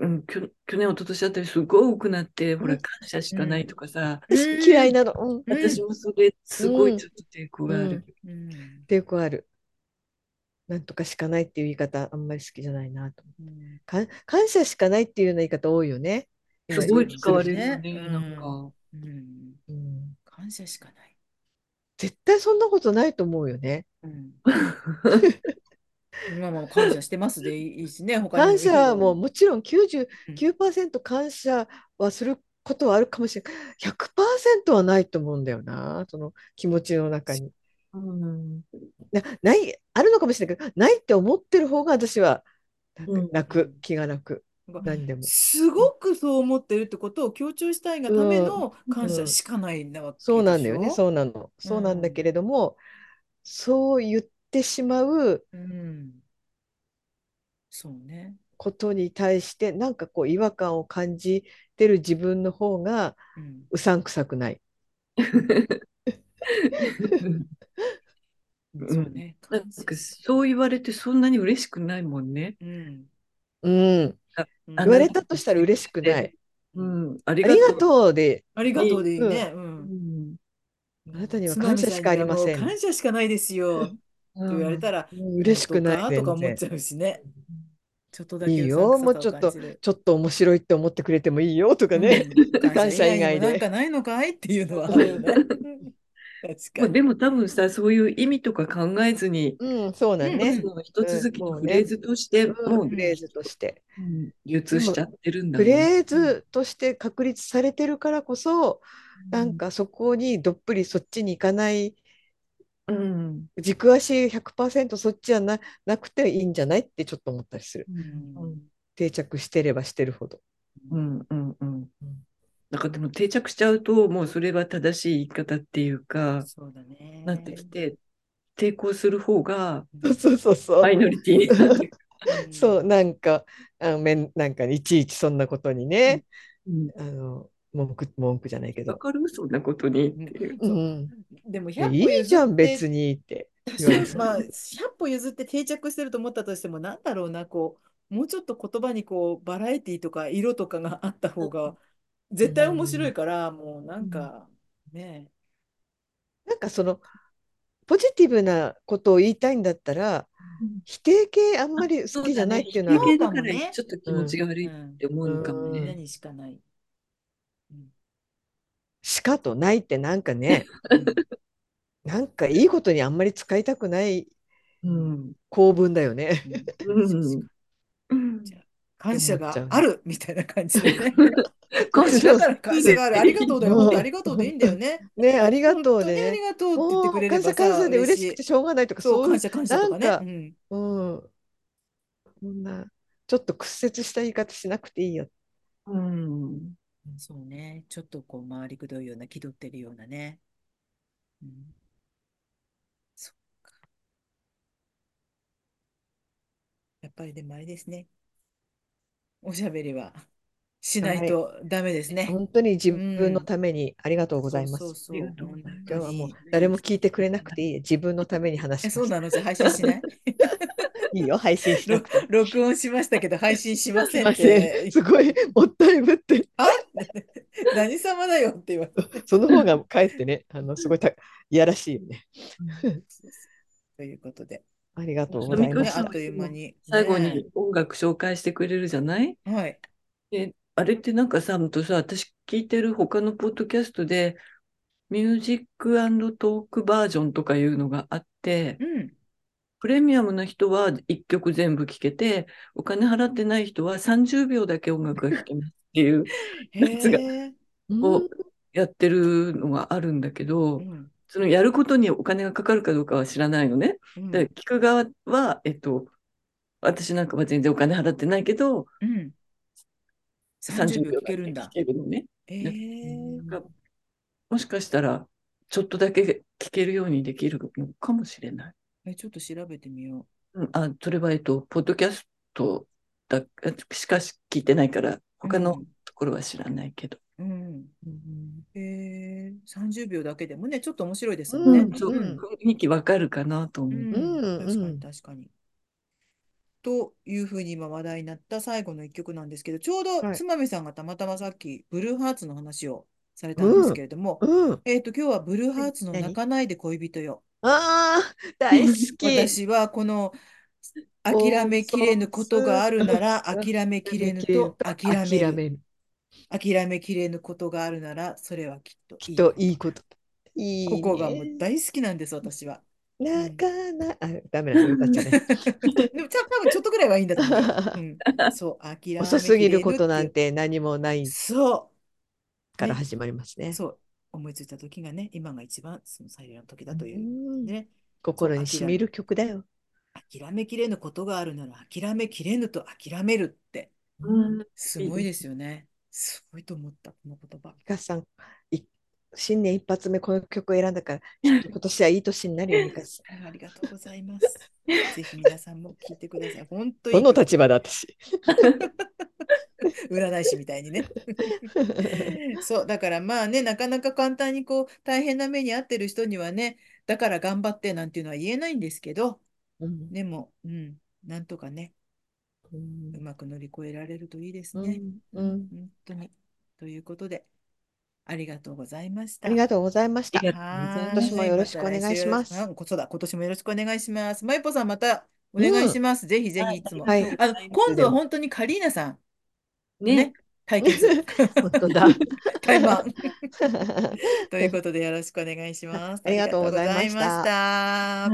うん、きょ去年、一昨年あたりすごい多くなって、ほ
う
ら、
ん
感謝しかないとかさ、
私嫌いなの。うん、
うん
私もそれ、すご
う
い
ん
ちょっと抵抗がある。
うん
抵抗ある。なんとかしかないっていう言い方あんまり好きじゃないなと。
うん
か感謝しかないっていうような言い方多いよね。
い
す
や
ごい
そう
使われる
そう
よ
ね
ね、
うん
なんか。
うん
うん、
感謝しかない。
絶対そんなことないと思うよね。
うん今も感謝してますでいいしね、他にも
感
いろい
謝は
ろ
もうもちろん99%感謝はすることはあるかもしれない。100%はないと思うんだよな、その気持ちの中に。
うん
なない、あるのかもしれないけど、ないって思ってる方が私はなんか
うん
楽、気が楽、
なんか
何でも。
すごくそう思ってるってことを強調したいがための感謝しかないなわけでしょ。
そうなんだよね、そうなの。そうなんだけれども、そう言ってしまう
うん。そうね。
ことに対して、なんかこう違和感を感じてる自分の方が
うん。
うさんくさくない。
うん
そうね。
なん
感謝
かそう言われてそんなに嬉しくないもんね。
うん。
うん、
うん
あ
言われたとしたら嬉しくない。
うん、あり
あ
が
りが
とう。
とうで、
ありがとうでいいね。うん。
うん
あなたには
妻
感
み
謝
た
し
い
かあ
に
り
は
ま
もう
せん。
感謝しかないですよって言われたら、
うん嬉しく
本当
ない、
かとか
全
思っ
然。
ちゃうしね。ちょっとだ
い
け
いう
さんく
よ、
さ
もう
さ
ち
を
ょ
感
っと、
じる。
ちょっと面白いって思ってくれてもいいよとかね。
うん、感
感謝
謝以
以
外に
外
もなん
で。
かないのかいっていうのはあるよね。確か
まあ、
に。
でも多分さそういう意味とか考えずに
うん、そうだ
う
ね。
ん
その一続きのフレーズとし
う
て
ん
もう
フレーズとして。
うん流通しちゃってるんだ
フ
もんね。
レーズとして確立されてるからこそ、なんかそこにどっぷりそっちに行かない、
うん
軸足100%そっちじゃな、なくていいんじゃないってちょっと思ったりする。
うん
定着してればしてるほど。
うんうんうんだからでも定着しちゃうともうそれは正しい言い方っていうか
そうだね。
なってきて抵抗する方が
うん
そうそうそう。
マイノリティになってく
うん
そうなんかあのめんなんかいちいちそんなことにね、
うん
あの文句文句じゃないけ
わ
ど、
かるそんなことにっていう。
う、
そうんでも
いや
100歩
いいじ
譲
ゃ
っ
ん別
て、
にって言われ
100
る。
まあ、100歩譲って定着してると思ったとしても、なんだろうな、こう、もうちょっと言葉にこう、バラエティとか色とかがあった方が、絶対面白いから、もうなんか、ね
なんかそのポジティブなことを言いたいんだったら
うん
否定形あんまり好きじゃないっていうのはあ
そう
る。
だ
か
か
も
ら
ね
ちょっと気持ちが悪
え
いって思うかも
うん、
ね。
何しかない。うん
しかとないってなんかね、
うん
なんかいいことにあんまり使いたくない
うん。
構文だよね。
うん。うん
じゃあ感謝
って思
が
っちゃう
あるみたいな感じで ね。
感
だ
謝が
から感謝がある。ありがとうだよ。
うん
本当ありがとうでいいんだよね。
ねありが
本
とう
当にあり
ね。
がとうって言って
も
くれ
う
れ
感謝
ば
感
さ、
謝
嬉
で嬉し
し
くて
い。
しょうがないとか
そ、
そううい
感
う
謝感謝とかね。
な
う
んか
ん。
うん、そんな、ちょっと屈折した言い方しなくていいよ。
うん。
そうね。ちょっとこう、回りくどいような、気取ってるようなね。うん。そっか。やっぱりでもあれですね。おしゃべりはしないとダメですね。
本当に自分のためにありがとうございま
そう
す。
そうそう。本当
今日はもう
に。
誰も聞いてくれなくていい。自分のために話
え、
し
そ
ま
う
した。
なのじゃあ配信しない
いいよ、 配信しな
ろ
くて。
録音しましたけど配信しませんっ
ません。
て。
すごい、もったいぶって。
あ何様だよって言われて。
その方がかえってね、あの、すごいた、いやらしいよね。
ということで。
ありがとうござ
う
い
ね
ね
ま
あ
す
っ。という間に。
最後
ね
に音楽紹介してくれるじゃない
え。はい。
で、あれってなんかさ、ほんとさ、私聞いてる他のポッドキャストで、ミュージックトークバージョンとかいうのがあって、
うん。
プレミアムな人は1曲全部聴けて、お金払ってない人は30秒だけ音楽が聴けますっていう、 夏が
へえ。
う
を
ん
やってるのがあるんだけど、
うん。
そのやることにお金がかかるかどうかは知らないのね。
うん
で、聞く側は、えっと、私なんかは全然お金払ってないけど、
うん。30
30
秒
秒
聞けるんだ
聞。けるのね。
ええ。
なんかもしかしたら、ちょっとだけ聞けるようにできるのかもしれない。
え、ちょっと調べてみよ
うんあ、それは、えっと、ポッドキャストだしかし聞いてないから、
う。
他のところは知らないけど。
うん。うん。えー、30秒だけでもね、ちょっと面白いですもんね。
う
うんん、そ
う
う、
ん
雰囲気わかるかなと思う。
うん
うん
確か
うん
に確かに。というふうに今話題になった最後の一曲なんですけど、ちょうど
はい
つまみさんがたまたまさっきブルーハーツの話をされたんですけれども、
うん。
えっと、今日はブルーハーツの
何
泣かないで恋人よ。
ああ、大好き。
私はこの諦めきれぬことがあるなら諦めきれぬと諦め
諦
る。
める。
諦めきれぬことがあるならそれはきっと
き
い
っ
い
と
こと。
いいこと。いい
こ
ね。
こがもう大好きなんです、私は。
なかな、あ、ダメなの、歌っちゃダメ。
でも、ちゃ、多分ちょっとぐらいはいいんだと思うよ。うん、そう、諦め
遅すぎることなん
きれぬって
何もな
てい。
いう
そ
から始まります
う、
ね。
そう、思いついた時がね、今が一番その最良の時だというう。
ん
ね、
心に染みる曲だよ。
諦めきれぬことがあるなら、諦めきれぬと諦めるって、
うん
すごいですよね。すごいと思った、この言葉。
ミカさん、い新年一発目この曲を選んだから、ちょっと今年はいい年になるよ、ミカさん。
ありがとうございます。ぜひ皆さんも聞いてください。本当
ど
に
の立場だ、私。
占い師みたいに ね。そう、だからまあね、なかなか簡単にこう、大変な目に遭ってる人にはね、だから頑張ってなんていうのは言えないんですけど、
うん
でも、うん、なんとかね、
うん
うまく乗り越えられるといいです
う
ね。
んうん
本当に。ということで、ありがとうございまし
あ
た。
りがとうございました。
ありがとう
は
今年も
ーい
よろしくお願い
た来週
します
あこそうだ、今年もよろしくお願いします。まゆぽさん、またお願いします。ぜひぜひいつも。
はい
あの、今度は本当にカリーナさん、
ね
ね対決。
本当だ。
対マン。 ということでよろしくお願いします。
ありがとうございまし
あ
た
りがとうございました。